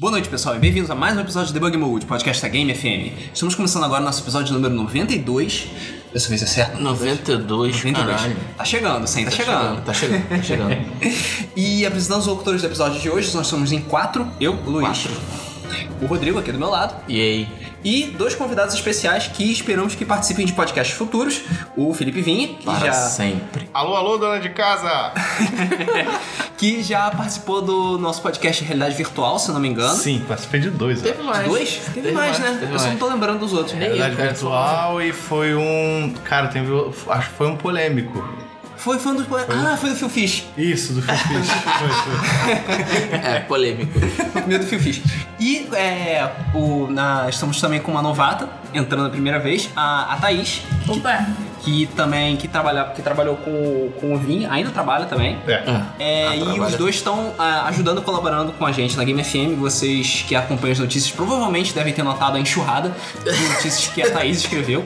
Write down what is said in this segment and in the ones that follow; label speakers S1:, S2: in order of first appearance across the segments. S1: Boa noite, pessoal, e bem-vindos a mais um episódio de Debug Mode, podcast da Game FM. Estamos começando agora nosso episódio número 92. Dessa vez é certo?
S2: 92, 92. caralho.
S1: Tá chegando, sim, tá, chegando.
S2: Tá chegando, tá chegando.
S1: E apresentando os locutores do episódio de hoje, nós somos em quatro. Eu, Luiz.
S2: Quatro.
S1: O Rodrigo aqui do meu lado.
S2: E aí?
S1: E dois convidados especiais que esperamos que participem de podcasts futuros. O Felipe Vinha, que
S2: Para
S1: já.
S2: sempre.
S3: Alô, alô, dona de casa!
S1: que já participou do nosso podcast Realidade Virtual, se eu não me engano.
S3: Sim, participei de dois. ó.
S2: Teve mais.
S1: Dois? Teve, mais, né?
S2: teve
S1: eu só não
S2: mais.
S1: tô lembrando dos outros.
S2: Nem-
S3: Realidade
S2: cara,
S3: virtual e foi um. Cara, teve. Acho que foi um polêmico.
S1: Foi fã dos.
S2: um
S1: Ah, foi do Phil Fish.
S3: Isso, do Fifi.
S2: É, polêmico.
S1: O primeiro do Phil Fish. E é, o, na- estamos também com uma novata, entrando a primeira vez, a, a Thaís,
S4: Opa!
S1: que também que, trabalha, que trabalhou com, com o Vin, ainda trabalha também.
S3: é.
S1: É,
S2: Ah,
S1: e
S2: trabalha.
S1: os dois estão ah, ajudando, colaborando com a gente na Game FM. Vocês que acompanham as notícias provavelmente devem ter notado a enxurrada de notícias que a Thaís escreveu.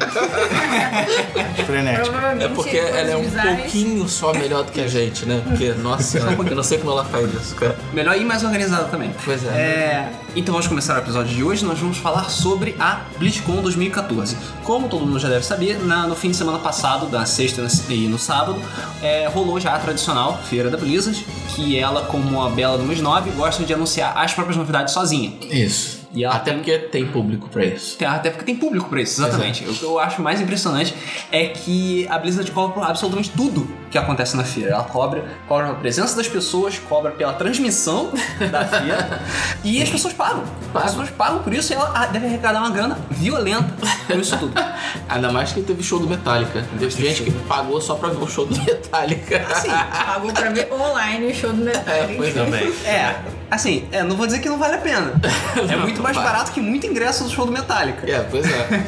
S3: Frenético.
S4: Provavelmente
S2: É porque
S4: ele
S2: ela é um
S4: design-
S2: pouquinho só melhor do que a gente, né? Porque, nossa, eu não sei como ela faz isso, cara.
S1: Melhor e mais organizada também.
S2: Pois é.
S1: É, então vamos começar o episódio de hoje. Nós vamos falar sobre a BlizzCon 2014. Como todo mundo já deve saber, na- no fim de semana passado, da sexta e na- e no sábado, é, rolou já a tradicional feira da Blizzard, que ela, como a bela do snob, gosta de anunciar as próprias novidades sozinha.
S2: Isso.
S1: E ela
S2: Até porque tem público pra isso.
S1: Até- Até porque tem público pra isso, exatamente. O que eu acho mais impressionante é que a Blizzard cobra absolutamente tudo que acontece na feira. Ela cobra, cobra a presença das pessoas, cobra pela transmissão da feira e as pessoas pagam. As pessoas pagam por isso e ela ah, deve arrecadar uma grana violenta com isso tudo.
S2: Ainda mais que teve show do Metallica. Teve gente que pagou só pra ver o show do Metallica.
S1: Assim,
S4: Pagou pra ver online o show do
S2: É,
S4: Metallica.
S2: pois é.
S3: Também.
S1: é, assim, é, não vou dizer que não vale a pena. É muito mais barato que muito ingresso do show do Metallica.
S2: É, pois é.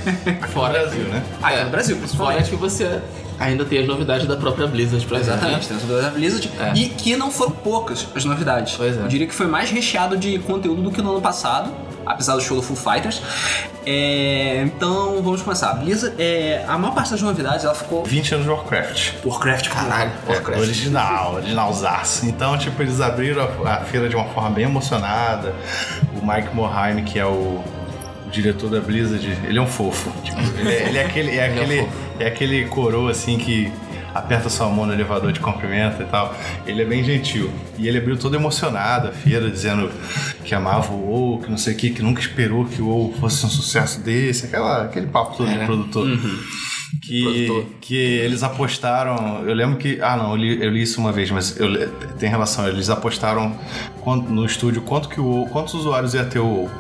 S3: Fora
S2: Fora,
S3: Brasil, né?
S1: Aqui
S2: É.
S1: no Brasil, principalmente.
S2: fora que você ainda tem as novidades da própria Blizzard pra ver, né?
S1: Exatamente, tem as novidades da Blizzard.
S2: É.
S1: E que não foram poucas as novidades.
S2: Pois é.
S1: Eu diria que foi mais recheado de conteúdo do que no ano passado, apesar do show do Full Fighters. É, então vamos começar. A Blizzard, é, a maior parte das novidades ela ficou.
S3: 20 anos de Warcraft.
S1: Warcraft,
S2: Caralho,
S3: É,
S2: Warcraft.
S3: original, originalzaço. Então, tipo, eles abriram a, a feira de uma forma bem emocionada. O Mike Morheim, que é o, o diretor da Blizzard, ele é um fofo. Tipo, ele, é, ele é aquele, é
S2: Ele é um
S3: aquele,
S2: fofo.
S3: é aquele coroa assim que aperta sua mão no elevador de cumprimento e tal. Ele é bem gentil. E ele abriu todo emocionado a feira, dizendo que amava o WoW, que não sei o que, que nunca esperou que o WoW fosse um sucesso desse, aquela, aquele papo todo
S2: É,
S3: de
S2: né?
S3: produtor
S2: Produtor.
S3: que, que eles apostaram. Eu lembro que. Ah, não, eu li, eu li isso uma vez, mas eu le- tem relação. Eles apostaram quanto- no estúdio quanto que o WoW- quantos usuários ia ter o WoW.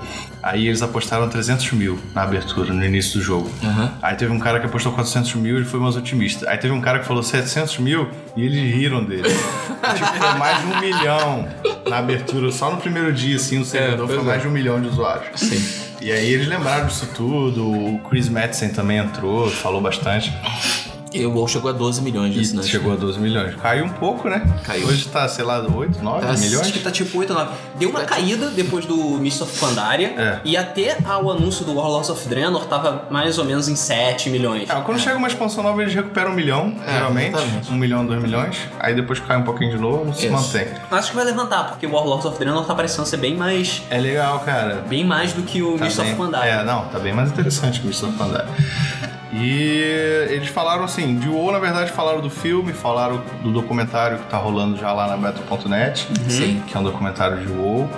S3: Aí eles apostaram 300 mil na abertura, no início do jogo.
S2: Aham.
S3: Aí teve um cara que apostou 400 mil e ele foi mais otimista. Aí teve um cara que falou 700 mil e eles riram dele. tipo, foi mais de um milhão na abertura, só no primeiro dia, assim, no servidor
S2: pois é.
S3: foi mais de um milhão de usuários.
S2: Sim.
S3: E aí eles lembraram disso tudo, o Chris Madsen também entrou, falou bastante.
S2: E o WoW chegou a 12 milhões de
S3: E
S2: assinantes.
S3: chegou a 12 milhões. Caiu um pouco, né?
S2: né? Caiu.
S3: Hoje tá, sei lá, 8, 9
S2: Tá,
S1: Acho
S3: milhões?
S1: que tá tipo 8 ou 9. Deu uma caída depois do Mist of Pandaria.
S3: É.
S1: E até ao anúncio do Warlords of Draenor tava mais ou menos em 7 milhões.
S3: Ah, quando chega uma expansão nova, eles recuperam um milhão,
S2: É,
S3: geralmente.
S2: exatamente.
S3: Um milhão, dois milhões. Aí depois cai um pouquinho de novo, não se
S2: Isso.
S3: mantém.
S1: Acho que vai levantar, porque o Warlords of Draenor tá parecendo ser bem mais.
S3: É legal, cara.
S1: Bem mais do que o
S3: Tá
S1: Mist of
S3: bem-
S1: Pandaria.
S3: É, não, tá bem mais interessante que o Mr. Pandaria. E eles falaram assim, de WoW, na verdade, falaram do filme, falaram do documentário que tá rolando já lá na Battle.net,
S2: Sim.
S3: que é um documentário de WoW.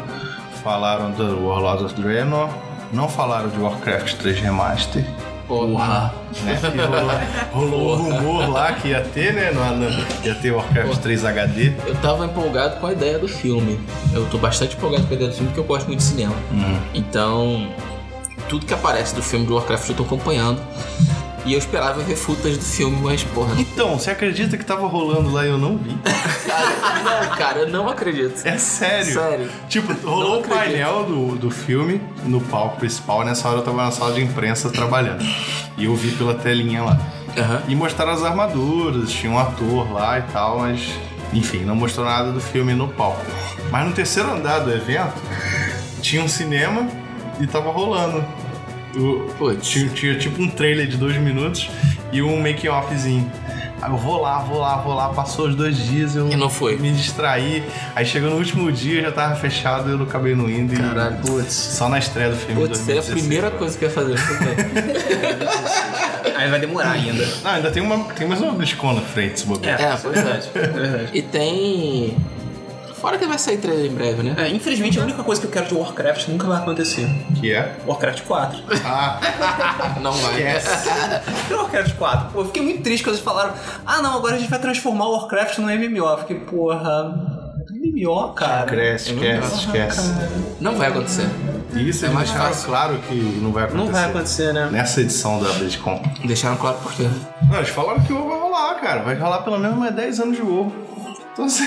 S3: Falaram do Warlords of Draenor. Não falaram de Warcraft 3 Remaster,
S2: Porra.
S3: né? Que rolou, rolou um rumor lá que ia ter, né? No, no- ia ter Warcraft 3 HD.
S2: Eu tava empolgado com a ideia do filme. Eu tô bastante empolgado com a ideia do filme porque eu gosto muito de cinema.
S3: Uhum.
S2: Então, tudo que aparece do filme do Warcraft eu tô acompanhando. E eu esperava ver futas do filme, mas porra.
S3: Então, você acredita que tava rolando lá e eu não vi?
S2: Cara, não, cara, eu não acredito.
S3: É sério.
S2: Sério.
S3: Tipo, rolou
S2: Não
S3: o
S2: acredito.
S3: painel do, do filme no palco principal. Nessa hora eu tava na sala de imprensa trabalhando. E eu vi pela telinha lá.
S2: Aham.
S3: E mostraram as armaduras, tinha um ator lá e tal, mas. Enfim, não mostrou nada do filme no palco. Mas no terceiro andar do evento, tinha um cinema e tava rolando. O-
S2: Putz.
S3: tinha, tinha tipo um trailer de dois minutos e um make-offzinho. Aí eu vou lá, vou lá, vou lá, passou os dois dias, eu
S2: E não foi.
S3: me distraí. Aí chegou no último dia, já tava fechado, eu não acabei não indo. e-
S1: Caralho, putz.
S3: Só na estreia do filme
S2: Putz,
S3: em
S2: seria a
S3: 2016,
S2: primeira
S3: cara.
S2: coisa que eu ia fazer.
S1: Aí vai demorar ainda.
S3: Não, ainda tem, uma, tem mais uma BlizzCon na frente, se bobear.
S2: é, pois é.
S1: É verdade.
S2: E tem. Fora que vai sair trailer em breve, né?
S1: É, infelizmente, a única coisa que eu quero de Warcraft nunca vai acontecer.
S3: Que é?
S1: Warcraft 4.
S3: Ah,
S2: Não vai.
S3: yes.
S1: Por que Warcraft 4? Pô, eu fiquei muito triste quando eles falaram Ah, não, agora a gente vai transformar o Warcraft no MMO. Eu fiquei, porra... MMO,
S2: É
S1: cara?
S3: Esquece, esquece, esquece.
S2: Não vai acontecer.
S3: E isso é mais
S2: mais
S3: fácil.
S2: fácil.
S3: claro que não vai acontecer.
S1: Não vai acontecer, né?
S3: Nessa edição da BlizzCon.
S2: Deixaram claro por quê.
S3: Não, eles falaram que o WoW vai rolar, cara. Vai rolar pelo menos mais 10 anos de WoW. Então você,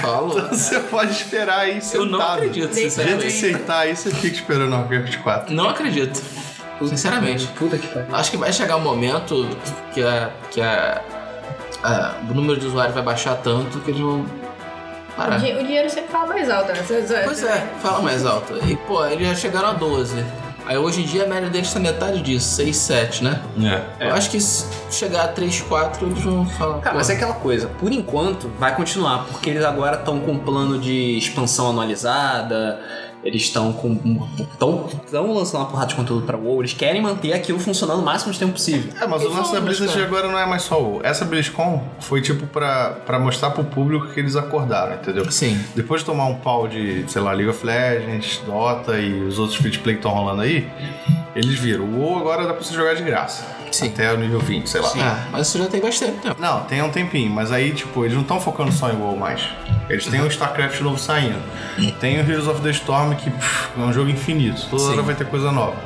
S2: Falou.
S3: então você pode esperar aí sentado.
S2: Eu não acredito,
S4: Deixa
S3: Do jeito
S2: sinceramente.
S3: que sentar aí, você fica esperando o Warcraft 4.
S2: Não acredito. Sinceramente.
S1: Puta que pariu.
S2: Acho que vai chegar um momento que, a, que a, a- o número de usuários vai baixar tanto que eles vão parar.
S4: O di- O dinheiro sempre fala mais alto, né? Você- você-
S2: Pois é, fala mais alto. E pô, eles já chegaram a 12. Aí hoje em dia a média deles tá metade disso, 6, 7, né?
S3: É.
S2: Eu acho que se chegar a 3, 4, eles vão falar.
S1: Cara,
S2: pô,
S1: mas é aquela coisa, por enquanto vai continuar, porque eles agora estão com um plano de expansão anualizada, eles estão com. estão lançando uma porrada de conteúdo pra WoW, eles querem manter aquilo funcionando o máximo de tempo possível.
S3: É, mas o lance da Blizzard de agora não é mais só o WoW. Essa BlizzCon foi tipo pra, pra mostrar pro público que eles acordaram, entendeu?
S2: Sim.
S3: Depois de tomar um pau de, sei lá, League of Legends, Dota e os outros free to play que estão rolando aí, eles viram. O WoW agora dá pra você jogar de graça.
S2: Sim.
S3: Até o nível 20, sei lá.
S2: É, mas isso já tem bastante tempo.
S3: Não, tem um tempinho, mas aí, tipo, eles não estão focando só em WoW mais. Eles têm o StarCraft novo saindo. Tem o Heroes of the Storm, que pff, é um jogo infinito. Toda
S2: Sim.
S3: hora vai ter coisa nova.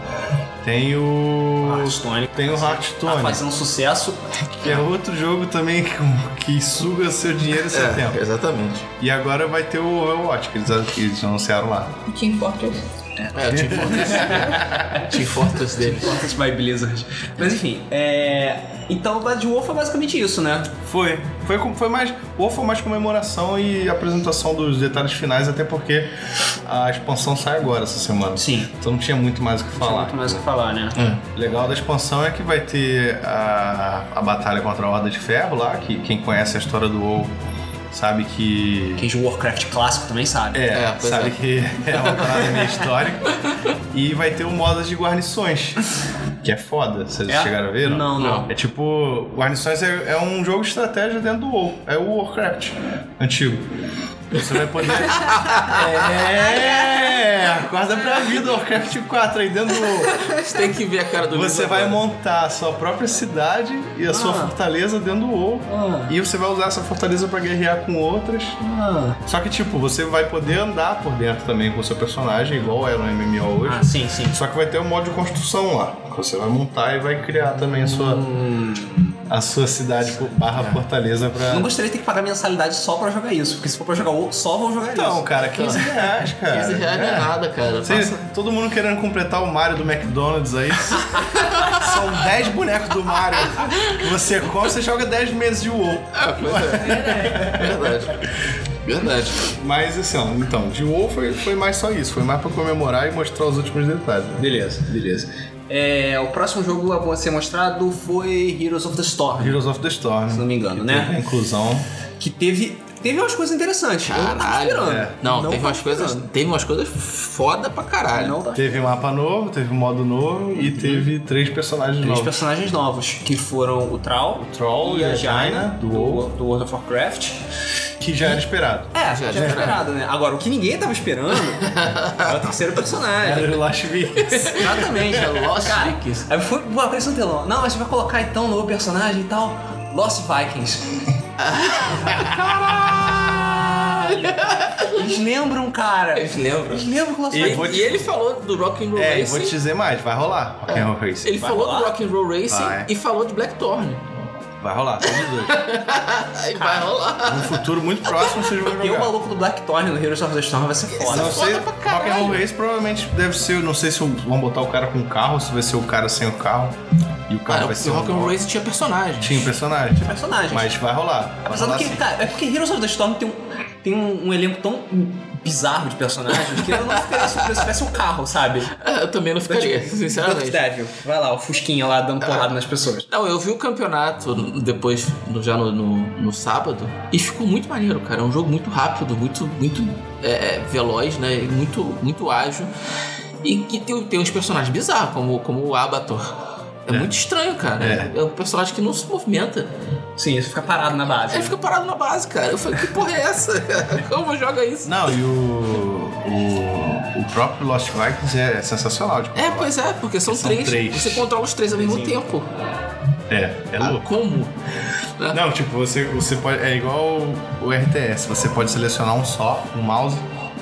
S3: Tem o.
S1: Hearthstone
S3: Tem o
S1: tá
S3: Hearthstone,
S1: fazendo sucesso.
S3: que é outro jogo também que, que suga seu dinheiro e seu
S1: É.
S3: tempo.
S2: É, exatamente.
S3: E agora vai ter o Overwatch, que eles, que eles anunciaram lá.
S4: Team Fortress.
S2: É, o Team Fortress. Team Fortress deles.
S1: Fortress by Blizzard. Mas enfim, é. Então Bad Wolf é basicamente isso, né?
S3: Foi. Foi, com- foi mais. Ou foi mais comemoração e apresentação dos detalhes finais, até porque a expansão sai agora essa semana.
S1: Sim.
S3: Então não tinha muito mais o que
S1: Não
S3: falar.
S1: tem muito mais o que falar, né?
S3: O legal da expansão é que vai ter a, a batalha contra a Horda de Ferro lá, que quem conhece a história do WoW sabe que.
S1: Quem joga Warcraft clássico também sabe.
S3: É,
S2: É, pois
S3: sabe
S2: é.
S3: que é uma parada meio histórica. E vai ter um modo de guarnições, que é foda. Vocês
S1: É?
S3: chegaram a ver?
S1: Não, não.
S3: É tipo, Guarnições é, é um jogo de estratégia dentro do WoW. É o Warcraft antigo. Você vai poder. é! Acorda pra vida, Warcraft 4 aí dentro do WoW.
S2: Você tem que ver a cara do
S3: Você
S2: Luiz
S3: vai
S2: agora.
S3: montar a sua própria cidade e a sua
S1: Ah.
S3: fortaleza dentro do WoW.
S1: Ah.
S3: E você vai usar essa fortaleza pra guerrear com outras.
S1: Ah.
S3: Só que, tipo, você vai poder andar por dentro também com o seu personagem, igual era no MMO hoje.
S1: Ah, sim, sim.
S3: Só que vai ter um modo de construção lá. que Você vai montar e vai criar também a sua,
S1: Hum.
S3: a sua cidade por- barra fortaleza pra.
S1: Não gostaria de ter que pagar mensalidade só pra jogar isso, porque se for pra jogar o só vou jogar
S3: Então,
S1: isso.
S3: cara, 15 reais, cara.
S2: 15 reais não é nada, cara.
S3: Vocês-
S2: Nossa.
S3: todo mundo querendo completar o Mario do McDonald's aí. São 10 bonecos do Mario. que Você compra, você joga 10 meses de WoW.
S2: Ah, pois é. Verdade. Verdade.
S3: Mas assim, ó, então, de WoW foi, foi mais só isso. Foi mais pra comemorar e mostrar os últimos detalhes. né?
S1: Beleza, beleza. É, o próximo jogo a ser mostrado foi Heroes of the Storm,
S3: Heroes of the Storm.
S1: se não me engano,
S3: Teve a
S1: né?
S3: Inclusão.
S1: Que teve, teve umas coisas interessantes. Eu não tava
S2: Caralho.
S1: esperando.
S3: é.
S2: Não,
S1: Não
S2: teve umas coisas. Teve umas coisas foda pra caralho.
S1: Não tava
S3: Teve mapa novo, teve modo novo e teve três personagens
S1: Três
S3: novos.
S1: personagens novos, que foram o Troll,
S3: Troll
S1: e a
S3: Jaina,
S1: Jaina,
S3: do
S1: do,
S3: WoW.
S1: do World of Warcraft.
S3: Que já era esperado.
S1: É,
S2: Já
S1: já,
S2: era
S1: era esperado, né? Agora, o que ninguém tava esperando era o terceiro personagem.
S3: Era o Last Vegas.
S1: Exatamente.
S2: É Lost
S1: Cara,
S2: Vikings.
S1: Aí foi, pô, apareceu um telão. Não, mas você vai colocar então no personagem e tal. Lost Vikings. Caralho! Eles lembram, cara.
S2: Eles lembram.
S1: Eles lembram que o Lost
S3: E
S2: E,
S1: Vikings.
S3: vou te-
S2: e ele falou do Rock and Roll
S3: É, e vou te
S2: Racing.
S3: dizer mais, vai rolar. Rock'n'Roll
S1: É.
S3: Racing.
S2: Ele falou
S1: rolar?
S2: do Rock and Roll Racing
S3: Vai.
S2: e falou de Blackthorn.
S3: Vai rolar, todos os dois.
S2: Aí vai rolar.
S3: Num futuro muito próximo vocês vão jogar.
S1: Tem o maluco do Blackthorn no Heroes of the Storm, vai ser foda.
S3: Não sei,
S2: pra
S3: Rock and
S2: caralho.
S3: Roll Race provavelmente deve ser, não sei se vão botar o cara com o carro, se vai ser o cara sem o carro. E o carro
S2: Cara,
S3: vai
S2: porque
S3: ser
S2: o
S3: um
S2: Rock and Roll Racing tinha personagem.
S3: Tinha um personagem.
S1: personagens.
S3: Mas vai rolar. Vai
S1: Apesar
S3: rolar
S1: do que,
S3: sim.
S1: cara, é porque Heroes of the Storm tem um, tem um, um elenco tão bizarro de personagens que eu não ficaria surpreso se tivesse um carro, sabe?
S2: É, Eu também não ficaria,
S3: um
S1: Tá,
S2: sinceramente.
S1: Devil. Vai lá, o Fusquinha lá dando porrada nas pessoas.
S2: Não, eu vi o campeonato depois, no- já no, no, no sábado, e ficou muito maneiro, cara. É um jogo muito rápido, muito, muito é, é, veloz, né? E Muito, muito ágil. E que tem, tem uns personagens bizarros, como, como o Abator. É,
S3: É.
S2: muito estranho, cara.
S3: É.
S2: É. um personagem que não se movimenta.
S1: Sim, isso fica parado na base.
S2: Ele É, fica parado na base, cara. Eu falei, que porra é essa? Como joga isso?
S3: Não, e o. O, o próprio Lost Vikings é, é sensacional. Tipo,
S2: É, pois é, porque são,
S3: São
S2: três,
S3: três.
S2: Você controla os três ao mesmo tempo.
S3: é, é
S2: Ah,
S3: louco.
S2: como?
S3: Não, tipo, você, você pode. É igual o RTS, você pode selecionar um só, um mouse,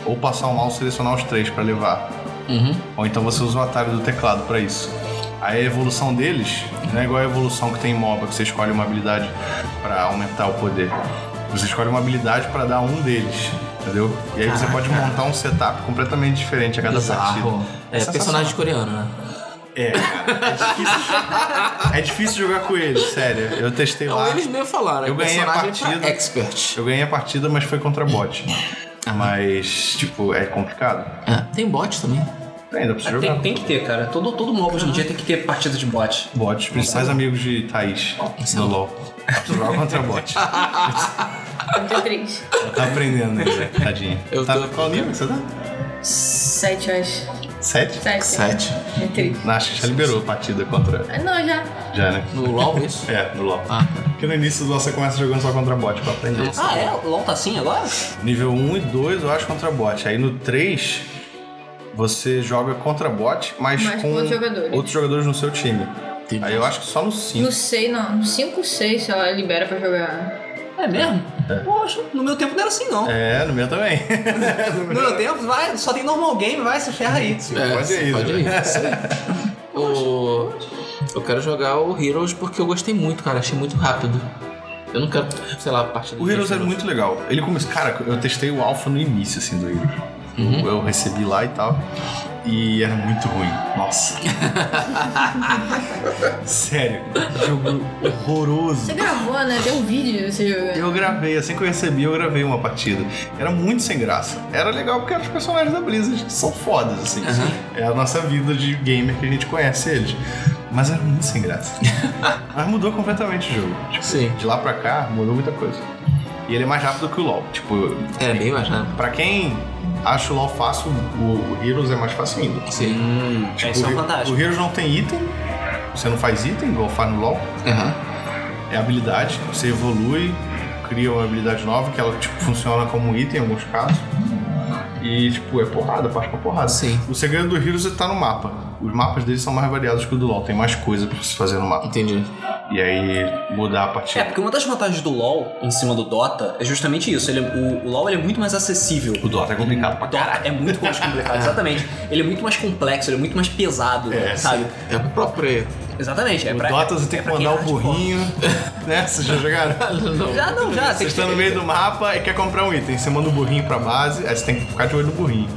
S3: ou passar o mouse e selecionar os três pra levar.
S2: Uhum.
S3: Ou então você usa o atalho do teclado pra isso. Aí a evolução deles não é igual a evolução que tem em MOBA, que você escolhe uma habilidade pra aumentar o poder. Você escolhe uma habilidade pra dar um deles, entendeu? E aí você pode montar um setup completamente diferente a cada partida.
S2: Bizarro. É,
S3: Sensacional.
S2: personagem coreano, né?
S3: É, cara, é difícil. é difícil jogar com ele, sério. Eu testei
S2: Não,
S3: lá.
S2: eles mesmo falaram.
S3: Eu
S2: é
S3: ganhei a
S2: personagem pra
S3: partida.
S2: Expert.
S3: Eu ganhei a partida, mas foi contra bot. Mas, tipo, é complicado.
S2: Ah, tem bot também.
S3: Ainda pra você
S1: É,
S3: jogar.
S1: Tem, tem que ter, cara. Todo, todo mob hoje em dia tem que ter partida de bot.
S3: Bot, os principais amigos de Thaís
S2: Isso é
S3: no
S2: bom.
S3: LOL. Dá pra jogar contra bot. Ela
S4: Muito é triste.
S3: tá aprendendo ainda, tadinha.
S2: Eu
S3: tá
S2: tô-
S3: qual nível que você tá?
S4: Sete anos.
S3: Sete?
S4: Sete.
S2: Sete.
S4: É triste.
S3: Não, acho que já liberou a partida contra.
S4: Ah, Não, já.
S3: Já, né?
S2: No LOL, isso?
S3: É, no LOL.
S2: Ah,
S3: Porque no início do LOL você começa jogando só contra bot pra aprender.
S1: Ah, é? O LOL tá assim agora?
S3: Nível 1 e 2 eu acho contra bot. Aí no 3 você joga contra bot, mas,
S4: Mas
S3: com
S4: com outros jogadores.
S3: outros jogadores no seu time.
S2: Entendi.
S3: Aí eu acho que só no 5.
S4: No sei, não. No cinco, seis, sei lá, libera pra jogar.
S1: É mesmo? Poxa, no meu tempo não era assim, não.
S3: É, no meu também.
S1: No meu tempo, vai, só tem normal game, vai, se ferra aí.
S2: É,
S3: pode ir,
S2: Pode
S3: né?
S2: ir. isso aí. o... Eu quero jogar o Heroes porque eu gostei muito, cara. Achei muito rápido. Eu não quero, sei lá, a parte
S3: O Heroes é muito legal. Ele começou. Cara, eu testei o Alpha no início, assim, do Heroes.
S2: Uhum.
S3: Eu recebi lá e tal. E era muito ruim. Nossa. Sério. Jogo horroroso.
S4: Você gravou, né? Tem um vídeo de você jogando.
S3: Eu gravei, assim que eu recebi, eu gravei uma partida. Era muito sem graça. Era legal porque eram os personagens da Blizzard, que são fodas, assim.
S2: Aham.
S3: É a nossa vida de gamer que a gente conhece eles. Mas era muito sem graça. Mas mudou completamente o jogo. Tipo,
S2: Sim.
S3: de lá pra cá, mudou muita coisa. E ele é mais rápido que o LoL. Tipo,
S2: É, bem mais rápido.
S3: Pra quem acha o LoL fácil, o Heroes é mais fácil ainda. Tipo,
S2: Sim.
S1: Hum, é, isso é
S3: o,
S1: um
S3: He-
S1: fantástico.
S3: O Heroes não tem item, você não faz item igual faz no LoL,
S2: Aham.
S3: é habilidade, você evolui, cria uma habilidade nova que ela tipo, funciona como um item em alguns casos. E tipo, é porrada, parte pra porrada.
S2: Sim.
S3: O segredo do Heroes é estar no mapa. Os mapas dele são mais variados que o do LoL, tem mais coisa pra se fazer no mapa.
S2: Entendi.
S3: E aí mudar a
S1: É,
S3: partida.
S1: porque uma das vantagens do LoL em cima do Dota é justamente isso. Ele, é- o, o LoL ele é muito mais acessível.
S3: O Dota é complicado pra
S1: Dota é muito mais complicado, exatamente. Ele é muito mais complexo, ele é muito mais pesado,
S3: É,
S1: sabe?
S2: É o próprio.
S1: Exatamente. É
S3: O
S1: pra,
S3: Dota você
S1: é
S3: tem que
S1: pra quem é
S3: mandar o
S1: hardcore.
S3: burrinho, né? Vocês já jogaram?
S2: Não.
S1: Já não, já.
S3: Você
S1: Tem que
S3: está no meio do mapa e quer comprar um item. Você manda o burrinho pra base, aí você tem que ficar de olho no burrinho.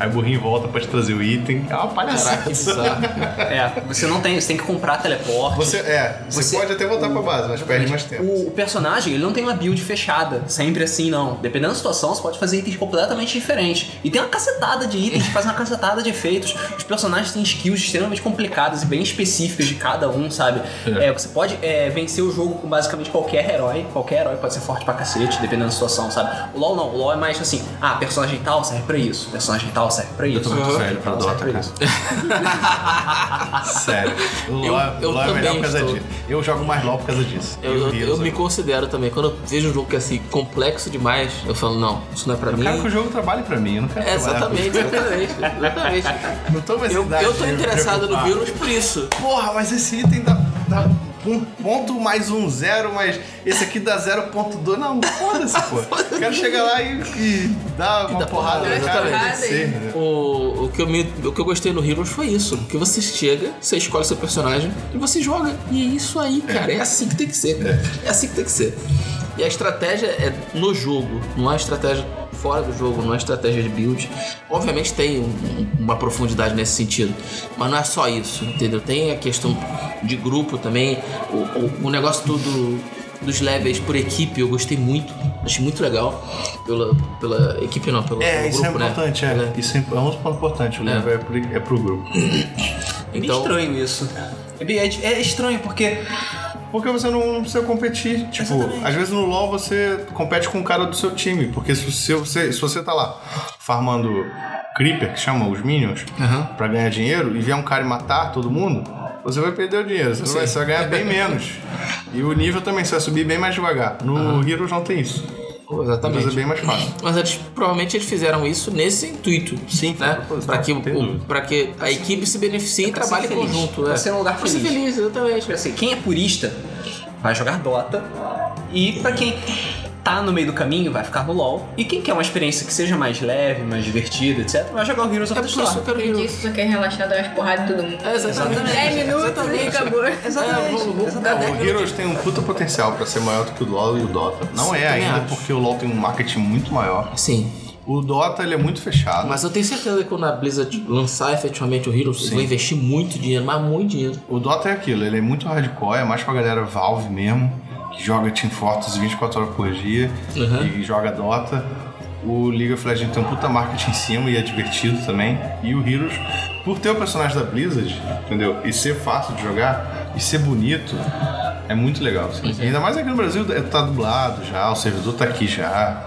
S3: Aí o burrinho volta pra te trazer o item. É
S2: Caraca,
S3: uma
S2: que
S3: palhaçada.
S2: bizarro.
S1: É, você não tem, você tem que comprar teleporte.
S3: Você, é, você,
S1: Você-
S3: pode até voltar pra base, mas perde mais tempo.
S1: O, o personagem, ele não tem uma build fechada, sempre assim, não. Dependendo da situação, você pode fazer itens completamente diferentes. E tem uma cacetada de itens, faz uma cacetada de efeitos. Os personagens têm skills extremamente complicadas e bem específicas de cada um, sabe? É, você pode é, vencer o jogo com basicamente qualquer herói. Qualquer herói pode ser forte pra cacete, dependendo da situação, sabe? O LoL não, o LoL é mais assim, ah, personagem tal serve pra isso, personagem tal serve pra isso. É
S3: Eu tô muito
S1: personagem
S3: velho pra
S1: tal
S3: Dota,
S1: serve pra
S3: cara.
S1: isso.
S3: Sério. O LoL,
S2: eu
S3: o LoL é
S2: também
S3: melhor por causa
S2: estou.
S3: disso. Eu jogo mais LoL por causa disso.
S2: Eu,
S3: E o
S2: eu- eu
S3: Heroes,
S2: me
S3: eu-
S2: considero também. Quando eu vejo um jogo que é assim, complexo demais, eu falo, não, isso não é pra
S3: Eu
S2: mim.
S3: quero que o jogo trabalhe pra mim, eu não quero
S2: É,
S3: trabalhar pra-
S2: exatamente, exatamente, exatamente.
S3: Não tô mais
S2: Eu,
S3: idade
S2: eu tô
S3: de me
S2: interessado no
S3: preocupar.
S2: vírus por isso.
S3: Porra, mas esse item dá, dá um ponto mais um zero, mas esse aqui dá 0.2. Não, foda-se, pô. Quero chegar lá e, e dar uma
S2: dá
S3: porrada
S2: porrada,
S3: no cara e
S4: exatamente.
S3: vencer. né?
S2: O, o, que eu me, o que eu gostei no Heroes foi isso. Que você chega, você escolhe seu personagem e você joga. E é isso aí, cara. É assim que tem que ser. É assim que tem que ser. E a estratégia é no jogo, não é estratégia fora do jogo, não é estratégia de build. Obviamente tem um- um- uma profundidade nesse sentido, mas não é só isso, entendeu? Tem a questão de grupo também, o, o- o negócio todo dos levels por equipe eu gostei muito. Achei muito legal. Pela, pela equipe não, pelo,
S3: É,
S2: pelo
S3: isso
S2: grupo,
S3: é
S2: né?
S3: importante, é.
S2: Pela-
S3: Isso é é um ponto importante. O
S2: É.
S3: level é pro, é pro grupo.
S1: É bem
S2: Então-
S1: estranho isso. É, bem- é- é estranho porque
S3: Porque você não não precisa competir. Tipo, às vezes no LoL você compete com o cara do seu time. Porque se, se, você, se você tá lá farmando Creeper, que chama os Minions,
S2: Aham.
S3: pra ganhar dinheiro, e vier um cara e matar todo mundo, você vai perder o dinheiro. Você, não vai, você vai ganhar bem menos. E o nível também, você vai subir bem mais devagar. No Heroes não tem isso.
S2: Pô,
S3: Mas é
S2: Exatamente.
S3: bem mais fácil.
S2: Mas eles provavelmente eles fizeram isso nesse intuito.
S3: Sim, foi
S2: né?
S3: proposital,
S2: Para que,
S3: não tenho
S2: o-
S3: dúvida.
S2: pra que a equipe se beneficie e
S1: pra ser
S2: trabalhe em
S1: feliz.
S2: conjunto.
S1: Pra
S2: é.
S1: ser um lugar
S2: Pra ser
S1: feliz.
S2: feliz, exatamente.
S1: assim, quem é purista vai jogar Dota e pra quem tá no meio do caminho vai ficar no LoL e quem quer uma experiência que seja mais leve, mais divertida, etc, vai jogar o Heroes of
S2: É
S1: the
S2: porque eu
S1: Storm.
S2: super
S4: Além disso, só é quer relaxar, dar umas porradas em todo mundo.
S2: É, exatamente.
S4: 10 minutos e acabou.
S2: É, vamos- vamos-
S3: Não, o Heroes tem um puta potencial pra ser maior do que o LoL e o Dota. Não
S2: Sim,
S3: é
S2: também
S3: ainda,
S2: acho.
S3: porque o LoL tem um marketing muito maior.
S2: Sim.
S3: O Dota, ele é muito fechado.
S2: Mas eu tenho certeza que quando a Blizzard lançar efetivamente o Heroes, eles vão investir muito dinheiro, mas muito dinheiro.
S3: O Dota é aquilo, ele é muito hardcore, é mais pra galera Valve mesmo, que joga Team Fortress 24 horas por dia
S2: Uhum.
S3: e joga Dota. O League of Legends tem um puta marketing em cima e é divertido também. E o Heroes, por ter o personagem da Blizzard, entendeu? E ser fácil de jogar e ser bonito, é muito legal. assim. Ainda mais aqui no Brasil, é- tá dublado já, o servidor tá aqui já.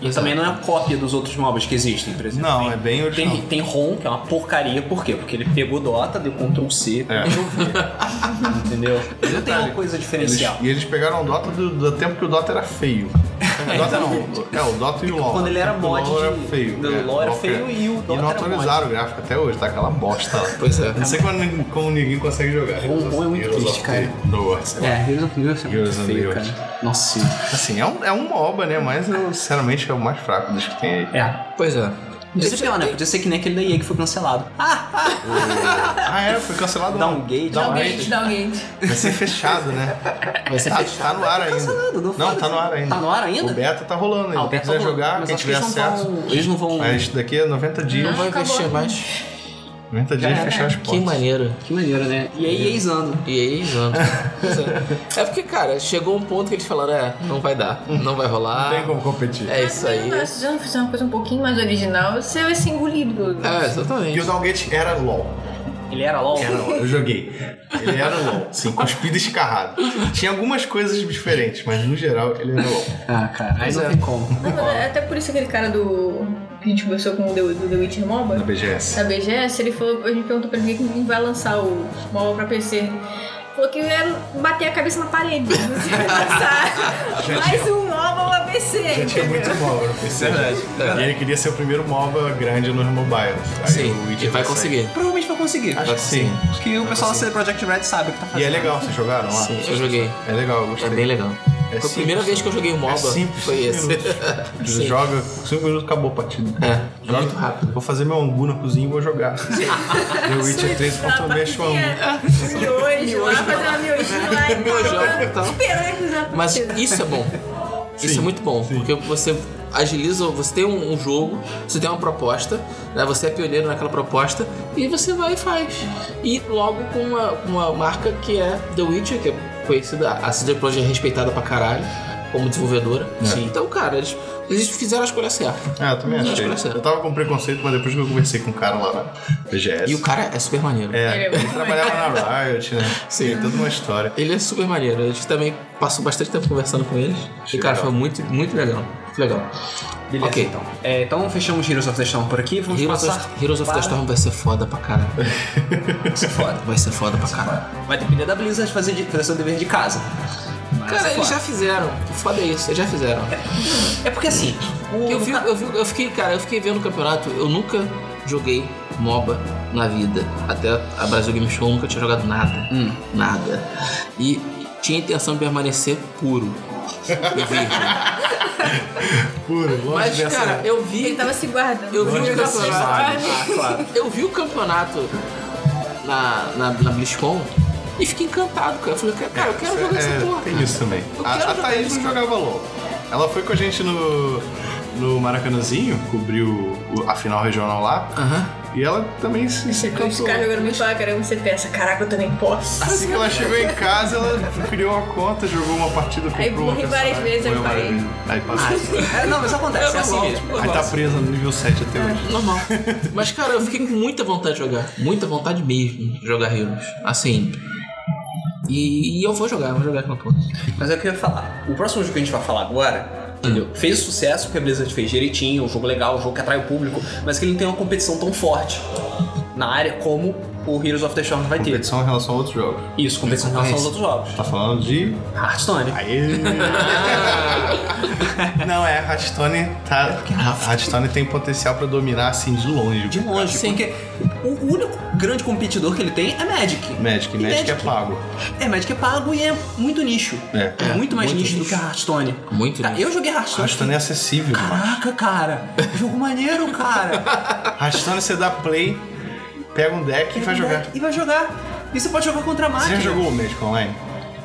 S1: E também não é cópia dos outros MOBAs que existem, por exemplo.
S3: Não, é bem original.
S1: Tem, tem ROM, que é uma porcaria, por quê? Porque ele pegou Dota, deu Ctrl C,
S3: É.
S1: entendeu? Ele não tem
S3: Detalhe,
S1: uma coisa
S3: Eles-
S1: diferencial.
S3: e eles pegaram o Dota do, do tempo que o Dota era feio. O Dota não. É, o Dota e o LoL.
S1: Então, Quando ele era
S3: O LoL
S1: mod
S3: era
S1: de-
S3: feio.
S1: do
S3: é,
S1: LoL era
S3: o
S1: feio e o Dota
S3: E não
S1: era
S3: atualizaram o gráfico até hoje, tá aquela bosta lá.
S2: Pois é.
S3: Não sei como, ninguém- como ninguém consegue jogar.
S1: O bom é muito
S3: Heroes
S1: triste,
S3: of
S1: cara.
S3: the- Noah, sei lá.
S1: É, Heroes of Heroes é
S3: Heroes
S1: muito
S3: and
S1: feio,
S3: Heroes.
S1: cara. Nossa. senhora.
S3: Assim, é um, é um MOBA, né? Mas eu, sinceramente, é o mais fraco dos que tem aí.
S1: É.
S2: Pois é.
S1: Podia ser pior, né? Podia ser que nem aquele da EA que foi cancelado. Ah, um
S3: Ah, é, foi cancelado.
S1: Downgate.
S2: um
S3: Downgate.
S4: um
S3: Vai ser fechado, né?
S2: Vai ser
S3: Tá, tá no ar ainda.
S1: cancelado, não foi?
S3: tá no ar ainda.
S1: Tá no ar ainda?
S3: O beta tá rolando ainda.
S1: ah, o
S3: Quem
S1: Beto
S3: quiser
S1: falou,
S3: jogar,
S1: mas
S3: quem
S1: acho
S3: tiver
S1: que eles não
S3: acesso.
S1: vão- eles não vão...
S3: Mas daqui a 90 dias.
S2: Não vai
S4: Acabou.
S2: investir mais.
S1: Ah.
S3: 90 dias
S1: É,
S3: fechar as
S2: Que
S3: portas.
S2: maneiro.
S1: Que maneiro, né? E aí, ex-ano.
S2: E aí, mano. Pois é. É porque, cara, chegou um ponto que eles falaram: é, não vai dar, não vai rolar.
S3: Não tem como competir.
S2: É isso aí.
S4: Se você não fizer uma coisa um pouquinho mais original, você vai ser engolido. pelo-
S2: É,
S3: E
S2: exatamente.
S3: o Downgate era LOL.
S1: Ele era LOL?
S3: Era LOL, eu joguei. Ele era LOL, sim, cuspido e escarrado. Tinha algumas coisas diferentes, mas no geral ele era LOL.
S1: Ah, cara, aí não tem como.
S4: Não, mas é até por isso aquele cara do. que a gente conversou com o The, do The Witcher MOBA.
S3: Na BGS.
S4: da BGS, ele falou, a gente perguntou pra ele quem vai lançar o MOBA pra PC. Falou que ia bater a cabeça na parede. Você vai lançar mais um MOBA pra PC.
S3: Já tinha muito MOBA no
S2: É
S3: PC. E ele queria ser o primeiro MOBA grande nos mobiles. Aí
S2: É, Sim,
S3: o Witcher
S2: ele vai
S3: sair.
S2: conseguir.
S1: Provavelmente vai conseguir.
S3: Acho que sim.
S1: Porque o pessoal da CD Projekt Red sabe o que tá
S3: E
S1: fazendo.
S3: é legal, vocês jogaram lá?
S2: Sim, eu joguei.
S3: É legal, eu
S2: É
S3: gostei.
S2: bem legal.
S3: É
S2: Foi a
S3: simples.
S2: primeira vez que eu joguei um MOBA.
S3: É simples,
S2: foi
S3: cinco
S2: esse.
S3: minutos.
S2: Sim.
S3: Joga, 5 minutos, acabou a partida.
S2: É,
S3: Joga
S2: muito rápido.
S3: Vou fazer meu angu na cozinha e vou jogar. The Witcher 3 faltou mexer o angu.
S4: Miojo, lá fazer uma miojinha lá e
S2: Miojão,
S4: tal.
S2: tá.
S4: Esperando que usar
S2: Mas isso é bom. Isso
S3: Sim,
S2: é muito bom, porque você agiliza, você tem um, um jogo, você tem uma proposta, né? você é pioneiro naquela proposta, e você vai e faz. E logo com uma, uma marca que é The Witcher, que é conhecida, a CD Projekt é respeitada pra caralho como desenvolvedora.
S3: É.
S1: Sim.
S2: Então, cara, eles, eles fizeram a escolha certa.
S3: Ah, eu também
S2: Acho
S3: achei.
S2: que dá certo.
S3: Eu tava com preconceito, mas depois que eu conversei com o cara lá na BGS.
S2: E o cara é super maneiro.
S3: É,
S4: Ele é
S3: ele
S4: muito
S3: trabalhava na Riot, né?
S2: Sim.
S3: Tem toda uma história.
S2: Ele é super maneiro. A gente também passou bastante tempo conversando com eles. E, cara,
S3: legal.
S2: foi muito, muito legal. Muito legal.
S1: Beleza,
S2: Ok.
S1: então. É, então fechamos Heroes of the Storm por aqui. Vamos
S2: Heroes
S1: passar...
S2: of, Heroes of the
S1: para-
S2: Storm vai ser foda pra caralho.
S1: Vai ser foda.
S2: Vai ser foda pra caralho.
S1: Vai depender da Blizzard fazer, de, fazer seu dever de casa. Mas
S2: Cara,
S1: é
S2: eles já
S1: foda.
S2: fizeram. O foda é isso, eles já fizeram.
S1: É porque assim... O...
S2: Eu, vi, eu, vi, eu fiquei, cara, eu fiquei vendo o campeonato, eu nunca joguei MOBA na vida. Até a Brasil Game Show eu nunca tinha jogado nada.
S1: Hum.
S2: Nada. E tinha intenção de permanecer puro. E virgem.
S3: Puro, longe
S2: Mas,
S3: dessa.
S2: cara, eu
S4: Ele
S2: vi.
S4: tava se guardando.
S2: Eu vi um
S4: Ele
S2: o
S4: tava se
S2: campeonato.
S4: guardando.
S1: Ah, claro.
S3: assim.
S2: Eu vi o campeonato na, na, na BlizzCon e fiquei encantado, cara. Eu falei, cara, eu quero jogar
S3: É,
S2: essa porra.
S3: Tem isso também.
S2: Eu
S3: A,
S2: quero
S3: a
S2: jogar
S3: Thaís
S2: isso,
S3: não
S2: cara.
S3: jogava LOL. Ela foi com a gente no, no Maracanãzinho, cobriu o- a final regional lá.
S2: Aham.
S3: E ela também se, se
S4: Os
S3: cansou.
S4: caras jogando muito um pra caramba, você pensa, caraca, eu também posso.
S3: Assim que ela chegou em casa, ela criou uma conta, jogou uma partida,
S4: Aí
S3: comprou uma
S4: morri várias
S3: personagem,
S4: vezes, aí
S3: foi uma
S4: parei.
S3: maravilha. Aí
S2: Ah,
S3: passou.
S1: É, não, mas acontece, é assim mesmo.
S3: Aí tá presa no nível 7 até hoje.
S2: Normal. Mas, cara, eu fiquei com muita vontade de jogar. Muita vontade mesmo de jogar Heroes. Assim. E, e eu vou jogar, eu vou jogar com a porra.
S1: Mas é o que eu ia falar. O próximo jogo que a gente vai falar agora, entendeu? Fez sucesso, porque a Blizzard fez direitinho, um jogo legal, um jogo que atrai o público, mas que ele não tem uma competição tão forte na área como o Heroes of the Storm vai ter.
S3: Competição em relação a outros jogos.
S1: Isso, competição em relação aos outros jogos.
S3: Tá falando de.
S1: Hearthstone.
S3: Aê! Não, é, a Hearthstone tá. A Hearthstone tem potencial pra dominar assim de longe.
S1: De longe,
S2: Sim.
S1: porque o único grande competidor que ele tem é Magic.
S3: Magic,
S1: E
S3: Magic é
S1: Magic?
S3: pago.
S1: É, Magic é pago e é muito nicho.
S3: É.
S1: É, muito mais
S2: muito
S1: nicho, do
S2: nicho.
S1: que a Hearthstone.
S2: Muito
S1: Cara,
S2: nicho.
S1: eu joguei Hearthstone.
S3: Hearthstone é acessível, mano.
S1: Caraca, cara. Jogo maneiro, cara.
S3: Hearthstone você dá play, pega um deck e vai jogar.
S1: E vai jogar. E você pode jogar contra a
S3: Você
S1: máquina.
S3: já jogou o Magic Online?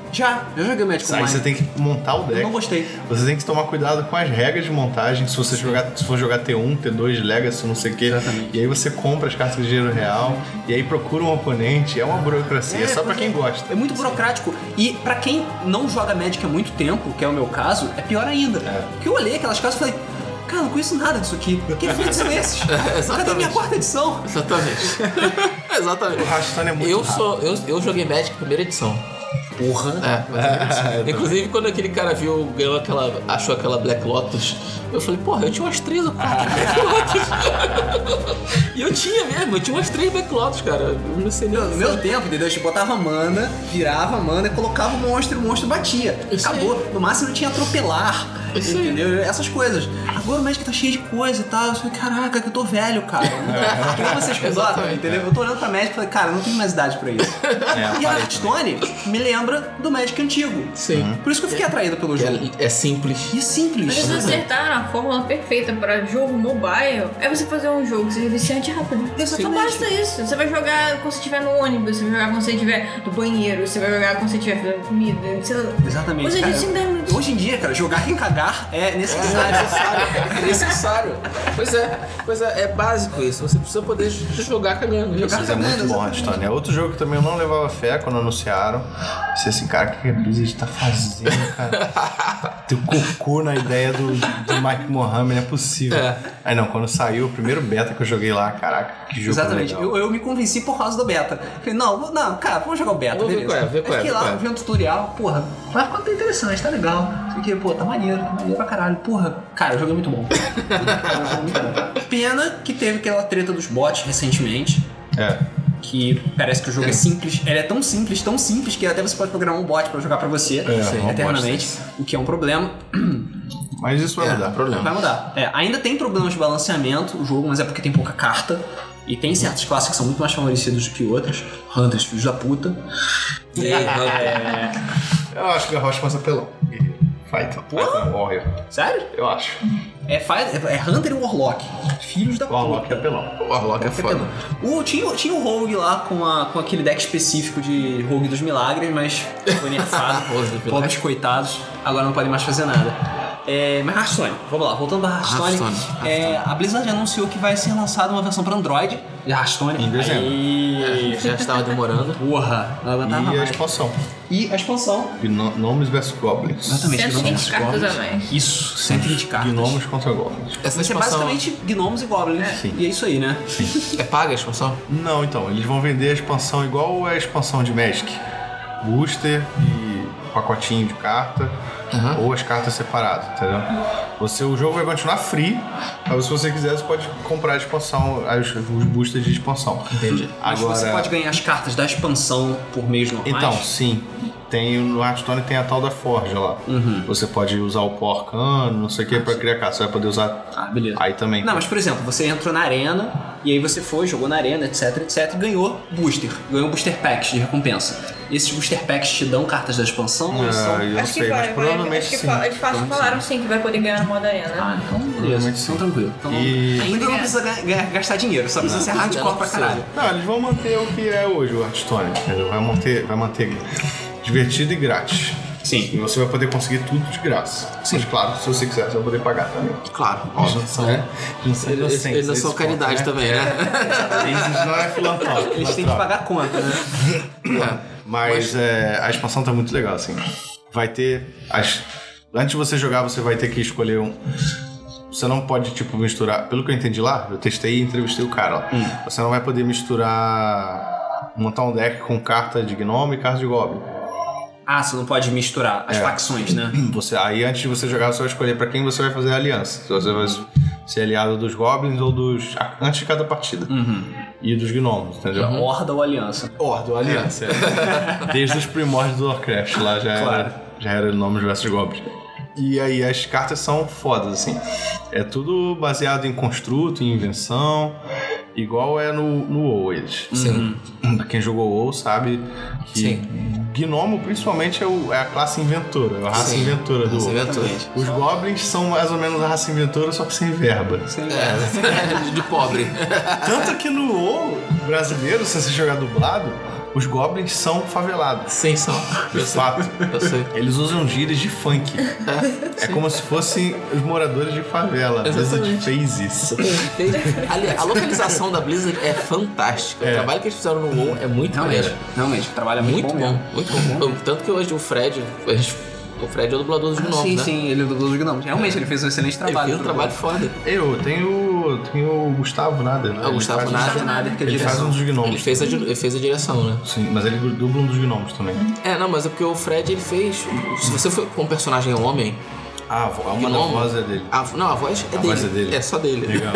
S1: Já. Eu joguei Magic
S3: Aí
S1: Online.
S3: você tem que montar o
S1: Eu
S3: deck.
S1: não gostei.
S3: Você tem que tomar cuidado com as regras de montagem, se você jogar, se for jogar T1, T2, Legacy, não sei o quê. E aí você compra as cartas de dinheiro real, e aí procura um oponente, é uma burocracia, é só pra
S1: porque
S3: quem gosta.
S1: É muito burocrático. E pra quem não joga Magic há muito tempo, que é o meu caso, é pior ainda.
S3: É.
S1: Porque eu olhei aquelas casas e falei, cara, não conheço nada disso aqui. Que frutos são esses? Cadê minha
S2: Exatamente.
S1: quarta edição?
S2: Exatamente.
S3: O
S2: Exatamente.
S3: Hearthstone é muito
S2: Eu,
S3: rápido.
S2: sou, eu, eu joguei Magic primeira edição.
S1: Porra.
S2: É, mas-
S3: Ah, eu
S2: Inclusive, quando aquele cara viu, ganhou aquela, achou aquela Black Lotus, eu falei, porra, eu tinha umas três ou
S3: Ah.
S2: quatro Black Lotus. e eu tinha mesmo, eu tinha umas três Black Lotus, cara. Eu não sei nem.
S1: No meu tempo, entendeu? A gente botava mana, virava mana, colocava o monstro e o monstro batia.
S2: Isso
S1: Acabou. No máximo tinha atropelar.
S2: Isso aí.
S1: entendeu? Essas coisas. Agora o Magic tá cheio de coisa e tal. Eu falei, caraca, que eu tô velho, cara. Que nem vocês pilotam,
S2: Exatamente.
S1: entendeu? Eu tô olhando pra Magic e falei, cara, eu não tenho mais idade pra isso.
S3: É,
S1: e a Hearthstone me lembra do Magic antigo.
S2: Sim.
S3: Uhum.
S1: Por isso que eu fiquei atraído pelo jogo.
S2: É, é simples.
S1: E é simples.
S4: Eles acertaram a fórmula perfeita pra jogo mobile. É você fazer um jogo que seja viciante rápido. Só
S1: Exatamente.
S4: basta isso. Você vai jogar quando você estiver no ônibus, você vai jogar quando você estiver no banheiro, você vai jogar quando você estiver fazendo comida. Você...
S1: Exatamente.
S4: Hoje em
S1: cara.
S4: dia, é em 10 minutos.
S1: Hoje em dia, cara, jogar em cagar é
S2: É
S1: necessário.
S2: necessário. É necessário. Pois é, pois é, é básico isso. Você precisa poder j- jogar cagando. Isso.
S3: Mas é muito bom Hearthstone. É outro jogo que também eu não levava fé quando anunciaram. Pensei assim, cara, o que que a Blizzard tá fazendo, cara? Teu cocô na ideia do, do Mike Mohammed, não é possível.
S2: É.
S3: Aí não, quando saiu o primeiro beta que eu joguei lá, caraca, que jogo
S1: Exatamente.
S3: legal.
S1: Eu, eu me convenci por causa do beta. Falei, não, vou- não, cara, vamos jogar o beta,
S2: Vou ver
S1: beleza.
S2: qual é, ver qual é,
S1: Aí fiquei
S2: ver
S1: lá,
S2: qual é.
S1: vi um tutorial, porra, vai ficar até interessante, tá legal. Fiquei, pô, tá maneiro, tá maneiro pra caralho. Porra, cara, o jogo é muito bom. Cara, o jogo é muito bom. Pena que teve aquela treta dos bots recentemente.
S3: É.
S1: Que parece que o jogo é simples. Ele é tão simples, tão simples, que até você pode programar um bot pra jogar pra
S2: É,
S1: você
S3: um bot
S1: eternamente. O que é um problema.
S3: Mas isso
S1: É.
S3: vai mudar.
S2: problema.
S1: Vai mudar. É, ainda tem problemas de balanceamento o jogo, mas é porque tem pouca carta. E tem certas classes que são muito mais favorecidas do que outras. Hunters, filhos da puta. E, é,
S3: Eu acho que a Rocha passa pelão. então. Fighter. Fighter Warrior.
S1: Sério?
S3: Eu acho.
S1: É, fi- é, é Hunter e Warlock. Filhos da
S3: O Warlock
S1: puta.
S3: é pelão.
S2: O Warlock
S1: Tá
S2: é foda.
S1: O, tinha, tinha o Rogue lá com, a- com aquele deck específico de Rogue dos Milagres, mas foi nerfado.
S2: Rogue dos
S1: Pobres coitados, agora não podem mais fazer nada. É, mas Hearthstone, vamos lá, voltando pra Hearthstone.
S2: Hearthstone,
S1: é, a Blizzard anunciou que vai ser lançada uma versão pra Android de Hearthstone.
S3: Em dezembro.
S1: Aí...
S2: Já estava demorando.
S1: Porra, não aguentava
S3: E a
S1: mais.
S3: expansão.
S1: E a expansão.
S3: Gno- Gnomes vs Goblins.
S1: Exatamente,
S4: 120 cartas a mais.
S1: Isso, 120 cartas.
S3: Gnomos contra Goblins.
S2: Essa
S1: Vai ser
S2: expansão
S1: basicamente gnomos e goblins.
S3: Sim.
S1: E é isso aí, né?
S2: é paga a expansão?
S3: Não, então, eles vão vender a expansão igual a expansão de Magic. Booster e pacotinho de carta.
S2: Aham.
S3: Ou as cartas separadas, entendeu? Você, o jogo vai continuar free, mas se você quiser, você pode comprar a expansão, as- os boosters de expansão.
S2: Entendi.
S1: Mas
S3: Agora,
S1: você pode ganhar as cartas da expansão por meios normais.
S3: Então, sim. Tem, no Hearthstone tem a tal da Forja lá. Você pode usar o porcano, não sei o que, pra criar carta. Você vai poder usar
S1: Ah, beleza.
S3: aí também.
S2: então.
S1: Não, mas por exemplo, você entrou na arena e aí você foi, jogou na arena, etc, etc, e ganhou booster. Ganhou um booster packs de recompensa. Esses booster packs te dão cartas da expansão?
S3: Ah,
S1: ou são-
S3: eu não sei, mas provavelmente
S4: acho que
S3: sim.
S4: fa- eles fa-
S3: Provavelmente
S4: falaram sim que vai poder ganhar no modo arena.
S1: Ah, então beleza.
S3: Provavelmente sim.
S1: Então tranquilo. Então,
S3: E-
S1: Ainda não precisa ga- ga- gastar dinheiro, só precisa ser hardcore
S2: é- não
S1: pra
S2: precisa.
S1: caralho.
S3: Não, eles vão manter o que é hoje o Hearthstone, entendeu? Vai manter, vai manter divertido e grátis.
S1: Sim.
S3: E você vai poder conseguir tudo de graça. Mas claro, se você quiser, você vai poder pagar também.
S2: Claro, óbvio.
S3: Né? Não são
S2: Eles,
S3: inocentes
S2: eles não
S3: nesse
S2: são
S3: ponto,
S2: caridade
S3: né?
S2: também, né?
S3: Eles não é filantrópico.
S1: Eles têm que
S2: tá.
S3: filantrópico.
S1: pagar a conta, né?
S3: Mas é, a expansão tá muito legal, assim. Vai ter. As... Antes de você jogar, você vai ter que escolher um. Você não pode, tipo, misturar. Pelo que eu entendi lá, eu testei e entrevistei o cara lá. Você não vai poder misturar. montar um deck com carta de gnome e carta de goblin.
S1: Ah, você não pode misturar as
S3: É.
S1: facções, né?
S3: Você, aí antes de você jogar, você vai escolher pra quem você vai fazer a aliança. Se você vai ser aliado dos goblins ou dos. antes de cada partida.
S1: Uhum.
S3: E dos gnomos, entendeu?
S1: Horda ou aliança.
S3: Ordem,
S2: É.
S3: uma aliança. é. Desde os primórdios do Warcraft lá já
S1: Claro.
S3: era, já era nome versus goblins. E aí as cartas são fodas, assim. É tudo baseado em construto, em invenção. Igual é no, no WoW eles.
S1: Uhum.
S2: Sim.
S3: Pra Quem jogou WoW sabe que gnomo principalmente é, o- é a classe inventora, é a raça
S2: Sim.
S3: inventora do
S2: Você
S3: WoW.
S2: inventou.
S1: Exatamente.
S3: Os goblins são mais ou menos a raça inventora, só que sem verba.
S2: É, de pobre.
S3: Tanto que no WoW brasileiro, se você jogar dublado, os goblins são favelados.
S2: Sem sal.
S3: De
S2: Eu sei.
S3: fato.
S2: Eu sei.
S3: Eles usam gírias de funk.
S2: É,
S3: É como se fossem os moradores de favela. A Blizzard
S2: Exatamente.
S3: fez isso.
S2: Ali, a localização da Blizzard é fantástica. O trabalho que eles fizeram no WoW é muito
S1: Realmente,
S2: maneiro.
S1: realmente. Trabalha muito,
S2: É Muito bom,
S1: mesmo.
S2: muito
S3: Uhum.
S2: bom. Tanto que hoje o Fred, a gente- o Fred é o dublador dos
S1: Ah,
S2: gnomos,
S1: sim,
S2: né?
S1: sim, ele é do Globo de Gnomes. Realmente, ele fez um excelente
S2: Ele
S1: trabalho.
S2: fez um trabalho foda.
S3: Eu tenho, tenho o Gustavo Nader. né?
S2: Ah, o
S3: Ele
S2: Gustavo
S3: faz-
S2: Nader.
S1: nada que é
S3: Ele faz
S1: direção.
S3: um dos
S2: Ele
S3: gnomos.
S2: fez a, di- ele fez a direção, né?
S3: Sim, mas ele dubla um dos gnomos também.
S2: É, não, mas é porque o Fred, ele fez... Se você for com um personagem homem...
S3: Ah, a vo- a uma da
S2: Gnomo?
S3: voz é dele.
S2: A, não, a voz é
S3: A
S2: dele.
S3: voz é dele.
S2: só dele.
S3: Legal.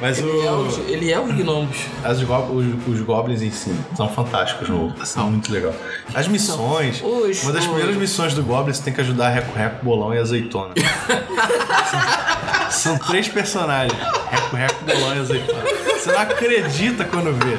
S3: mas
S2: Ele é,
S3: o,
S2: os, ele é os gnomos.
S3: as go- os, os goblins em si são fantásticos no WoW. São muito legal. As missões.
S2: Os-
S3: Uma das
S2: os-
S3: primeiras missões do Goblin, você tem que ajudar a Reco Reco, Bolão e Azeitona. São três personagens. Reco Reco, Bolão e Azeitona. Você não acredita quando vê.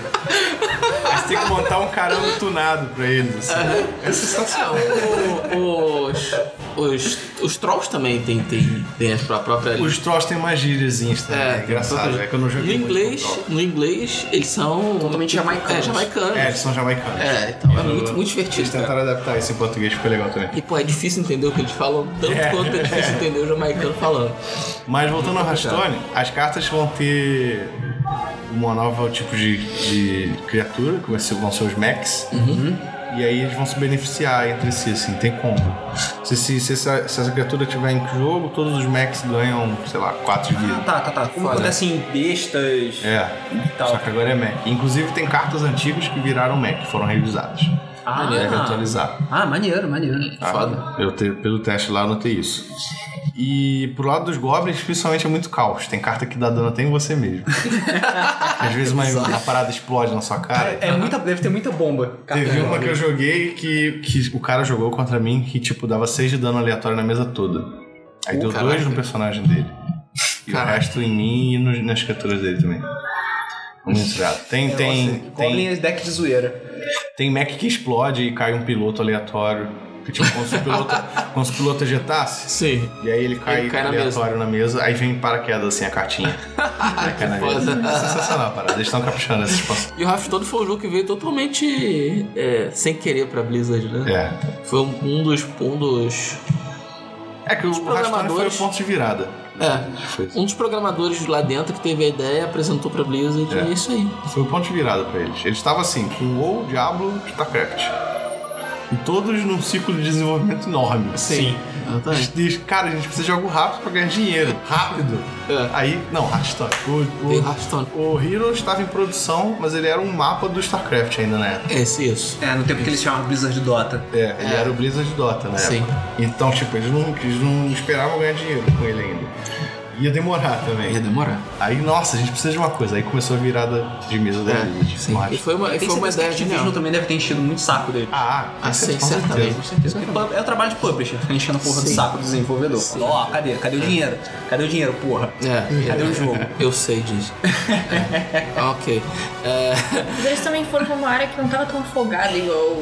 S3: Aí você tem que montar um caramba tunado pra eles. Assim. É sensacional.
S2: É, o- os, os, os trolls também tem, tem, tem a sua própria...
S3: Os trolls têm mais gíriazinhas também. É, engraçado. É que eu não
S2: No
S3: joguei muito
S2: inglês,
S3: com troll.
S2: no inglês, eles são...
S1: Totalmente jamaicanos.
S2: É, jamaicanos.
S3: É, eles são jamaicanos.
S2: É, então é
S3: Eu-
S2: muito- muito divertido,
S3: Eles tentaram adaptar isso em português, ficou legal também.
S2: E, pô, é difícil entender o que eles falam, tanto
S3: É.
S2: quanto é difícil entender o jamaicano falando.
S3: Mas voltando ao Rastone, as cartas vão ter uma nova tipo de, de criatura, que vai ser- vão ser os mechs. E aí eles vão se beneficiar entre si, assim, tem combo. Se, se, se essa, se essa criatura tiver em jogo, todos os mechs ganham, sei lá, 4 de vida.
S1: Tá, tá, tá. Como
S2: Foda.
S1: acontece em bestas
S3: É,
S1: e tal.
S3: só que agora é mech. Inclusive tem cartas antigas que viraram mech, foram revisadas.
S1: Ah,
S3: Deve atualizar.
S1: ah, maneiro, maneiro.
S3: é Ah,
S2: Foda.
S3: Eu te- pelo teste lá eu notei isso. E pro lado dos goblins, principalmente é muito caos. Tem carta que dá dano até em você mesmo. Às vezes uma, uma parada explode na sua cara.
S1: É, é muita, deve ter muita bomba.
S3: Teve uma que eu joguei que, que o cara jogou contra mim que, tipo, dava 6 de dano aleatório na mesa toda. Aí
S2: Uh,
S3: deu
S2: caraca.
S3: dois no personagem dele. E o
S2: Caraca.
S3: resto em mim e nos- nas criaturas dele também. Muito chato. Tem,
S1: É,
S3: tem,
S1: nossa,
S3: tem,
S1: Goblin é deck de zoeira.
S3: tem Mac que explode e cai um piloto aleatório. Que, tipo, como se o piloto, como se o piloto ejetasse.
S2: Sim.
S3: E aí ele cai,
S2: Ele cai na
S3: aleatório na mesa. aí vem paraquedas assim a cartinha. Aí cai na
S2: Que
S3: mesa.
S2: foda.
S3: É sensacional, a parada. Eles estão caprichando essa expansão.
S2: E o Raft todo foi um jogo que veio totalmente é, sem querer pra Blizzard, né?
S3: É.
S2: Foi um, um dos. Um dos.
S3: É que
S2: Os
S3: o Rastone foi o
S2: programadores-
S3: ponto de virada.
S2: É.
S3: Foi,
S2: Um dos programadores lá dentro que teve a ideia, apresentou pra Blizzard
S3: É.
S2: e é isso aí.
S3: foi o ponto de virada pra eles. Eles estavam assim, com o WoW, Diablo e StarCraft. E todos num ciclo de desenvolvimento enorme. Então,
S2: Exatamente.
S3: Eles diz, cara, a gente precisa de algo rápido pra ganhar dinheiro. Rápido.
S2: É.
S3: Aí, não, Rastone. O,
S2: Tem
S3: o-
S2: Hearthstone.
S3: o Hero estava em produção, mas ele era um mapa do StarCraft ainda na época.
S2: É isso, isso.
S1: É, no tempo que eles chamam Blizzard Dota.
S3: É, ele
S2: É.
S3: era o Blizzard Dota, né?
S2: Sim.
S3: Então, tipo, eles não, eles não esperavam ganhar dinheiro com ele ainda. Ia demorar também.
S2: Ia demorar.
S3: Aí, nossa, a gente precisa de uma coisa. Aí começou a virada de mesa da Blizzard.
S2: É, Sim.
S3: eu acho.
S2: E foi uma, e foi uma ideia
S1: de
S2: genial.
S1: também deve ter enchido muito o saco dele.
S3: Ah,
S2: Ah, sim,
S3: com
S2: certamente.
S3: certeza.
S1: Porque pub- É o trabalho de publisher, ficar enchendo a porra do
S2: Sim.
S1: saco do desenvolvedor.
S2: Sim.
S1: Falando, Ó, cadê? Cadê o
S3: É.
S1: dinheiro? Cadê o dinheiro, porra?
S2: É.
S1: Cadê o jogo?
S2: Eu sei disso. É. Ok. É.
S4: Mas eles também foram pra uma área que não tava tão afogada igual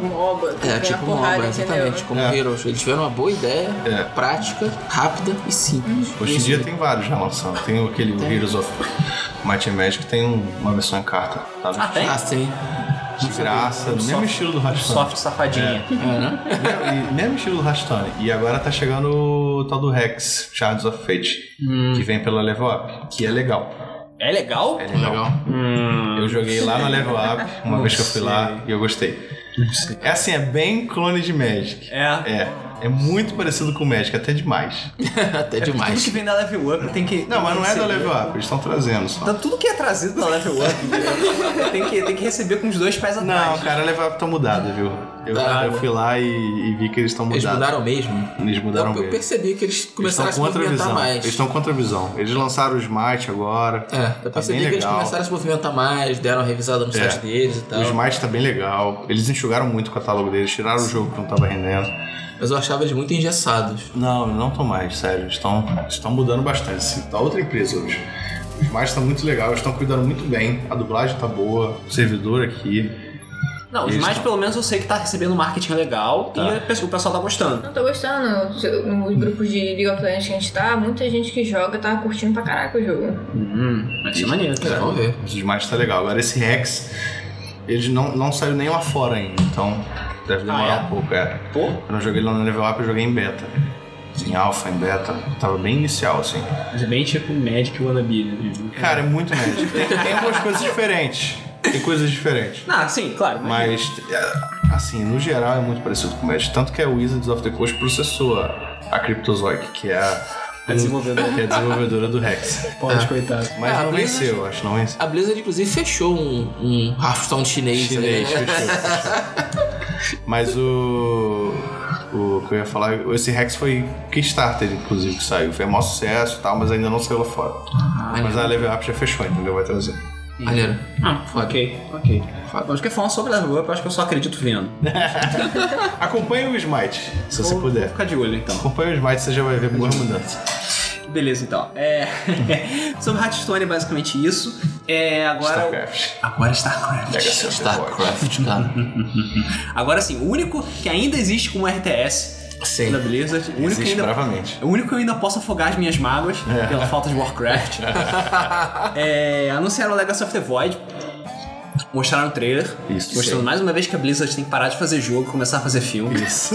S4: um MOBA, que
S2: É,
S4: ganha
S2: tipo uma
S4: porrada,
S2: obra,
S4: entendeu?
S2: exatamente, como
S3: É.
S2: Heroes. Eles tiveram uma boa ideia,
S3: É.
S2: prática, rápida e simples.
S3: Hoje em dia tem vários já lançando. Tem aquele Heroes of Might and Magic, tem um- uma versão em carta. Tá?
S1: Ah, tem?
S2: Ah, sim.
S3: de graça, no mesmo
S1: Soft-
S3: estilo do Rastone.
S1: Soft safadinha.
S2: É, né?
S3: Mesmo- e- mesmo estilo do Rastone. E agora tá chegando o tal do Rex, Shards of Fate,
S2: Hum.
S3: que vem pela Level Up, que é legal.
S1: É, legal?
S3: É legal.
S2: Legal.
S1: Hum.
S3: Eu joguei lá na Level Up, uma
S1: Não
S3: vez que eu fui lá, e eu gostei. É assim, é bem clone de Magic.
S1: É.
S3: É, é muito parecido com o Magic, até demais.
S2: Até
S1: Tudo
S2: demais.
S1: que vem da Level Up tem que.
S3: Não, mas não é da
S1: receber.
S3: Level Up, eles estão trazendo só.
S2: Tá
S1: Então, tudo que é trazido da Level Up tem, que, tem que receber com os dois pés
S3: Não,
S1: atrás.
S3: cara, a Level Up tá mudada, viu? Eu,
S2: Tá.
S3: eu fui lá e, e vi que eles estão
S2: Eles
S3: mudados.
S2: mudaram mesmo?
S3: Eles mudaram
S2: eu, eu
S3: mesmo.
S2: percebi que eles
S3: Eles
S2: começaram
S3: estão
S2: a se
S3: com outra
S2: movimentar
S3: visão.
S2: mais.
S3: Eles estão com outra visão. Eles lançaram o Smite agora.
S2: É, eu percebi
S3: bem
S2: que eles
S3: legal.
S2: começaram a se movimentar mais, deram uma revisada no
S3: É.
S2: site deles e tal.
S3: O Smite tá bem legal. Eles enxugaram muito o catálogo deles, tiraram o jogo que não tava rendendo.
S2: Mas eu achava eles muito engessados.
S3: Não, não estão mais, sério. Estão, estão mudando bastante. Assim, tá outra empresa hoje. Os mais estão muito legal, eles estão cuidando muito bem. A dublagem tá boa, o servidor aqui.
S1: Não, os
S3: Eles
S1: mais
S3: não.
S1: pelo menos eu sei que tá recebendo marketing legal
S3: Tá.
S1: e o pessoal- o pessoal tá gostando.
S4: Não, tô gostando. Nos grupos de League of Legends que a gente tá, muita gente que joga tá curtindo pra caraca o jogo.
S1: Hum, mas isso é maneiro.
S2: É, vamos ver.
S3: Os mais tá legal. Agora esse Rex, ele não, não saiu nem lá fora ainda, então deve demorar
S1: Ah, é?
S3: um pouco, é.
S1: Pô,
S3: Eu não joguei lá no level up, eu joguei em beta. Em alpha, em beta. Tava bem inicial, assim.
S1: mas é bem tipo Magic Wannabe, né?
S3: Cara, é muito médio. Tem, tem algumas coisas diferentes. Tem coisas diferentes.
S1: Ah, sim, claro.
S3: Mas, é, assim, no geral é muito parecido com o Magic. Tanto que a Wizards of the Coast processou a, a Cryptozoic, que é a,
S1: A desenvolvedora.
S3: que é a desenvolvedora do Rex.
S1: Pode, coitado.
S3: Mas
S2: Ah,
S3: não
S2: a Blizzard-
S3: venceu, acho, não venceu.
S2: A Blizzard, inclusive, fechou um, um Hearthstone chinês.
S3: Chinês,
S2: né?
S3: fechou. Mas o. O que eu ia falar, esse Rex foi Kickstarter, inclusive, que saiu. Foi um maior sucesso e tal, mas ainda não saiu lá fora.
S2: Ah,
S3: Mas
S2: é.
S3: a Level Up já fechou, entendeu? Vai trazer.
S2: Maneiro.
S1: Ah,
S2: Foda.
S1: ok, ok. Mas que falar sobre Level Up, eu acho que eu só acredito vendo.
S3: Acompanhe o Smite, se você
S1: Vou- Vou
S3: puder.
S1: ficar de olho então.
S3: Acompanhe o Smite, você já vai ver boas mudanças.
S1: Beleza, então. É... sobre Hearthstone é basicamente isso. É, agora.
S3: StarCraft.
S1: Agora StarCraft.
S3: Legacy of the Void.
S2: StarCraft, cara.
S1: Agora sim, o único que ainda existe como RTS da
S2: Sim.
S1: Blizzard, o único, que
S3: Existe
S1: ainda,
S3: bravamente.
S1: o único que eu ainda posso afogar as minhas mágoas pela falta de Warcraft, é, anunciaram o Legacy of the Void. Mostraram o trailer,
S3: Isso,
S1: mostrando
S3: sim.
S1: mais uma vez que a Blizzard tem que parar de fazer jogo e começar a fazer filme.
S3: Isso.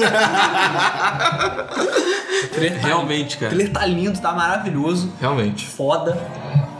S1: O trailer tá-
S2: Realmente,
S1: o
S2: cara.
S1: trailer tá lindo, tá maravilhoso,
S2: Realmente.
S1: foda.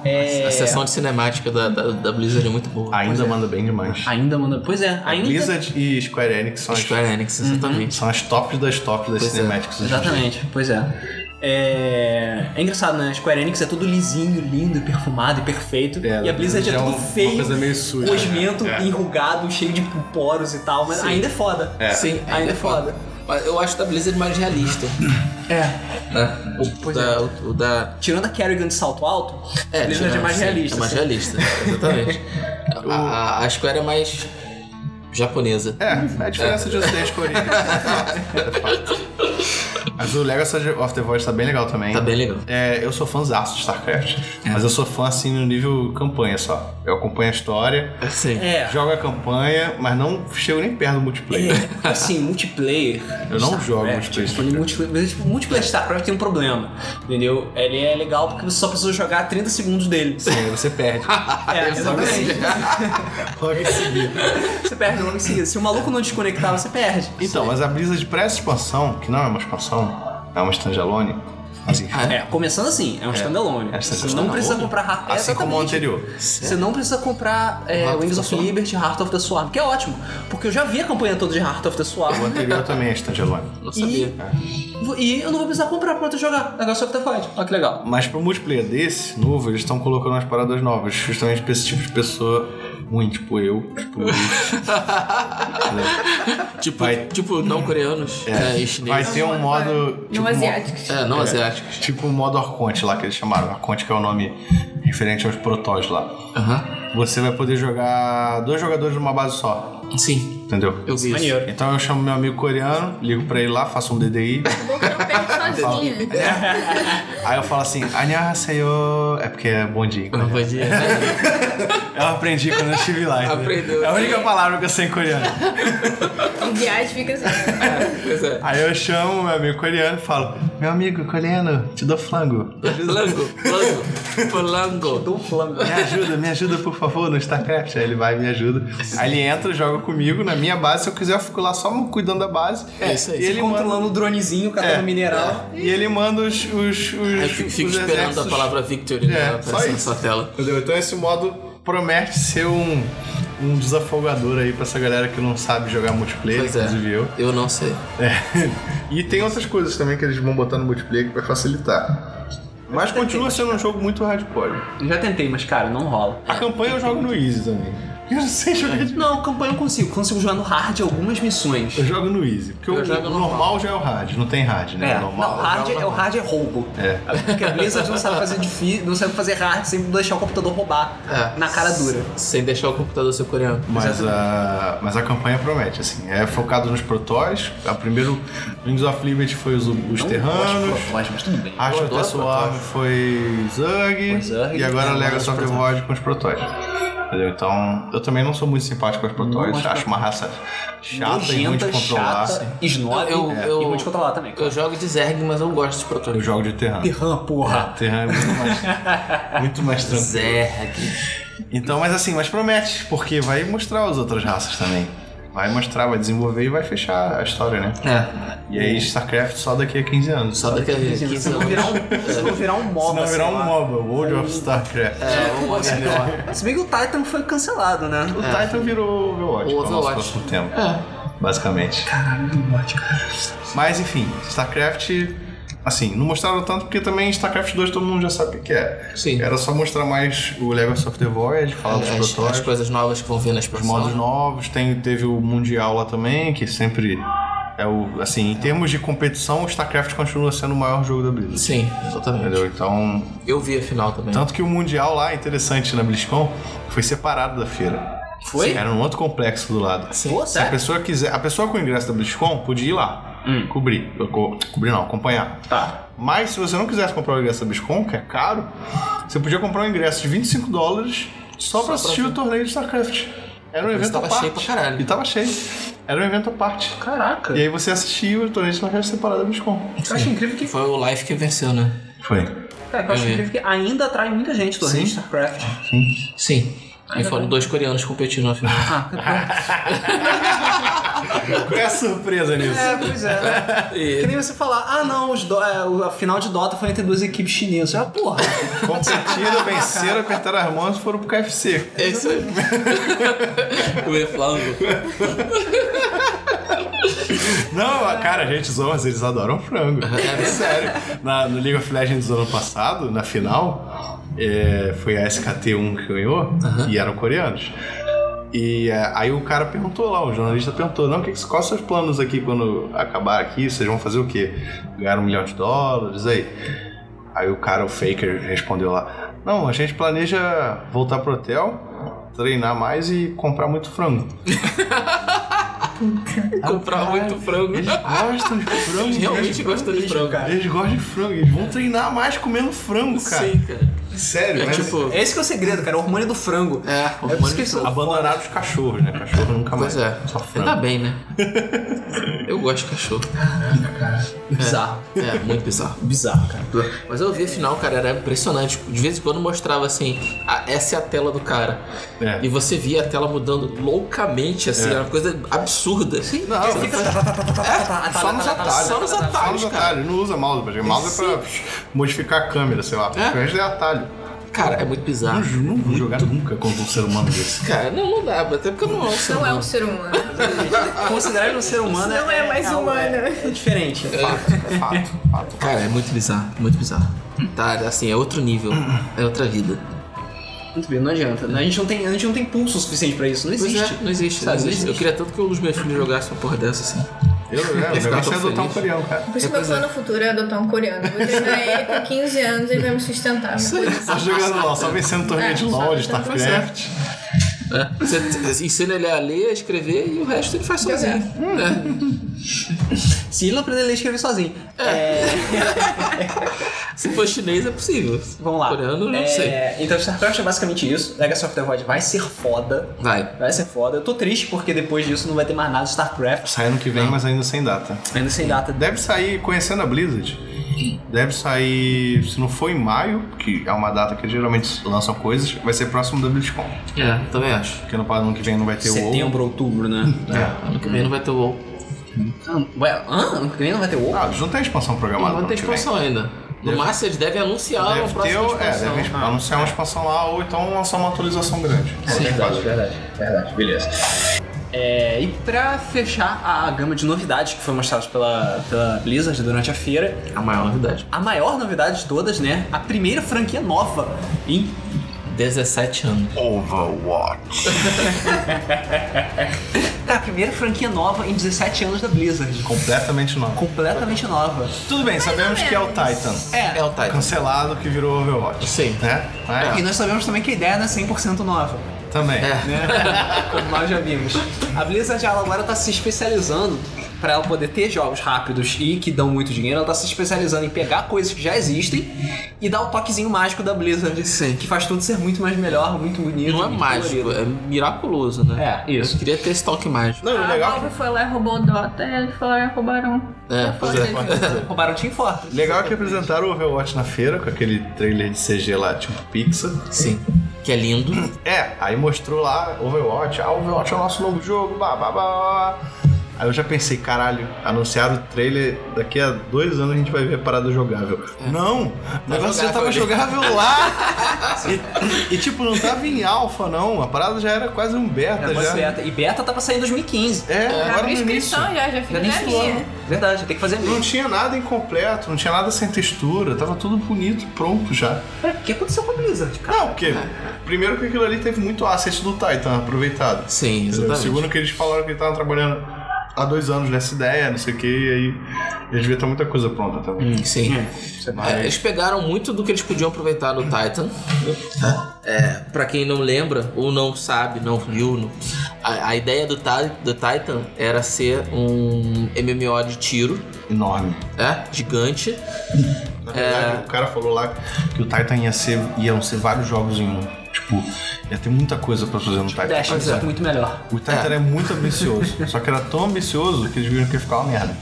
S1: É,
S2: A sessão de cinemática da, da, da Blizzard é muito boa.
S3: Ainda manda bem demais.
S1: Ainda manda. Pois é, ainda.
S3: Blizzard e Square Enix são as,
S2: Square Enix, exatamente.
S3: são as tops das tops das
S2: Pois é.
S3: cinemáticas.
S1: Exatamente, pois é. é. é engraçado, né? Square Enix é tudo lisinho, lindo, e perfumado e perfeito.
S3: É,
S1: e a Blizzard é,
S3: já é
S1: tudo
S3: uma- uma
S1: feio,
S3: coisa meio suja.
S1: gosmento,
S3: É.
S1: enrugado, cheio de poros e tal, mas ainda é foda.
S3: É.
S2: Sim,
S1: Ainda, é foda.
S2: Mas eu acho da Blizzard mais realista.
S1: É.
S2: Né? O,
S1: Pois
S2: da, o, o da.
S1: Tirando a Kerrigan de salto alto, a Blizzard
S2: sim,
S1: é mais
S2: sim,
S1: realista.
S2: É mais
S1: assim.
S2: realista, exatamente. a, a, a Square é mais japonesa.
S3: É, a diferença de vocês, Square Enix. É fato. Mas o Legacy of the Void tá bem legal também.
S2: Tá bem É. legal.
S3: É, eu sou fãzaço de StarCraft. Mas eu sou fã assim no nível campanha só. Eu acompanho a história,
S2: Sim.
S1: É.
S3: jogo a campanha, mas não chego nem perto do multiplayer.
S1: É, assim, multiplayer.
S3: Eu não
S1: Starcraft,
S3: jogo multiplayer.
S1: Tipo, ele multiplayer, mas, tipo, multiplayer de StarCraft tem um problema, entendeu? Ele é legal porque você só precisa jogar 30 segundos dele.
S3: Sim, aí você perde. Ah,
S1: É,
S2: Exatamente.
S1: exatamente.
S3: Logo em seguida.
S1: Você perde logo em seguida. Se o maluco não desconectar, você perde.
S3: Então, mas a Blizzard pra essa expansão, que não é uma expansão, é uma standalone, assim,
S2: Ah,
S1: É, começando assim, é um standalone.
S3: É
S1: Você
S3: standalone.
S1: não precisa comprar Heart é,
S3: assim como o
S1: exatamente.
S3: anterior.
S1: Você não precisa comprar é,
S2: Heart of
S1: Wings
S2: the
S1: of
S2: Swarm.
S1: Liberty, Heart of the Swarm, que é ótimo, porque eu já vi a campanha toda de Heart of the
S3: O
S1: Swarm.
S3: anterior também é standalone.
S2: não
S1: E,
S2: sabia.
S1: e eu não vou precisar comprar pra poder jogar. Negócio of the Fight. Olha que legal.
S3: Mas pro multiplayer desse, novo, eles estão colocando umas paradas novas, justamente pra esse tipo de pessoa ruim, tipo eu, tipo o Luiz.
S2: Tipo,
S3: Vai-
S2: tipo não coreanos é. e chineses.
S3: Vai ter um modo.
S4: Não
S3: tipo,
S4: asiáticos.
S2: É, não
S3: É.
S2: asiáticos.
S3: Tipo o modo Arconte lá que eles chamaram. Arconte que é o nome referente aos protótipos lá.
S2: Aham.
S3: Você vai poder jogar dois jogadores numa base só,
S2: Sim,
S3: entendeu?
S2: eu vi isso.
S1: Maneiro.
S3: Então eu chamo meu amigo coreano, ligo pra ele lá, faço um DDI.
S4: É bom que eu não perde sozinha.
S3: aí eu falo assim, Anyahaseyo. É porque é bom dia.
S2: Não vou dizer. né?
S3: Eu aprendi quando eu estive lá. entendeu?
S2: Aprendeu.
S3: É a única palavra que eu sei em coreano.
S4: Em viagem fica assim.
S2: Pois é.
S3: Aí eu chamo meu amigo coreano e falo, meu amigo coreano, te dou flango.
S2: Lango, lango. Flango.
S1: Dou um flango.
S3: Me ajuda, me ajuda, por favor, no StarCraft. Aí ele vai e me ajuda. Aí ele entra, joga comigo na minha base. Se eu quiser, eu fico lá só cuidando da base.
S2: É isso aí.
S3: E ele
S1: Ele
S3: manda,
S1: controlando o dronezinho, catando
S3: É.
S1: mineral.
S3: e ele manda os. os, os
S2: Aí fico, fico
S3: os
S2: esperando a
S3: exércitos.
S2: palavra victory
S3: É,
S2: né,
S3: só
S2: aparecer na
S3: isso.
S2: sua tela.
S3: Entendeu? Então esse modo promete ser um, um desafogador aí pra essa galera que não sabe jogar multiplayer,
S2: Pois é.
S3: inclusive eu.
S2: Eu não sei.
S3: É. E tem outras coisas também que eles vão botar no multiplayer que vai facilitar. Mas continua sendo um jogo muito hardcore.
S1: Já tentei, mas cara, não rola.
S3: A campanha eu jogo no Easy também. Eu não sei jogar de...
S1: Não, campanha eu consigo. Consigo jogar no hard algumas missões.
S3: Eu jogo no Easy. Porque
S2: Eu
S3: o
S2: jogo
S3: o
S2: normal.
S3: normal. já é o hard, não tem hard, né?
S1: É,
S3: O normal.
S1: não, hard, é, o hard é roubo.
S3: É.
S1: Porque a Blizzard não sabe fazer difícil, não sabe fazer hard, sempre deixar o computador roubar
S2: É.
S1: na cara dura.
S2: Sem deixar o computador ser coreano.
S3: Mas a, mas a campanha promete, assim. É focado nos protóis. A primeiro, Wings of Liberty foi os, os
S1: Não gosto de
S3: terranos.
S1: propósito, mas tudo bem.
S3: Acho
S2: Eu
S3: que
S2: adoro
S3: o Swarm
S2: protótipo.
S3: foi Zug,
S1: Foi Zug, e
S3: e agora
S1: agora
S3: Legacy
S1: os
S3: of the
S1: protótipos.
S3: Void com os protótipos. Entendeu? Então, eu também não sou muito simpático com os protótipos,
S1: gosto
S3: acho uma raça chata e ruim de
S1: Nojenta,
S3: controlar. assim.
S1: chata, snob
S2: Eu- eu-
S1: e ruim de controlar também.
S2: Eu jogo de Zerg, mas eu gosto de
S3: Eu
S2: protótipo.
S3: jogo de Terran.
S1: Terran, porra.
S3: Terran é muito mais, muito mais tranquilo.
S2: Zerg.
S3: Então, mas assim, mas promete, porque vai mostrar as outras raças também. Vai mostrar, vai desenvolver e vai fechar a história, né?
S2: É.
S3: E aí, StarCraft só daqui a 15 anos.
S2: Só daqui a 15
S1: Você não
S2: anos.
S1: virar um, você não virar um MOBA,
S3: Se não
S1: sei
S3: virar um
S1: lá.
S3: MOBA, World of StarCraft.
S2: É, um modo melhor.
S1: Se bem que o Titan foi cancelado, né?
S3: O Titan virou Overwatch,
S2: O
S3: pro nosso
S2: Overwatch.
S3: próximo tempo.
S2: É.
S3: basicamente.
S1: Caralho, do bot, cara.
S3: Mas enfim, StarCraft, assim, não mostraram tanto porque também StarCraft 2 todo mundo já sabe o que é.
S2: Sim.
S3: Era só mostrar mais o Legacy of the Void, falar dos
S2: As, as
S3: protótipos,
S2: coisas novas que vão vir na
S3: os modos
S2: expansão.
S3: novos, tem, teve o Mundial lá também, que sempre é o. Assim, em termos de competição, o StarCraft continua sendo o maior jogo da Blizzard.
S2: Sim, exatamente.
S3: Entendeu? Então.
S2: Eu vi a final também.
S3: Tanto que o Mundial lá, interessante na BlizzCon, foi separado da feira.
S1: Foi?
S3: Era um outro complexo do lado.
S2: Sim.
S1: Pô,
S3: Se a
S1: sério?
S3: pessoa quiser, a pessoa com o ingresso da BlizzCon podia ir lá,
S1: Hum.
S3: cobrir, Eu co- cobrir não, acompanhar.
S1: Tá.
S3: Mas se você não quisesse comprar o ingresso da BlizzCon, que é caro, você podia comprar um ingresso de 25 dólares só, pra assistir o torneio de StarCraft. Era um
S2: Mas
S3: evento
S2: tava
S3: à parte.
S2: cheio pra caralho.
S3: E tava cheio. Era um evento à parte.
S1: Caraca.
S3: E aí você assistia o torneio de StarCraft separado da BlizzCon.
S1: Eu acho incrível que.
S2: Foi o Life que venceu, né?
S3: Foi.
S1: Cara, eu acho
S2: Uhum.
S1: incrível que ainda atrai muita gente do
S3: Sim.
S1: Sim. StarCraft.
S2: Sim. E foram dois coreanos competindo na final.
S1: Ah,
S3: Qual é a surpresa nisso?
S1: é, pois é. Que
S2: E-
S1: nem você falar, ah não, os do- é, o- a final de Dota foi entre duas equipes chinesas. Ah, porra.
S3: Competiram, venceram, apertaram as mãos e foram pro KFC.
S2: É isso aí. o E-Flango.
S3: Não, cara, a gente zoa, mas eles adoram frango. É sério. Na, no League of Legends do ano passado, na final, é, foi a SKT1 que ganhou e eram coreanos. E é, aí o cara perguntou lá, o jornalista perguntou, não, que, que- quais seus planos aqui quando acabar aqui? Vocês vão fazer o quê? Ganhar um milhão de dólares aí? Aí o cara, o faker, respondeu lá, não, a gente planeja voltar pro hotel, treinar mais e comprar muito frango.
S2: Comprar muito frango.
S3: Eles gostam de frango. né?
S2: Eles realmente
S3: gente.
S2: gostam de frango.
S1: cara.
S3: Eles gostam de frango, eles vão treinar mais comendo frango, cara.
S2: Sim, cara.
S3: Sério,
S2: É
S3: mas
S2: tipo...
S1: Esse que é o segredo, cara, o hormônio do frango.
S2: É,
S1: É por isso que eles são
S3: abandonaram os cachorros, né? Cachorro nunca mais.
S2: Pois é.
S3: Só
S2: Ainda
S3: frango.
S2: bem, né? Eu gosto de cachorro.
S1: bizarro.
S2: É, muito bizarro.
S1: Bizarro, cara.
S2: Mas eu vi a final, cara, era impressionante. De vez em quando mostrava assim, "Ah, essa é a tela do cara.
S3: É.
S2: E você via a tela mudando loucamente, assim, era uma coisa absurda. Sim,
S3: Não, só nos atalhos.
S2: Só nos
S3: Só
S2: atalhos,
S3: nos
S2: cara.
S3: atalhos, não usa mouse, porque mouse é pra modificar a câmera, sei lá.
S2: É.
S3: O resto é atalho.
S2: Cara, é muito
S3: Não,
S2: bizarro.
S3: ju- não vou jogar nunca contra um ser humano desse.
S2: Cara, não, não dá, até porque eu não né? ouço.
S4: Não é um ser humano.
S1: Considerar ele um ser humano
S4: Não é mais
S1: algo-
S4: humano.
S1: É diferente.
S3: Fato, é fato, fato.
S2: Cara, é muito bizarro, muito bizarro. Tá, assim, é outro nível, é outra vida.
S1: Muito bem, não adianta. né? A gente não tem, a gente não tem pulso suficiente pra isso. Não
S2: Pois
S1: existe.
S2: é, não existe, não
S1: Sabe, não
S2: existe. Eu
S1: existe.
S2: queria tanto que um dos meus filhos jogasse uma porra dessa, assim.
S3: Eu, é, o
S2: Esse cara
S3: negócio
S2: tão
S3: é adotar um
S2: feliz.
S3: coreano, cara.
S4: Por isso que meu
S2: Pois é.
S4: plano futuro é adotar um coreano. Vou treinar ele com 15 anos e vai me sustentar. uma coisa assim.
S3: Só Tá jogando LOL, só vencendo torneio de
S4: É, só
S3: LOL, de
S4: vencendo
S3: StarCraft.
S2: né? Você t- ensina ele a ler, a escrever e o resto ele faz sozinho. né?
S1: Se ele não aprender a ler e escrever sozinho.
S2: É.
S1: É,
S2: Se for chinês é possível.
S1: Vamos lá.
S2: Coreano, eu não
S1: É,
S2: sei.
S1: Então, StarCraft é basicamente isso. Legacy of the Void vai ser foda.
S2: Vai.
S1: Vai ser foda. Eu tô triste porque depois disso não vai ter mais nada de StarCraft.
S3: Sai ano que vem, mas ainda sem data.
S1: Ainda sem data.
S3: Deve sair conhecendo a Blizzard. Deve sair, se não for em maio, que é uma data que geralmente lançam coisas, vai ser próximo da BlizzCon.
S2: É, também acho.
S3: Porque no ano que vem não vai ter o
S1: Setembro, outubro, né?
S3: WoW. É.
S2: Ano que vem não vai ter o WoW.
S1: Ah, ué, hã? Ano que vem não vai ter WoW?
S3: Ah, eles não tem expansão programada.
S2: Não
S3: pro
S2: tem
S3: ano que vem.
S2: expansão ainda. No
S3: Deve-
S2: máximo eles devem anunciar uma
S3: Deve ter,
S2: próxima
S3: o- é,
S2: expansão.
S3: deve anunciar uma expansão lá ou então lançar uma atualização grande. Não tem que fazer.
S1: verdade, verdade, beleza. É, e pra fechar a gama de novidades que foi mostrada pela, pela Blizzard durante a feira,
S2: É A maior novidade.
S1: a maior novidade de todas, né? A primeira franquia nova em
S2: 17 anos.
S3: Overwatch.
S1: Cara, a primeira franquia nova em 17 anos da Blizzard.
S3: Completamente novo.
S1: Completamente nova.
S3: Tudo bem, sabemos que é o Titan.
S2: É o Titan.
S3: Cancelado que virou Overwatch.
S2: Sim.
S3: Né?
S1: E
S3: Mas,
S1: nós sabemos também que a ideia não é 100% nova.
S3: Também.
S2: É.
S1: né? Como nós já vimos. A Blizzard ela agora tá se especializando para ela poder ter jogos rápidos e que dão muito dinheiro, ela tá se especializando em pegar coisas que já existem e dar o toquezinho mágico da Blizzard,
S2: Sim.
S1: que faz tudo ser muito mais melhor, muito bonito.
S2: Não é
S1: muito
S2: mágico,
S1: colorido.
S2: é miraculoso, né?
S1: É, isso.
S2: Eu queria ter esse toque mágico.
S3: Não, e o
S4: A
S3: legal é que
S4: Valve foi lá e roubou o Dota, e eles foram e roubaram.
S2: É, pois é.
S1: Roubaram o Team Fortress.
S3: Legal que apresentaram o Overwatch na feira com aquele trailer de CG lá, tipo Pixar.
S2: Sim. Que é lindo.
S3: É, aí mostrou lá Overwatch. Ah, Overwatch é o nosso novo jogo, blá blá blá blá. Aí eu já pensei, caralho, anunciaram o trailer, daqui a dois anos a gente vai ver a parada jogável. Não! O negócio já tava
S2: jogável.
S3: jogável lá! e, e, tipo, não tava em alfa, não. A parada já era quase um beta
S1: É,
S3: já.
S1: mas beta. E beta tá pra sair em 2015.
S3: É,
S4: Já
S3: agora no
S4: abri
S3: início.
S4: inscrição, já, já
S1: Já
S4: fiz
S1: nem
S4: na
S1: fulano.
S4: minha.
S1: Verdade, tem que fazer
S3: Não
S1: mesmo.
S3: tinha nada incompleto, não tinha nada sem textura, tava tudo bonito, pronto já.
S1: O que aconteceu com a Blizzard, cara?
S3: Não, porque primeiro que aquilo ali teve muito asset do Titan aproveitado.
S2: Sim,
S3: Entendeu?
S2: exatamente.
S3: Segundo que eles falaram que estavam trabalhando há dois anos nessa ideia, não sei o que, e aí eles deviam ter muita coisa pronta também.
S2: Hum, Sim.
S3: Mas-
S2: É, eles pegaram muito do que eles podiam aproveitar no Titan. É, para quem não lembra ou não sabe, não viu, não- a, a ideia do, Ti- do Titan era ser um MMO de tiro,
S3: Enorme.
S2: é, gigante.
S3: Na
S2: É.
S3: verdade, o cara falou lá que o Titan ia ser, iam ser vários jogos em um. Tipo, ia ter muita coisa pra fazer no Titan.
S1: Dash,
S2: Pois
S1: só
S2: é.
S1: que muito melhor.
S3: O Titan é. muito ambicioso, só que era tão ambicioso que eles viram que ia ficar uma merda.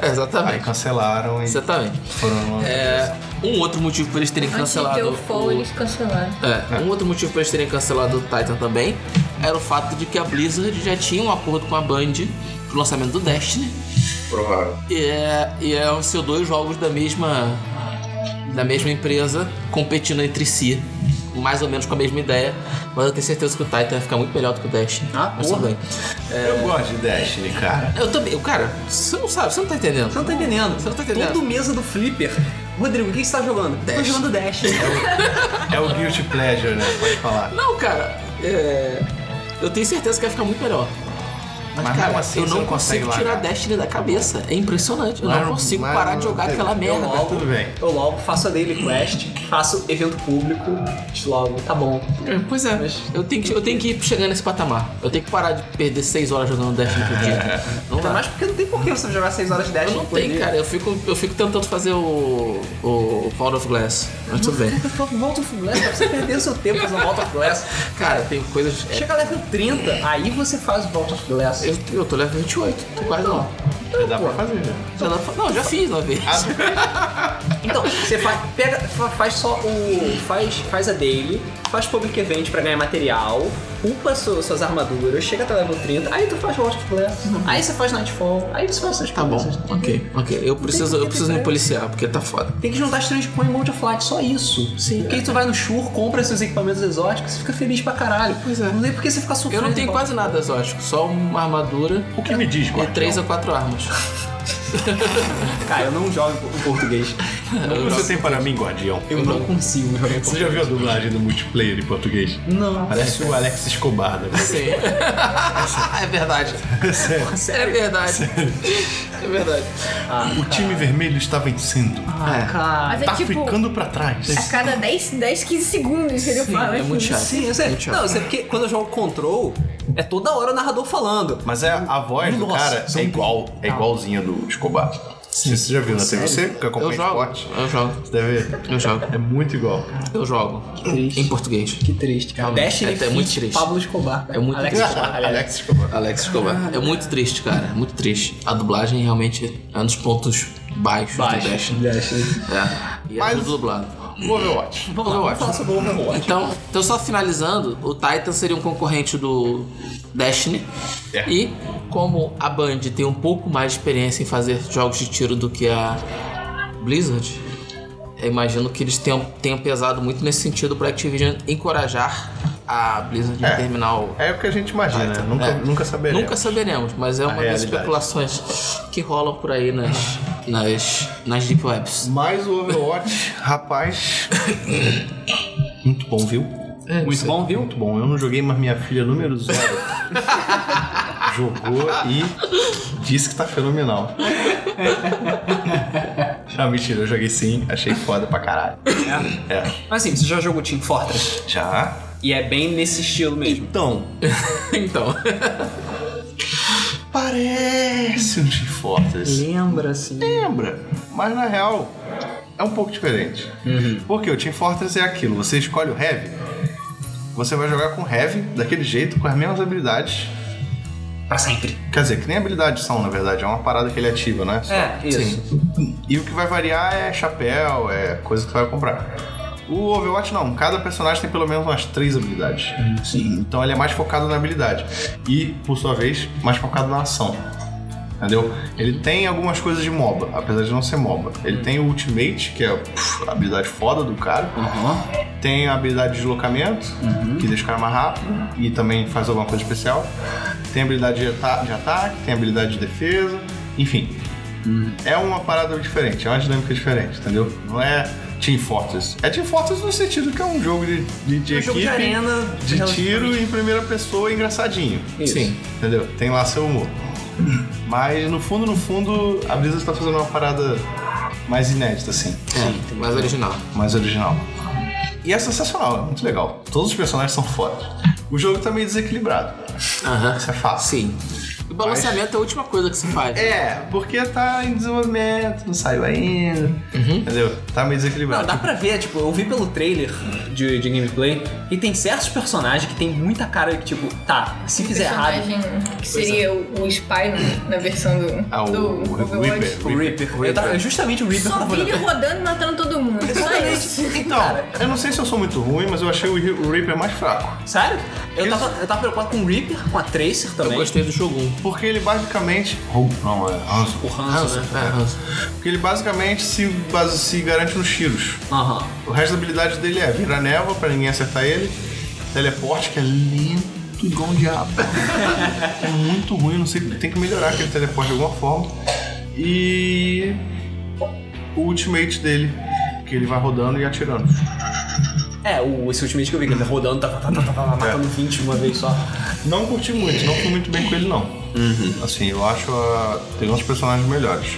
S3: Aí
S2: exatamente.
S3: cancelaram e
S2: Exatamente.
S3: foram.
S2: É, um outro motivo para eles terem
S4: Antes de ter
S2: cancelado
S4: o Fall, eles cancelaram.
S2: É, um outro motivo pra eles terem cancelado o Titan também era o fato de que a Blizzard já tinha um acordo com a Band pro lançamento do Destiny.
S3: Provável.
S2: E, é, e é, são dois jogos da mesma da mesma empresa competindo entre si. Mais ou menos com a mesma ideia, mas eu tenho certeza que o Titan vai ficar muito melhor do que o Destiny.
S1: Ah,
S2: mas
S1: porra.
S2: tudo bem. É.
S3: Eu gosto de Destiny, cara.
S2: Eu também, cara, você não sabe, você não tá entendendo.
S1: Você não tá entendendo.
S2: Você não tá entendendo.
S1: Todo mesa do Flipper. Rodrigo, o que você tá jogando? Tô
S2: Dash.
S1: jogando Dash.
S3: É o Guilty Pleasure, né? Pode falar.
S2: Não, cara, é, eu tenho certeza que vai ficar muito melhor. Mas,
S3: Mas
S2: cara,
S3: mesmo assim
S2: eu
S3: você
S2: não
S3: não
S2: consigo
S3: consegue
S2: tirar
S3: largar.
S2: Destiny da cabeça. É impressionante. Eu
S3: Mas
S2: não
S3: não-
S2: consigo
S3: mas
S2: parar
S3: não
S2: de jogar
S3: tem-
S2: aquela
S3: eu
S2: merda.
S1: logo-
S3: Tudo bem.
S1: Eu logo faço a daily quest, faço evento público, logo, tá bom.
S2: É, Pois é, eu tenho, que, eu tenho que ir chegando nesse patamar. Eu tenho que parar de perder 6 horas jogando Destiny por dia. Não
S1: Ainda
S2: dá.
S1: mais porque não tem porquê você jogar 6 horas de Dash.
S2: Eu Tá. não tenho, cara. Eu fico, eu fico tentando fazer o, o Fall of Glass. Mas tudo bem.
S1: Volta of Glass, pra você perder seu tempo fazendo Vault of Glass.
S2: Cara, tem coisas. é,
S1: Chega level 30, aí você faz o Vault of Glass.
S2: eu, eu tô level 28, tô quase lá.
S3: Já dá pra fazer, né?
S2: Já dá pra- Não, já fiz uma vez.
S1: Então, você faz, pega, fa- faz só o. Faz, faz a daily, faz public event pra ganhar material, upa su- suas armaduras, chega até level 30, aí tu faz Vault of Glass, aí você faz Nightfall, aí você faz essas
S2: Uhum. Tá bom,
S1: coisas.
S2: ok, ok. Eu preciso, eu preciso me policiar, porque tá foda.
S1: Tem que juntar as trans com emote of light, só isso.
S2: Sim.
S1: Porque aí tu vai no Shur, compra seus equipamentos exóticos e fica feliz pra caralho.
S2: Pois é.
S1: Não tem por que você ficar
S2: Eu
S1: sofrendo.
S2: não tenho
S1: com-
S2: quase nada exótico, só uma armadura
S3: O que me diz,
S2: e
S3: guardião?
S2: três ou quatro armas.
S1: Cara, eu não jogo em português.
S3: O que você tem para mim, guardião?
S1: Eu não consigo jogar em
S3: Você
S1: português.
S3: já viu a dublagem do multiplayer em português?
S1: Não.
S3: Parece o Alex Escobar, né?
S2: Sim. é verdade. É verdade. É verdade.
S3: O time vermelho está vencendo.
S2: Ah,
S1: um Cara.
S4: Mas é
S3: Tá
S4: tipo,
S3: ficando pra trás.
S4: a cada 10, 10, 15 segundos que ele
S2: Sim,
S4: fala.
S2: é muito
S4: assim.
S2: chato.
S1: Sim, eu sei.
S2: Muito chato.
S1: Não, eu sei porque quando eu jogo control, é toda hora o narrador falando.
S3: Mas é, a voz do
S1: Nossa,
S3: cara
S1: são
S3: é igual, é igualzinha do Escobar. Você já viu na TV? Você que
S2: Eu
S3: acompanha
S2: jogo.
S3: esporte?
S2: Eu jogo.
S3: Você deve ver.
S2: Eu jogo.
S3: É muito igual.
S2: Eu jogo.
S1: triste.
S2: Em português.
S1: Que triste, cara.
S2: Realmente,
S1: Destiny
S2: é- é
S1: feat
S2: muito triste.
S1: Pablo Escobar.
S2: É muito
S1: Alex
S2: triste.
S1: Escobar. aliás.
S3: Alex Escobar.
S2: Alex Escobar. É muito triste, cara. É muito triste. A dublagem realmente é um dos pontos baixos
S1: Baixos.
S2: do Destiny. É. E é
S3: Mas-
S2: tudo dublado.
S3: Overwatch.
S1: Vamos lá, vamos falar sobre o Overwatch.
S2: Então, então só finalizando, o Titan seria um concorrente do Destiny.
S3: É.
S2: E como a Band tem um pouco mais de experiência em fazer jogos de tiro do que a Blizzard, eu imagino que eles tenham, tenham pesado muito nesse sentido para Activision encorajar a Blizzard
S3: É.
S2: a terminar o
S3: É o que a gente imagina, né?
S2: Titan.
S3: nunca,
S2: É.
S3: nunca saberemos.
S2: Nunca saberemos, mas é uma das
S3: realidade.
S2: especulações que rolam por aí nas, nas, nas Deep Webs.
S3: Mas o Overwatch, rapaz. Muito bom, viu?
S1: Muito bom, viu?
S3: Muito bom. Eu não joguei, mas minha filha número zero jogou e disse que tá fenomenal. Não, mentira, eu joguei sim, achei foda pra caralho. É.
S1: Mas assim, você já jogou Team Fortress?
S3: Já?
S1: E é bem nesse estilo mesmo.
S3: Então,
S2: Então,
S3: parece um G-Fortress.
S1: Lembra, assim.
S3: Lembra, mas na real é um pouco diferente. Porque o Team Fortress é aquilo, você escolhe o Heavy, você vai jogar com o Heavy, daquele jeito, com as mesmas habilidades.
S1: Pra sempre.
S3: Quer dizer, que nem habilidades são, na verdade, é uma parada que ele ativa, né? Só.
S1: É, isso.
S3: E o que vai variar é chapéu, é coisa que você vai comprar. O Overwatch não, cada personagem tem pelo menos umas três habilidades. Sim. Então ele é mais focado na habilidade. E, por sua vez, mais focado na ação. Entendeu? Ele tem algumas coisas de MOBA, apesar de não ser MOBA. Ele tem o Ultimate, que é puf, a habilidade foda do cara.
S1: Aham.
S3: Tem a habilidade de deslocamento, que deixa o cara mais rápido e também faz alguma coisa especial. Tem a habilidade de, ata- de ataque, tem a habilidade de defesa, enfim. É uma parada diferente, é uma dinâmica diferente, entendeu? Não é Team Fortress. É Team Fortress no sentido que é um jogo de, de, de
S1: É um
S3: equipe,
S1: jogo de arena.
S3: de tiro em primeira pessoa engraçadinho,
S1: Isso.
S2: sim.
S3: entendeu? Tem lá seu humor. Mas no fundo, no fundo, a Blizzard está fazendo uma parada mais inédita, assim
S2: É, mais original.
S3: mais original. E é sensacional, é muito legal. Todos os personagens são fodas. O jogo tá meio desequilibrado,
S2: Aham.
S3: isso é fácil.
S2: Sim. O balanceamento é a última coisa que se faz.
S3: É, porque tá em desenvolvimento, não saiu ainda. Entendeu? Tá meio
S1: Uhum. Não,
S3: desequilibrado.
S1: dá pra ver, tipo, eu vi pelo trailer de, de gameplay e tem certos personagens que tem muita cara que, tipo, tá, se fizer errado.
S4: personagem que seria o, o Spy né, na, na versão do,
S3: Ah, o-
S4: do
S3: o
S4: Overwatch.
S3: Reaper.
S1: O Reaper. Eu tava- é justamente o Reaper
S4: Só
S1: tava olhando.
S4: vive rodando e matando todo mundo. é Só isso.
S3: Então, eu não sei se eu sou muito ruim, mas eu achei o Re- o Reaper mais fraco.
S1: Sério? Eu tava, eu tava preocupado com o Reaper, com a Tracer
S2: Eu
S1: também.
S2: gostei do um. Shogun.
S3: Porque ele basicamente. Oh, não, é Hanzo.
S1: O Hanzo,
S2: Hanzo,
S1: né?
S2: é, Hanzo.
S3: Porque ele basicamente se, base, se garante nos tiros.
S1: Aham.
S3: O resto da habilidade dele é virar névoa pra ninguém acertar ele, teleporte que é lento igual um diabo. é muito ruim, não sei, tem que melhorar aquele teleporte de alguma forma. E o ultimate dele, que ele vai rodando e atirando.
S1: É, o, esse ultimate que eu vi, que ele tá rodando, tá, tá, tá, tá, tá, tá, matando 20 de uma vez só.
S3: Não curti muito, não fui muito bem com ele não. Assim, eu acho a... tem uns personagens melhores.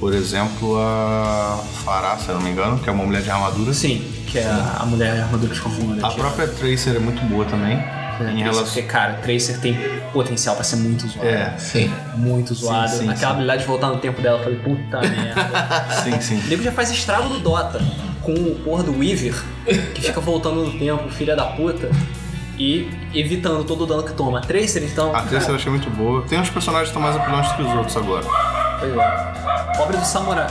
S3: Por exemplo, a Farah, se eu não me engano, que é uma mulher de armadura.
S1: Sim, que é a, a mulher a armadura de né? confundo.
S3: A própria Tracer é muito boa também. em relação...
S1: é Porque, cara, Tracer tem potencial pra ser muito zoado.
S3: É,
S2: Sim.
S1: Muito zoado.
S3: sim,
S1: Aquela
S3: sim.
S1: habilidade de voltar no tempo dela, eu falei, puta merda.
S3: sim, sim.
S1: O nego já faz estrago do Dota com o porra do Weaver, que fica voltando no tempo, filha da puta, e evitando todo o dano que toma. A Tracer, então.
S3: A terça eu achei muito boa. Tem uns personagens que estão mais apelões que os outros agora.
S1: Pois é. Pobre do samurai.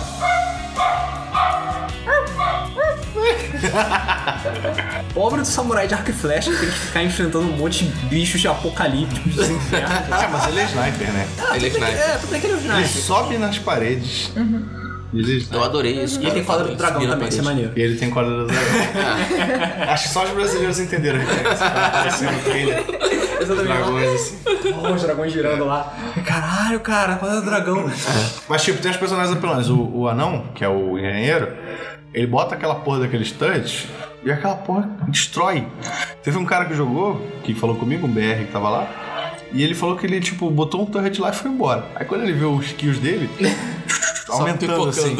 S1: Pobre do samurai de arco e flecha que tem que ficar enfrentando um monte de bichos apocalípticos dos infernos.
S3: Ah, mas ele é sniper, né?
S2: Ele é sniper.
S1: É, tudo bem que ele é um
S3: Ele
S1: sniper.
S3: sobe nas paredes. E ele, é
S2: Eu
S3: sniper.
S2: adorei isso.
S1: E ele tem quadro do dragão também, isso é maneiro.
S3: E ele tem corda do dragão. Acho que só os brasileiros entenderam a referência. Apareceu no trailer. Dragões assim.
S1: Ó, os dragões girando lá. Caralho, cara, quadro do dragão.
S3: Mas tipo, tem os personagens apelões. O, o anão, que é o engenheiro, ele bota aquela porra daquele stud e aquela porra destrói. Teve um cara que jogou, que falou comigo, um BR que tava lá. E ele falou que ele, tipo, botou um turret lá e foi embora. Aí quando ele viu os kills dele, aumentando assim.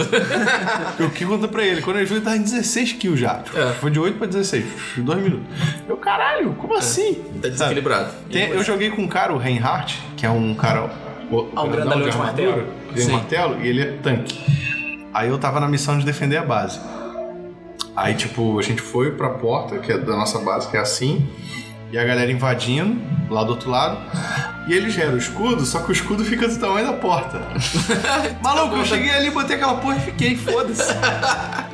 S3: O que conta pra ele? Quando ele viu, ele tava em 16 kills já.
S2: É.
S3: Foi de 8 pra 16, em dois minutos. Eu, caralho, como
S1: É.
S3: assim?
S2: Tá
S3: Sabe?
S2: desequilibrado.
S3: Tem- eu joguei com um cara, o Reinhardt, que é um cara. O,
S1: Ah, um grandalhão de martelo.
S3: que Tem um
S2: Sim.
S3: martelo e ele é tanque. Aí eu tava na missão de defender a base. Aí, tipo, a gente foi pra porta, que é da nossa base, que é assim. E a galera invadindo, lá do outro lado. E ele gera o escudo, só que o escudo fica do tamanho da porta. Maluco, eu cheguei ali, botei aquela porra e fiquei, foda-se.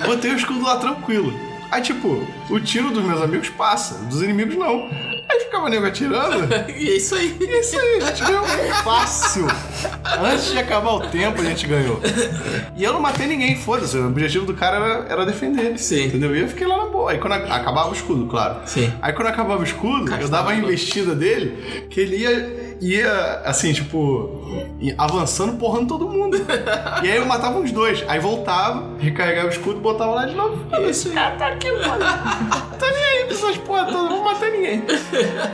S3: Botei o escudo lá tranquilo. Aí, tipo, o tiro dos meus amigos passa, dos inimigos não. Aí ficava o nego atirando.
S2: E é isso aí.
S3: E Isso aí, a gente ganhou fácil. Antes de acabar o tempo, a gente ganhou. E eu não matei ninguém, foda-se. O objetivo do cara era, era defender. ele,
S2: Sim.
S3: Entendeu? E eu fiquei lá na boa. Aí quando a- acabava o escudo, claro.
S2: Sim.
S3: Aí quando acabava o escudo, eu dava a investida dele, que ele ia, ia assim, tipo, ia avançando, porrando todo mundo. E aí eu matava uns dois. Aí voltava, recarregava o escudo e botava lá de novo. Isso. Cara, tá aqui, mano. Tô nem aí pra essas porra todas, não vou matar ninguém.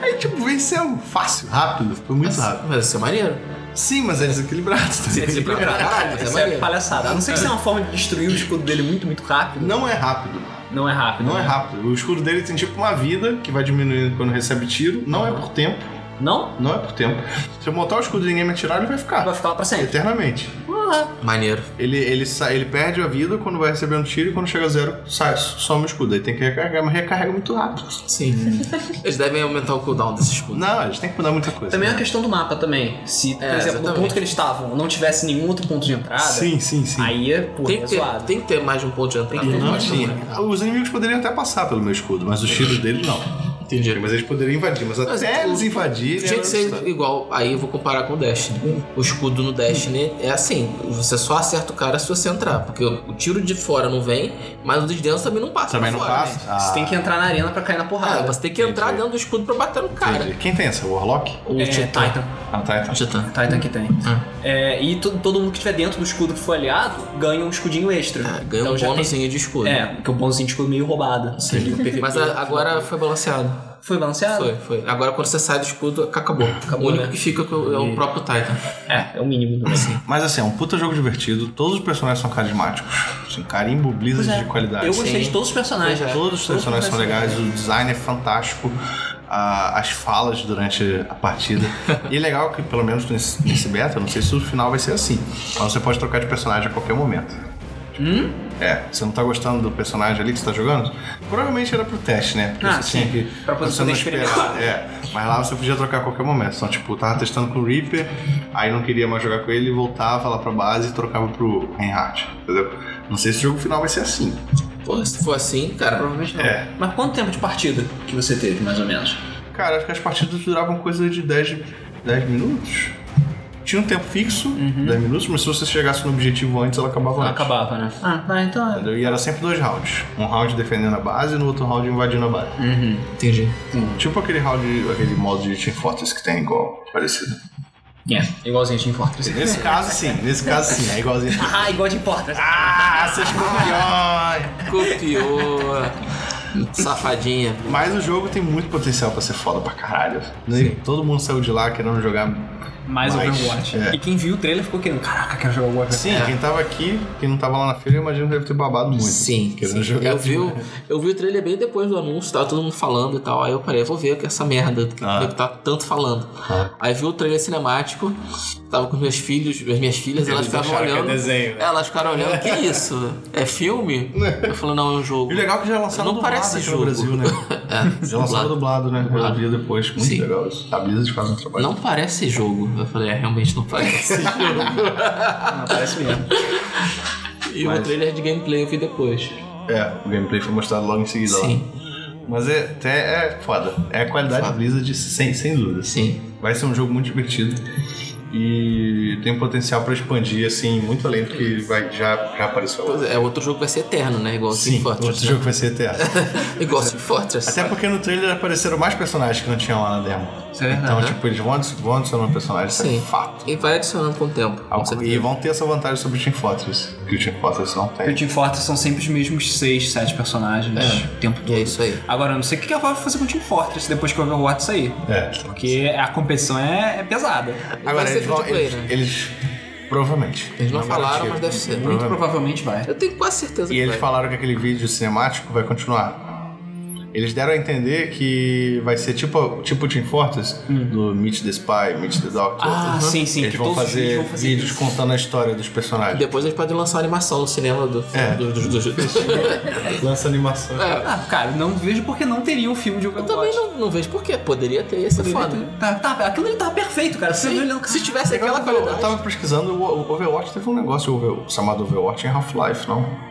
S3: Aí, tipo, venceu. Fácil, rápido. Foi muito rápido.
S2: Mas isso é maneiro.
S3: Sim, mas é desequilibrado também.
S2: Pra caralho, mas é
S1: Isso é
S2: maneiro.
S1: palhaçada. A não ser que seja uma forma de destruir o escudo dele muito, muito rápido.
S3: Não é rápido.
S1: Não é rápido.
S3: Não é
S1: né?
S3: rápido. O escudo dele tem tipo uma vida que vai diminuindo quando recebe tiro. Não é por tempo.
S1: Não?
S3: Não é por tempo. Se eu montar o escudo e ninguém me atirar, ele vai
S1: Vai
S3: ficar.
S1: ficar lá pra sempre.
S3: Eternamente.
S2: Maneiro.
S3: Ele, ele, sai, ele perde a vida quando vai recebendo tiro e quando chega a zero, sai, soma o escudo. Aí tem que recarregar, mas recarrega muito rápido.
S2: Sim. Eles devem aumentar o cooldown desse escudo.
S3: Não, eles têm que mudar muita coisa.
S1: Também é
S3: né?
S1: uma questão do mapa também. Se, por
S2: É,
S1: exemplo, no
S2: exatamente.
S1: ponto que eles estavam não tivesse nenhum outro ponto de entrada,
S3: Sim, sim, sim.
S1: aí é porra,
S2: Tem
S1: é
S2: que, ter,
S1: zoado.
S2: tem que ter mais de um ponto de entrada.
S1: Tem que ter. né?
S3: Não
S1: Pode não,
S3: tinha. Os inimigos poderiam até passar pelo meu escudo, mas os tiros dele não.
S2: Entendi.
S3: Mas eles poderiam invadir, mas até
S2: Mas é
S3: eles
S2: tudo-
S3: invadirem.
S2: Tinha
S3: era
S2: que
S3: outra
S2: ser igual, aí eu vou comparar com o Destiny. O escudo no Destiny é assim, você só acerta o cara se você entrar, porque o tiro de fora não vem, mas o de dentro também não passa.
S3: Também
S2: pra
S3: não
S2: fora,
S3: passa?
S2: né?
S3: Ah,
S1: Você tem que entrar na arena pra cair na
S2: Ah,
S1: porrada.
S2: você tem que entrar
S3: Entendi.
S2: dentro do escudo pra bater no cara.
S3: entendi. Quem tem essa? Warlock?
S2: O
S1: É,
S2: Titã.
S1: Titan.
S3: Ah, tá,
S2: O Titã.
S1: Titan que tem. É, e to- todo mundo que estiver dentro do escudo que foi aliado ganha um escudinho extra.
S2: Ah, ganha
S1: Então
S2: um
S1: já tem-
S2: bônusinho de escudo.
S1: É, porque o bônusinho de escudo é meio roubado.
S2: Sim. Mas a- agora foi balanceado.
S1: Foi balanceado?
S2: Foi, foi. Agora quando você sai do escudo, acabou.
S1: Acabou,
S2: o único
S1: né?
S2: que fica é o- é o próprio Titan.
S1: É, é o mínimo. do Assim.
S3: Mas assim, é um puta jogo divertido. Todos os personagens são carismáticos. Assim, carimbo, blizzard de qualidade.
S1: é. Eu gostei
S2: Sim.
S1: de todos os personagens.
S2: Pois é.
S3: Todos os personagens são legais, o design é fantástico, a- as falas durante a partida. e é legal que, pelo menos nesse, nesse beta, eu não sei se o final vai ser assim, mas você pode trocar de personagem a qualquer momento.
S1: Hum?
S3: É, você não tá gostando do personagem ali que você tá jogando? Provavelmente era pro teste, né? Porque
S1: Ah,
S3: você tinha
S1: sim.
S3: que.
S1: Pra poder
S3: você não
S1: experimentar.
S3: esperava. É, mas lá você podia trocar a qualquer momento. Então, tipo, eu tava testando com o Reaper, aí não queria mais jogar com ele, voltava lá pra base e trocava pro Reinhardt, entendeu? Não sei se o jogo final vai ser assim.
S2: Pô, se for assim, cara,
S1: Provavelmente não.
S3: É.
S1: Mas quanto tempo de partida que você teve, mais ou menos?
S3: Cara, acho que as partidas duravam coisa de 10, 10 minutos. Tinha um tempo fixo, 10 minutos, mas se você chegasse no objetivo antes, ela acabava antes.
S1: Acabava, né? Ah, tá, então é.
S3: Entendeu? E era sempre dois rounds. Um round defendendo a base e no outro round invadindo a base.
S1: Uhum.
S2: entendi.
S3: Tipo aquele round, aquele modo de Team Fortress que tem igual, parecido.
S1: É, igualzinho a Team Fortress.
S3: Nesse caso, sim. Nesse caso, sim. É igualzinho.
S1: Ah, igual a Team Fortress.
S3: Ah, seus campeões!
S2: Copiou. Safadinha.
S3: Mas o jogo tem muito potencial pra ser foda pra caralho. Todo mundo saiu de lá querendo jogar
S1: mais
S3: Mais,
S1: Overwatch.
S3: é.
S1: E quem viu o trailer ficou querendo, caraca, quero jogar Overwatch.
S3: Sim, quem tava aqui, quem não tava lá na feira, eu imagino que deve ter babado muito. assim,
S2: Sim,
S3: Querendo
S2: sim.
S3: jogar
S2: eu, vi o, eu vi o trailer bem depois do anúncio, tava todo mundo falando e tal. Aí eu parei, vou ver que essa merda que
S3: Ah.
S2: nego tá tanto falando.
S3: Ah.
S2: Aí vi o trailer cinemático, tava com meus filhos, as minhas filhas, elas ficavam
S3: acharam que é
S2: olhando.
S3: desenho, né?
S2: Elas ficaram olhando, que isso? É filme? Eu falei, não, é um jogo.
S3: E o legal é que já lançaram
S2: Não
S3: dublado
S2: parece
S3: aqui
S2: jogo.
S3: no Brasil, né?
S2: É,
S3: Já lançaram
S2: dublado.
S3: dublado, né? Eu vi depois. Muito
S2: Sim.
S3: legal isso. A Blizzard faz um trabalho.
S2: Não parece jogo. Eu falei, é, realmente não parece jogo.
S1: Ah, parece mesmo.
S2: E
S3: Mas-
S2: o trailer de gameplay eu vi depois.
S3: É, o gameplay foi mostrado logo em seguida lá.
S2: Sim,
S3: Mas é, até é foda. É a qualidade da Blizzard, sem, sem dúvida.
S2: sim.
S3: Vai ser um jogo muito divertido. E tem um potencial pra expandir, assim, muito além do que vai, já, já apareceu.
S2: Pois é, outro jogo vai ser eterno, né? Igual o Team
S3: Sim, outro
S2: Fortress.
S3: jogo vai ser eterno.
S2: Igual o Team Fortress.
S3: Até porque no trailer apareceram mais personagens que não tinham lá na demo.
S1: Isso é verdade.
S3: Então, tipo, eles vão, adic- vão adicionando personagens, isso é
S2: Sim.
S3: fato.
S2: E vai adicionando com o tempo. com certeza.
S3: E vão ter essa vantagem sobre o Team Fortress, que o Team Fortress não
S1: Porque o
S3: tem.
S1: Team Fortress são sempre os mesmos 6, 7 personagens o tempo todo.
S2: É isso aí.
S1: Agora, eu não sei o que ela vai fazer com o Team Fortress depois que o Overwatch sair.
S3: É.
S1: Porque a competição é, é pesada.
S2: Vai
S3: Agora,
S2: ser
S3: eles vão.
S2: free to play,
S3: Eles,
S2: né?
S3: eles- Provavelmente. é
S2: Eles não falaram,
S3: garantiram.
S2: mas deve ser.
S1: Muito provavelmente vai.
S2: Eu tenho quase certeza
S3: E
S2: que
S3: eles
S2: vai.
S3: falaram que aquele vídeo cinemático vai continuar. Eles deram a entender que vai ser tipo tipo Team Fortress
S2: Hum.
S3: do Meet the Spy, Meet the Doctor.
S1: Ah,
S3: Uhum.
S1: sim, sim,
S3: Eles
S1: que
S3: vão
S1: todos os vídeos
S3: fazer
S1: vão fazer
S3: vídeos
S1: isso.
S3: contando a história dos personagens.
S2: Depois eles podem lançar animação no cinema do,
S3: É.
S2: do, do, do-
S3: Lança animação.
S2: É.
S1: Ah, cara, não vejo porque não teria um filme de
S2: Eu
S1: Overwatch.
S2: também não, não vejo por quê. Poderia ter esse
S1: Poderia
S2: foda.
S1: ter- Tá, tá, aquilo ali tava perfeito, cara. Você olhou olhando,
S2: Se tivesse aquela
S3: eu, eu
S2: qualidade.
S3: tava pesquisando, o o Overwatch teve um negócio over- chamado Overwatch em Half-Life, não?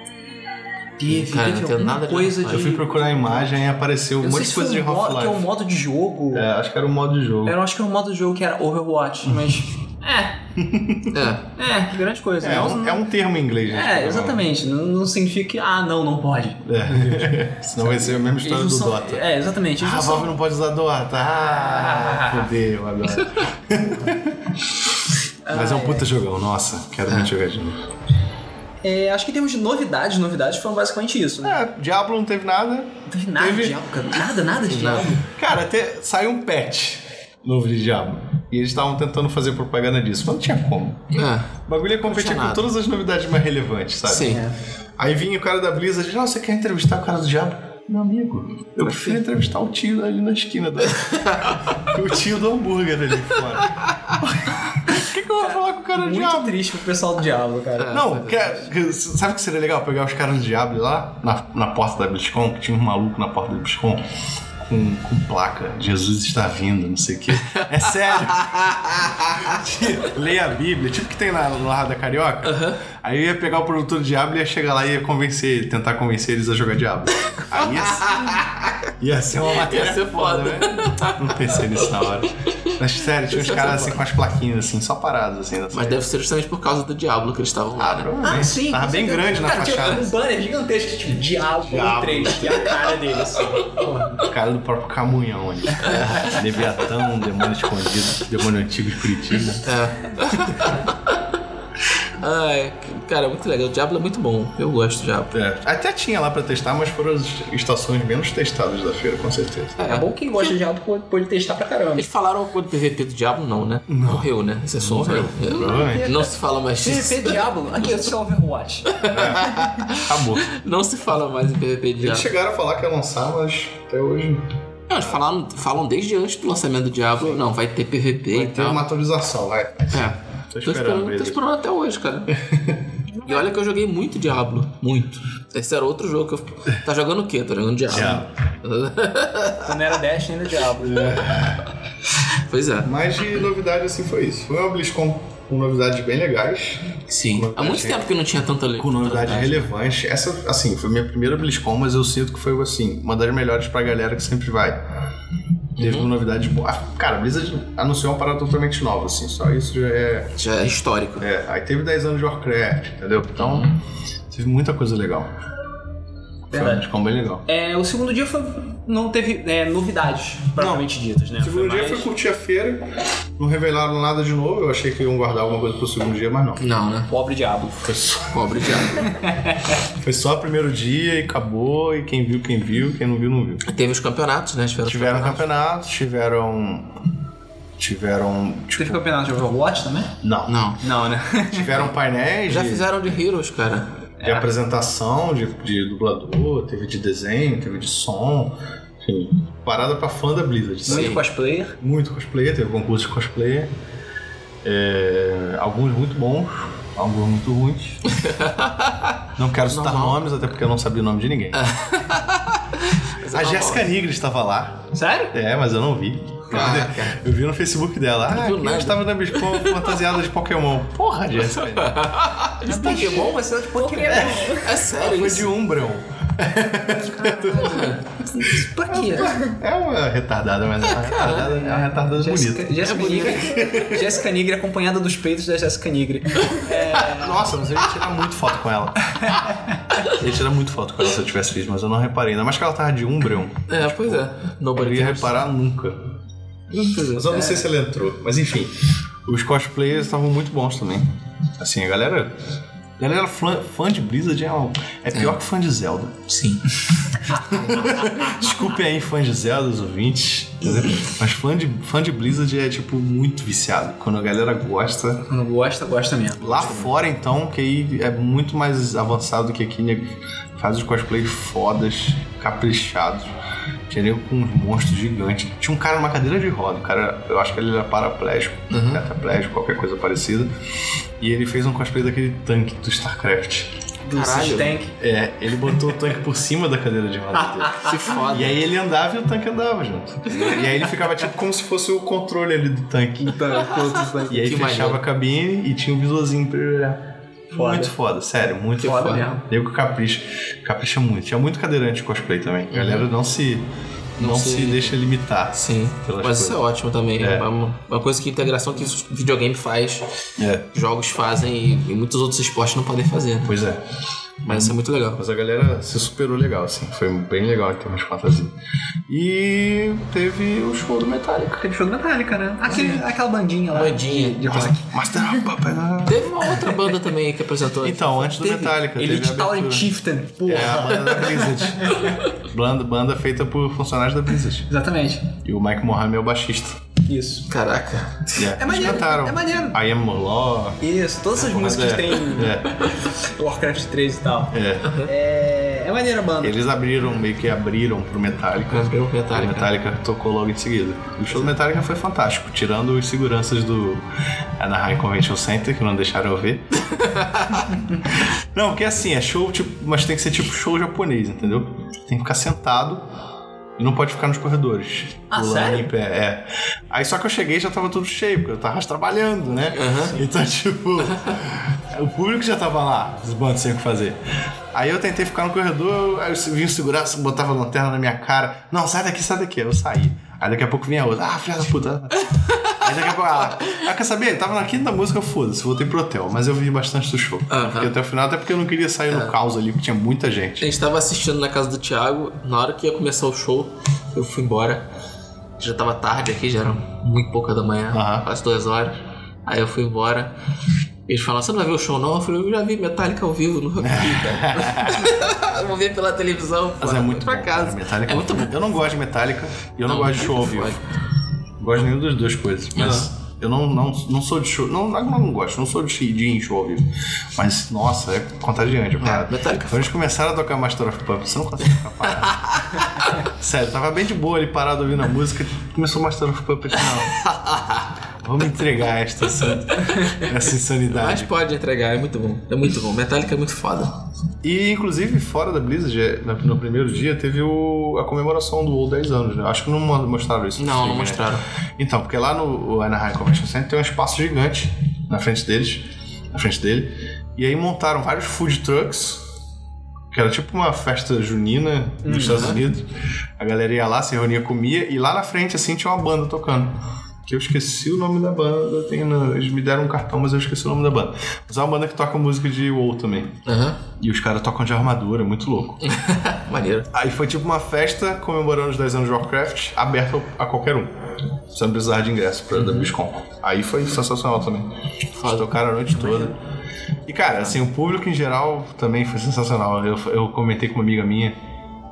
S1: teve,
S2: Cara,
S1: teve
S2: não tem
S1: alguma
S2: nada de
S1: coisa de...
S2: Half-Life.
S3: Eu fui procurar a imagem e apareceu um
S1: Eu
S3: monte
S1: sei
S3: de
S1: se
S3: coisa de
S1: foi um modo, que é um
S3: Half-Life.
S1: modo de jogo.
S3: É, Uhum. acho que era o modo de jogo.
S1: Eu acho que era um modo de jogo que era Overwatch, mas... É,
S2: É.
S1: é, grande coisa.
S3: É, é
S1: Mas
S3: um,
S1: não-
S3: é um termo em inglês, gente.
S1: É, exatamente. Não, não significa que, ah, não, não pode.
S3: É. Senão vai ser a mesma
S1: Eles
S3: história
S1: não
S3: do
S1: são-
S3: Dota.
S1: É, exatamente. Eles
S3: Ah, a
S1: não são-
S3: Valve não pode usar Dota. Ah,
S1: Ah.
S3: fodeu agora. Mas é um puta jogão, nossa, quero muito jogar de novo.
S1: É, acho que em termos de novidades, novidades foram basicamente isso, né?
S3: É, Diablo não teve nada.
S1: Não teve nada
S3: Teve-
S1: de diabo, cara. Nada, nada de
S2: Nada.
S1: diabo.
S3: Cara, até saiu um patch novo de Diablo. E eles estavam tentando fazer propaganda disso, mas não tinha como.
S2: É.
S3: O bagulho ia competir
S2: Funcionado.
S3: com todas as novidades mais relevantes, sabe?
S2: Sim.
S1: É.
S3: Aí vinha o cara da Blizzard e disse, "Não, você quer entrevistar o cara do Diablo? Meu amigo, eu prefiro entrevistar o tio ali na esquina da... o tio do hambúrguer ali fora. Por que, que eu vou falar com o cara do
S1: Muito
S3: Diablo?
S1: triste pro pessoal do diabo, cara.
S3: Não, que- que- sabe o que seria legal? Pegar os caras do Diablo lá na, na porta da BlizzCon, que tinha um maluco na porta da BlizzCon com, com placa, Jesus está vindo, não sei o quê. É sério. Leia a Bíblia, tipo que tem na no Larra da Carioca. Aí eu ia pegar o produtor do Diablo e ia chegar lá e ia convencer ele, tentar convencer eles a jogar Diablo. Aí ia ser, ia ser uma matéria
S2: Ia ser foda.
S3: né? Não pensei nisso na hora. Mas sério, tinha uns
S2: Ia ser
S3: caras assim
S2: foda.
S3: com as plaquinhas assim, só parados assim. na
S2: Mas
S3: saída.
S2: deve ser justamente por causa do Diablo que eles estavam lá. né?
S1: Ah,
S3: provavelmente.
S1: sim.
S3: Tava
S1: com
S3: bem
S1: certeza.
S3: grande na
S1: cara,
S3: fachada.
S1: Tinha um banner gigantesco, tipo, diabo,
S3: Diabo.
S1: 3, e a cara dele, assim. Porra.
S3: O cara do próprio Camunhão ali. Leviatão, demônio escondido, demônio antigo de Curitiba.
S2: Ai, cara, é muito legal. O Diablo é muito bom. Eu gosto do Diablo.
S3: É, até tinha lá pra testar, mas foram as estações menos testadas da feira, com certeza.
S1: É bom que quem gosta de diabo pode, pode testar pra caramba.
S2: Eles falaram alguma coisa do PVP do Diablo? Não, né? Morreu, né? Isso é só morreu.
S3: Provavelmente.
S2: Não se fala mais disso.
S1: PVP Diablo, aqui é só Overwatch.
S3: Acabou.
S2: Não se fala mais em PVP de
S3: Eles
S2: Diablo.
S3: chegaram a falar que ia lançar, mas até hoje.
S2: Não, eles falaram, falam desde antes do lançamento do Diablo. Não, vai ter PVP
S3: Vai
S2: e
S3: ter
S2: tal.
S3: uma atualização, vai.
S2: É.
S3: Tô
S2: Tô
S3: esperando
S2: esperando, tô
S3: mesmo.
S2: esperando até hoje, cara. E olha que eu joguei muito Diablo. Muito. Esse era outro jogo que eu. Tá jogando o quê? Tá jogando Diablo.
S3: Diablo.
S1: Quando era Dash, ainda Diablo.
S2: Pois é.
S3: Mas de novidade assim foi isso. Foi uma BlizzCon com novidades bem legais.
S2: Sim.
S3: Novidade,
S2: Há muito
S3: gente.
S2: tempo que não tinha tanta lei.
S3: Com novidade relevante. Essa, assim, foi minha primeira BlizzCon, mas eu sinto que foi, assim, uma das melhores pra galera que sempre vai. Teve uma novidade boa. Ah, Cara, a Blizzard anunciou uma parada totalmente nova, assim, só isso já é.
S2: Já é histórico.
S3: é. Aí teve 10 anos de Warcraft, entendeu? Então, teve muita coisa legal. Foi uma
S1: Verdade.
S3: BlizzCon bem legal.
S1: É, o segundo dia foi, não teve é, novidades, propriamente ditas, né?
S3: O segundo dia
S1: mais-
S3: foi curtir a feira, não revelaram nada de novo, eu achei que iam guardar alguma coisa pro segundo dia, mas não.
S2: Não, né?
S1: Pobre Diablo.
S3: Foi só,
S2: Pobre Diablo.
S3: foi só o primeiro dia e acabou, e quem viu, quem viu, quem não viu, não viu.
S2: Teve os campeonatos, né? Tiveram os
S3: Tiveram campeonatos, tiveram. Tiveram.
S1: Teve
S3: Tipo,
S1: campeonato de Overwatch também?
S3: não.
S2: Não.
S1: Não, né?
S3: Tiveram painéis
S2: Já
S3: de,
S2: fizeram de Heroes, cara.
S3: de apresentação, de, de dublador, teve de desenho, teve de som. Enfim, parada pra fã da Blizzard. sabe?
S1: Muito cosplayer.
S3: Muito cosplayer, teve concurso de cosplayer. É, alguns muito bons, alguns muito ruins. Não quero citar
S2: Normal. É.
S3: nomes, até porque eu não sabia o nome de ninguém. A Jéssica Nigri estava lá.
S1: Sério?
S3: É, mas eu não vi.
S2: Caraca.
S3: Eu vi no Facebook dela. Ah,
S2: viu
S3: que
S2: nada.
S3: eu estava na Bispo fantasiada de Pokémon. Porra, Jéssica.
S1: Isso tá de bom, você é de Pokémon.
S3: tá
S2: É sério
S3: Foi
S2: isso?
S3: de Umbreon.
S1: Pra quê?
S3: É uma retardada, mas é uma retardada, é uma retardada bonita.
S1: Jéssica, Jéssica,
S2: bonito.
S1: Nigri, Jéssica Nigri acompanhada dos peitos da Jéssica Nigri.
S3: Nossa, mas eu ia tirar muito foto com ela. Eu ia tirar muito foto com ela se eu tivesse visto, mas eu não reparei. Ainda mais que ela tava de Umbreon.
S2: É, pois é.
S3: Eu não
S2: Nobody
S3: ia
S2: cares.
S3: reparar nunca. Mas eu não sei se ela entrou. Mas enfim, os cosplayers estavam muito bons também. Assim, a galera. a Galera fã, fã de Blizzard é, um- é pior que fã de Zelda.
S2: Sim.
S3: Desculpem aí, fãs de Zelda, os ouvintes. entendeu? Mas fã de, fã de Blizzard é, tipo, muito viciado. Quando a galera gosta.
S1: Quando gosta, gosta mesmo.
S3: Lá fora, então, que aí é muito mais avançado do que aqui, né? Faz os cosplays fodas, caprichados. que era com uns monstros gigantes. Tinha um cara numa cadeira de roda, o cara, eu acho que ele era paraplégico,
S2: Uhum.
S3: cataplégico, qualquer coisa parecida. E ele fez um cosplay daquele tanque do StarCraft.
S1: Do
S2: Caralho.
S1: Tank.
S3: É, ele botou o tanque por cima da cadeira de roda dele.
S2: Se foda.
S3: E aí ele andava e o tanque andava junto. E aí ele ficava tipo como se fosse o controle ali do tanque. E aí
S2: Que
S3: fechava
S2: maneiro.
S3: a cabine e tinha um visorzinho pra ele olhar.
S1: Foda.
S3: Muito foda, sério, muito
S1: Foda
S3: foda.
S1: mesmo.
S3: Nego capricha, capricha muito. Tinha muito cadeirante cosplay também. A galera não se Uhum. não,
S2: Não
S3: se...
S2: se-
S3: deixa limitar.
S2: Sim,
S3: Pelas
S2: mas isso é
S3: coisas.
S2: ótimo também.
S3: É.
S2: É uma, uma coisa que a integração que o videogame faz,
S3: É,
S2: jogos fazem e, e muitos outros esportes não podem fazer. né?
S3: pois é.
S2: Mas isso é muito legal.
S3: Mas a galera se superou legal, assim. Foi bem legal em termos de fantasia. assim. E teve o show do Metallica.
S1: Aquele show do Metallica, né? Aquele, Aquela bandinha lá.
S2: Bandinha.
S1: De, de rock.
S3: Master of Puppets.
S2: Teve uma outra banda também que apresentou.
S3: Então, antes do
S1: Teve
S3: Metallica, teve
S1: Elite
S3: a
S1: Tower
S3: abertura.
S1: Chieftain. Porra.
S3: É a banda da Blizzard. banda, banda feita por funcionários da Blizzard.
S1: Exatamente.
S3: E o Mike Mohammed é o baixista.
S1: Isso.
S2: Caraca.
S3: Yeah.
S1: É maneiro.
S3: Eles cantaram
S1: É maneiro.
S3: I Am Law.
S1: Isso, todas essas músicas que tem
S3: É,
S1: Warcraft 3 e tal.
S3: é.
S1: É, é maneira a banda.
S3: Eles abriram, meio que abriram pro Metallica.
S2: Abriu o
S3: O
S2: Metallica.
S3: Metallica tocou logo em seguida. O show do Metallica foi fantástico, tirando os seguranças do Anaheim Convention Center, que não deixaram eu ver. não, porque assim, é show, tipo, mas tem que ser tipo show japonês, entendeu? Tem que ficar sentado e não pode ficar nos corredores.
S1: Ah,
S3: pulando
S1: sério?
S3: Em pé, é. Aí só que eu cheguei e já tava tudo cheio, porque eu tava trabalhando, né?
S2: Aham.
S3: Então, tipo, o público já tava lá, os bandos sem o que fazer. Aí eu tentei ficar no corredor, aí eu vinha segurar, botava a lanterna na minha cara. Não, sai daqui, sai daqui. Aí eu saí. Aí daqui a pouco vinha outra. Ah, filha da puta. Aí daqui a pouco. Ah, ah, quer saber? Tava na quinta música, foda-se, voltei pro hotel. Mas eu vi bastante do show.
S2: Aham. É.
S3: Fiquei até o final, até porque eu não queria sair no caos ali, porque tinha muita
S2: A
S3: gente.
S2: gente tava assistindo na casa do Thiago, na hora que ia começar o show, eu fui embora. Já tava tarde aqui, já era muito pouca da manhã,
S3: Aham.
S2: quase duas horas. Aí eu fui embora. Eles falaram, você não vai ver o show não? Eu falei, eu já vi Metallica ao vivo no Rock in Rio." Eu Vou ver pela televisão,
S3: Mas
S2: pô,
S3: é muito
S2: pra
S3: bom, cara,
S2: casa.
S3: Metallica.
S2: é muito bom.
S3: Eu não gosto de Metallica e eu não,
S2: Não,
S3: gosto de show ao vivo.
S2: pode.
S3: Não gosto de nenhuma das duas coisas, mas eu não, não, não sou de show. Não, não, não gosto, não sou de ir em show ao vivo. Mas, nossa, é contagiante, a parada.
S2: Ah, Metallica. é
S3: Quando eles começaram a tocar Master of Puppets, você não consegue ficar parado. Sério, tava bem de boa ali parado ouvindo a música, começou Master of Puppets, não. Vamos entregar esta, assim, essa
S2: Mas
S3: insanidade.
S2: pode entregar, é muito bom. É muito bom. Metallica é muito foda.
S3: E, inclusive, fora da Blizzard, é, na- no primeiro dia, teve o- a comemoração do WoW 10 anos, né? Acho que não mo- mostraram isso. no
S2: Não, não
S3: filme, né?
S2: mostraram.
S3: Então, porque lá no o Anaheim Convention Center tem um espaço gigante na frente deles, na frente dele, e aí montaram vários food trucks, que era tipo uma festa junina dos
S2: Uhum.
S3: Estados Unidos. A galera ia lá, se reunia, comia, e lá na frente, assim, tinha uma banda tocando. Que eu esqueci o nome da banda, tem no- eles me deram um cartão, mas eu esqueci o nome da banda. Mas é uma banda que toca música de WoW também.
S2: Aham.
S3: E os caras tocam de armadura, é muito louco.
S2: Maneiro.
S3: Aí foi tipo uma festa comemorando os 10 anos de Warcraft, aberta a qualquer um. Você não precisava de ingresso pra da BlizzCon. Aí foi sensacional também. Eles tocaram a noite toda. E cara, assim, o público em geral também foi sensacional. Eu, eu comentei com uma amiga minha,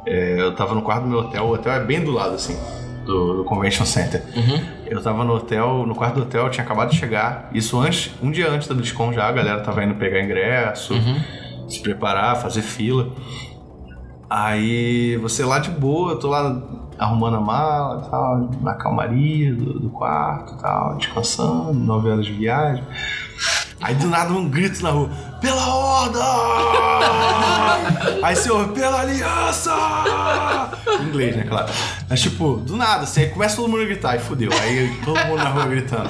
S3: é, eu tava no quarto do meu hotel, o hotel é bem do lado, assim, do, do Convention Center. Eu tava no hotel, no quarto do hotel, eu tinha acabado de chegar. Isso antes, um dia antes da BlizzCon já, a galera tava indo pegar ingresso, se preparar, fazer fila. Aí você lá de boa, eu tô lá arrumando a mala e tal, na calmaria do, do quarto e tal, descansando, nove horas de viagem. Aí do nada um grito na rua, pela ordem! Aí você ouve, pela aliança! Em inglês, né, claro. Mas tipo, do nada, assim, aí começa todo mundo a gritar, e fudeu. Aí todo mundo na rua gritando.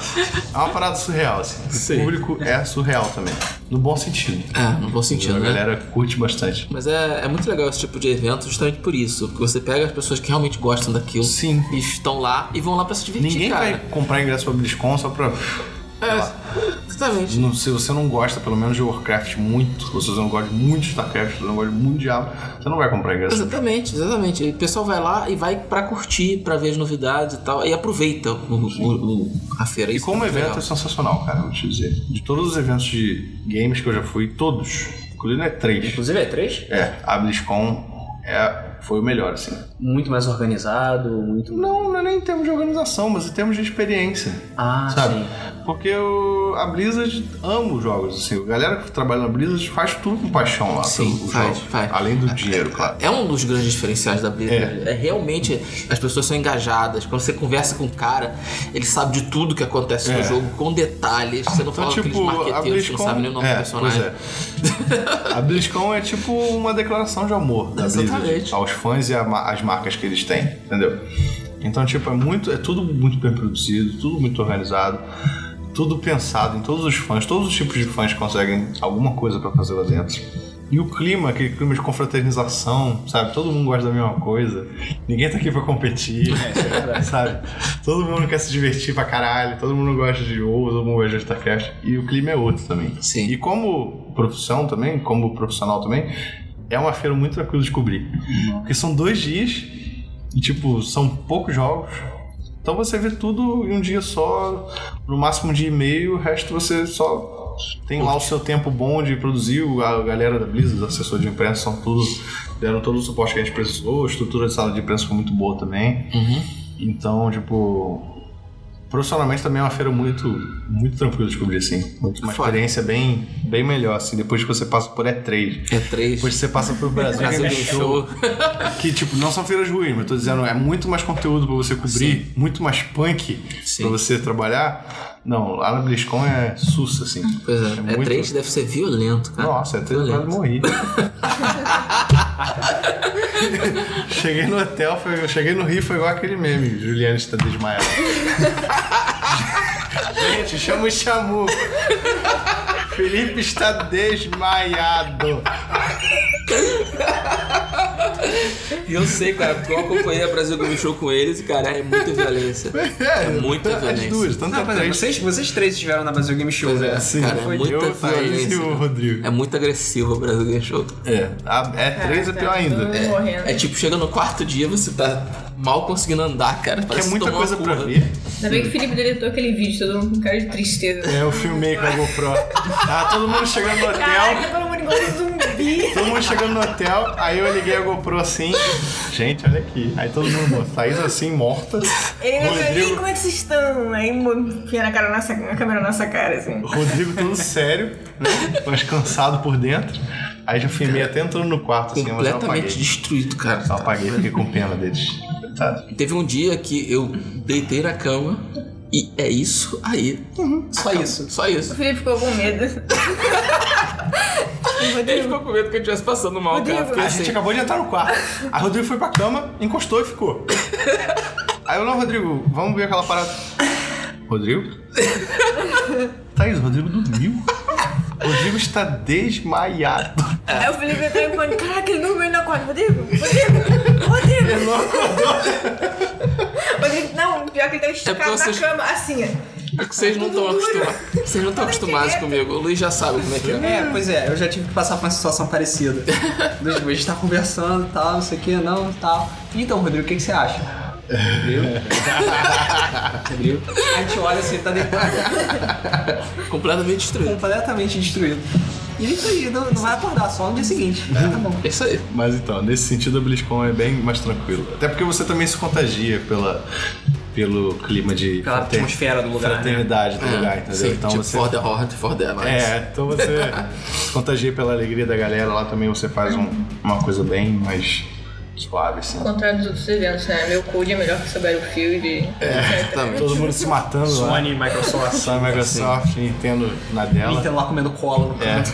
S3: É uma parada surreal, assim.
S2: Sim.
S3: O público é surreal também. No bom sentido.
S2: É, não vou sentir,
S3: a
S2: né?
S3: galera curte bastante.
S2: Mas é, é muito legal esse tipo de evento justamente por isso. Porque você pega as pessoas que realmente gostam daquilo.
S3: Sim.
S2: E estão lá e vão lá pra se divertir,
S3: Ninguém
S2: cara. É,
S3: vai comprar ingresso pra BlizzCon só pra. sei lá.
S2: Exatamente.
S3: Não- se você não gosta, pelo menos, de Warcraft muito, ou se você não gosta muito de StarCraft, se você não gosta muito de Diablo, você não vai comprar
S2: é
S3: ingresso.
S2: Exatamente, exatamente. E O pessoal vai lá e vai pra curtir, pra ver as novidades e tal. E aproveita o, o- o- a feira.
S3: E
S2: Isso
S3: como
S2: é muito
S3: evento é
S2: legal.
S3: sensacional, cara, vou te dizer. De todos os eventos de games que eu já fui, todos, incluindo é três.
S1: Inclusive é 3?
S3: É, a BlizzCon é, foi o melhor, assim.
S1: Muito mais organizado, muito.
S3: Não, não é nem em termos de organização, mas em termos de experiência.
S1: Ah,
S3: Sabe?
S1: sim.
S3: Porque eu, eu, a Blizzard ama os jogos, assim. A galera que trabalha na Blizzard faz tudo com paixão lá.
S2: Sim,
S3: pelo- assim, os
S2: faz,
S3: jogos.
S2: faz.
S3: Além do dinheiro, claro.
S2: É um dos grandes diferenciais da Blizzard. É. realmente as pessoas são engajadas. Quando você conversa com o cara, ele sabe de tudo que acontece
S3: É. tipo,
S2: no jogo, com detalhes. Você não fala aqueles marqueteiros que não sabem nem o nome
S3: Então, é,
S2: do personagem.
S3: pois é. A BlizzCon é tipo uma declaração de amor da Blizzard
S2: Exatamente.
S3: aos fãs e a ma- as marcas que eles têm, entendeu? Então, tipo, é muito, é tudo muito bem produzido, tudo muito organizado, tudo pensado em todos os fãs, todos os tipos de fãs conseguem alguma coisa pra fazer lá dentro. E o clima, aquele clima de confraternização, sabe? Todo mundo gosta da mesma coisa. Ninguém tá aqui pra competir,
S1: É,
S3: sabe? Todo mundo quer se divertir pra caralho, todo mundo gosta de ovo, todo mundo gosta de outra festa. E o clima é outro também.
S2: Sim.
S3: E como profissão também, como profissional também, é uma feira muito tranquilo de cobrir. Porque são dois dias e, tipo, são poucos jogos. Então você vê tudo em um dia só, no máximo um dia e meio, o resto você só tem lá o seu tempo bom de produzir. A galera da Blizzard, os assessores de imprensa, são todos, deram todo o suporte que a gente precisou. A estrutura de sala de imprensa foi muito boa também. Então, tipo. Profissionalmente também é uma feira muito, muito tranquila de cobrir, assim. Muito, uma
S2: Foda.
S3: experiência bem, bem melhor, assim, depois que você passa por E3.
S2: É três.
S3: Depois que você passa por é Brasil,
S2: Brasil
S3: Game
S2: Game Show.
S3: que, tipo, não são feiras ruins, mas eu tô dizendo, é muito mais conteúdo pra você cobrir, muito mais punk
S2: Sim.
S3: pra você trabalhar. Não, lá na BlizzCon é sussa, assim.
S2: Pois é, é
S3: muito-
S2: três deve ser violento, cara.
S3: Nossa, é três eu
S2: Violento.
S3: quase morri. cheguei no hotel, foi- eu cheguei no Rio, foi igual aquele meme, Juliana está desmaiada. Gente, chama o Chamu. Felipe está desmaiado.
S2: E eu sei, cara, porque eu acompanhei a Brasil Game Show com eles e, cara, é muita violência. É muita
S3: As
S2: violência.
S3: duas, tanto
S1: Não,
S3: a
S1: mas é,
S3: três.
S1: vocês, vocês três estiveram na Brasil Game Show,
S2: Pois é,
S1: né?
S3: Sim,
S2: cara,
S3: foi
S2: é muita
S3: eu, a Thaís e
S2: violência.
S3: o Rodrigo.
S2: É muito agressivo o Brasil Game Show.
S3: É, a- é três é pior ainda.
S4: Tô Tá, morrendo.
S2: É tipo, chega no quarto dia, você tá mal conseguindo andar, cara.
S3: Que é
S2: Parece que
S3: muita
S2: tomou uma
S3: coisa pra
S2: surra.
S3: ver.
S4: Ainda bem que o Felipe deletou aquele vídeo, todo mundo com cara de tristeza.
S3: É, eu filmei com a GoPro. Ah, todo mundo chegando no hotel.
S4: Caraca, todo mundo igual um zumbi.
S3: Todo mundo chegando no hotel, aí eu liguei a GoPro assim. Gente, olha aqui. Aí todo mundo, Thaís assim, morta.
S4: Ele não sabe nem
S3: Rodrigo,
S4: como é que vocês estão. Aí enfia na cara nossa, a câmera na nossa cara, assim.
S3: Rodrigo todo sério, né? Mas cansado por dentro. Aí já filmei até entrando no quarto assim, mas eu
S2: Completamente
S3: apaguei.
S2: destruído, cara.
S3: Eu apaguei, fiquei com pena deles. Tá. Coitado.
S2: Teve um dia que eu deitei na cama e é isso aí.
S3: Uhum.
S1: Só isso.
S2: Só
S4: O
S2: isso.
S4: Felipe ficou com medo.
S2: Ele ficou com medo que eu estivesse passando mal,
S4: Rodrigo.
S2: cara. Porque,
S3: A gente
S2: assim,
S3: acabou de entrar no quarto. Aí o Rodrigo foi pra cama, encostou e ficou. Aí eu, não, Rodrigo, vamos ver aquela parada. Rodrigo? Thaís, o Rodrigo dormiu. O Rodrigo está desmaiado.
S4: Aí o Felipe entrou em pânico. Caraca, ele dormiu na quarta. Rodrigo, Rodrigo, Rodrigo. Rodrigo, não, pior que ele tava
S2: É porque
S4: esticado
S2: vocês-
S4: na cama, assim. ó.
S2: é que vocês não estão acostumados. Vocês não estão acostumados comigo. O Luiz já sabe como é que é.
S1: É, pois é, eu já tive que passar por uma situação parecida. Do tipo, a gente tá conversando e tal, não sei o que, não, tal. Então, Rodrigo, o que, que você acha? Rodrigo? Rodrigo? A gente olha assim, tá deitado,
S2: Completamente destruído.
S1: completamente destruído. E é isso aí, não, não vai acordar, só no dia seguinte. Tá bom.
S2: É isso aí.
S3: Mas então, nesse sentido a BlizzCon é bem mais tranquilo. Até porque você também se contagia pela, pelo clima de
S1: Pela
S3: frater-
S1: atmosfera do lugar, né?
S3: fraternidade do lugar, entendeu?
S2: Sim,
S3: então
S2: tipo,
S3: você
S2: for the horde, for the alliance.
S3: É, então você se contagia pela alegria da galera, lá também você faz um- uma coisa bem mais suave, assim.
S4: contrário dos outros eventos, né? Meu code é melhor que seu Battlefield.
S3: É.
S2: Exatamente.
S3: Todo mundo se matando lá.
S1: Sony, Microsoft.
S3: Sony, Microsoft, Nintendo na dela.
S1: Inter lá comendo cola no
S3: É.
S1: canto.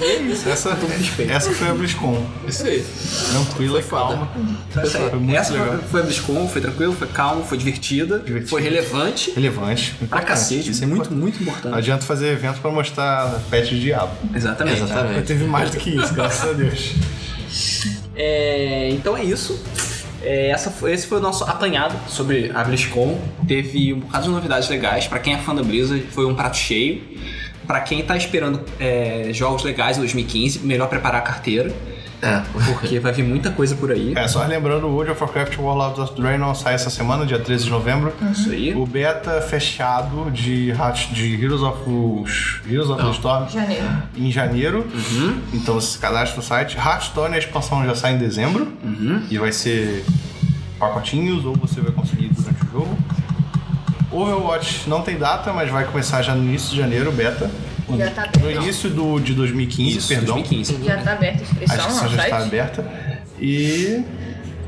S1: é
S3: Essa, essa foi a BlizzCon.
S2: Isso aí.
S3: Tranquila,
S2: Foi foda.
S3: calma.
S1: Essa,
S3: Foi muito
S1: Tá essa
S3: legal.
S1: foi, foi a BlizzCon, foi tranquilo, foi calmo, foi divertida,
S3: Divertida.
S1: foi relevante.
S3: Relevante.
S1: Pra cacete,
S3: Isso
S1: isso
S3: é
S1: muito, muito
S3: Não
S1: importante.
S3: adianta fazer evento pra mostrar pet de diabo.
S1: Exatamente.
S2: Exatamente.
S3: Eu teve mais do que isso, graças a Deus.
S1: É, então é isso. É, essa foi- esse foi o nosso apanhado sobre a BlizzCon. Teve um bocado de novidades legais. Pra quem é fã da Blizzard, foi um prato cheio. Pra quem tá esperando é, jogos legais em 2015, melhor preparar a carteira,
S2: É.
S1: porque vai vir muita coisa por aí.
S3: É, só lembrando, o World of Warcraft Warlords of Draenor sai essa semana, dia 13 de novembro.
S1: Isso aí.
S3: O beta fechado de, Hat- de Heroes of, Heroes of the Storm
S4: Janeiro.
S3: em janeiro.
S1: Uhum.
S3: Então se cadastra no site. Hearthstone, a expansão já sai em dezembro.
S1: Uhum.
S3: E vai ser pacotinhos, ou você vai conseguir durante o jogo. Overwatch não tem data, mas vai começar já no início de janeiro, beta.
S4: Já tá
S3: No
S4: aberto.
S3: início do, de 2015,
S1: Isso,
S3: perdão.
S1: 2015.
S4: Já tá aberta a
S3: A
S4: inscrição
S3: inscrição
S4: no
S3: já está
S4: site.
S3: aberta. E.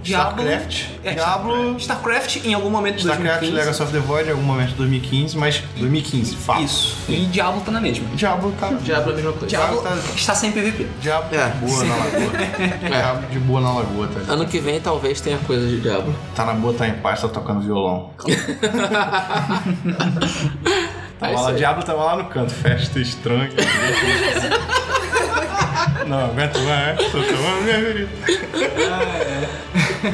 S1: Diablo.
S3: StarCraft.
S1: É,
S3: Diablo.
S1: StarCraft em algum momento de
S3: StarCraft
S1: 2015.
S3: Legacy of the Void, em algum momento de 2015, mas 2015, fato.
S1: Isso. E Diablo tá na mesma.
S3: Diablo tá.
S2: Diablo é a mesma coisa.
S1: Diablo
S3: tá-
S1: está sem PVP.
S3: Diabo
S2: É.
S3: de boa na lagoa. Diabo de boa na lagoa, tá?
S2: Ano que vem talvez tenha coisa de Diablo.
S3: Tá na boa, tá em paz, tá tocando violão.
S2: É
S3: Tava
S2: isso
S3: lá,
S2: aí.
S3: o diabo tava lá no canto, festa estranha. Não, aguento mais, tô tomando minha bebida.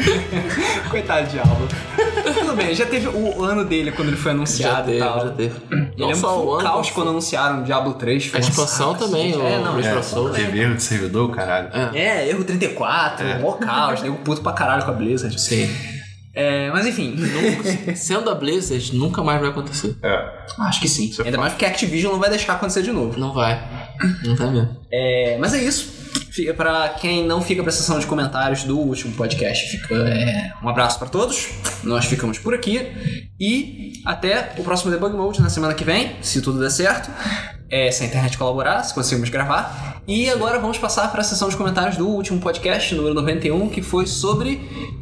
S1: Coitado de Diablo. Tudo bem, já teve o ano dele quando ele foi anunciado
S2: Já teve,
S1: e tal.
S2: já teve.
S1: Eu lembro que foi um caos
S2: como
S1: quando anunciaram Diablo 3.
S2: A expansão também,
S1: É,
S2: o
S1: não,
S2: Breath of
S1: é.
S2: Soul.
S3: Teve erro de servidor, caralho.
S2: É.
S1: É, erro 34, é. mó caos, nego puto pra caralho com a Blizzard.
S2: Sim.
S1: É, mas enfim,
S2: Sendo a Blizzard, nunca mais vai acontecer.
S3: É.
S1: acho que sim. Ainda mais porque a Activision não vai deixar acontecer de novo.
S2: Não vai. Não tá mesmo.
S1: É, mas é isso. Fica para quem não fica pra sessão de comentários do último podcast. Fica, é, um abraço pra todos. Nós ficamos por aqui e até o próximo debug mode na semana que vem, se tudo der certo. É, se a internet colaborar, se conseguirmos gravar. E agora vamos passar pra sessão de comentários do último podcast, número 91, que foi sobre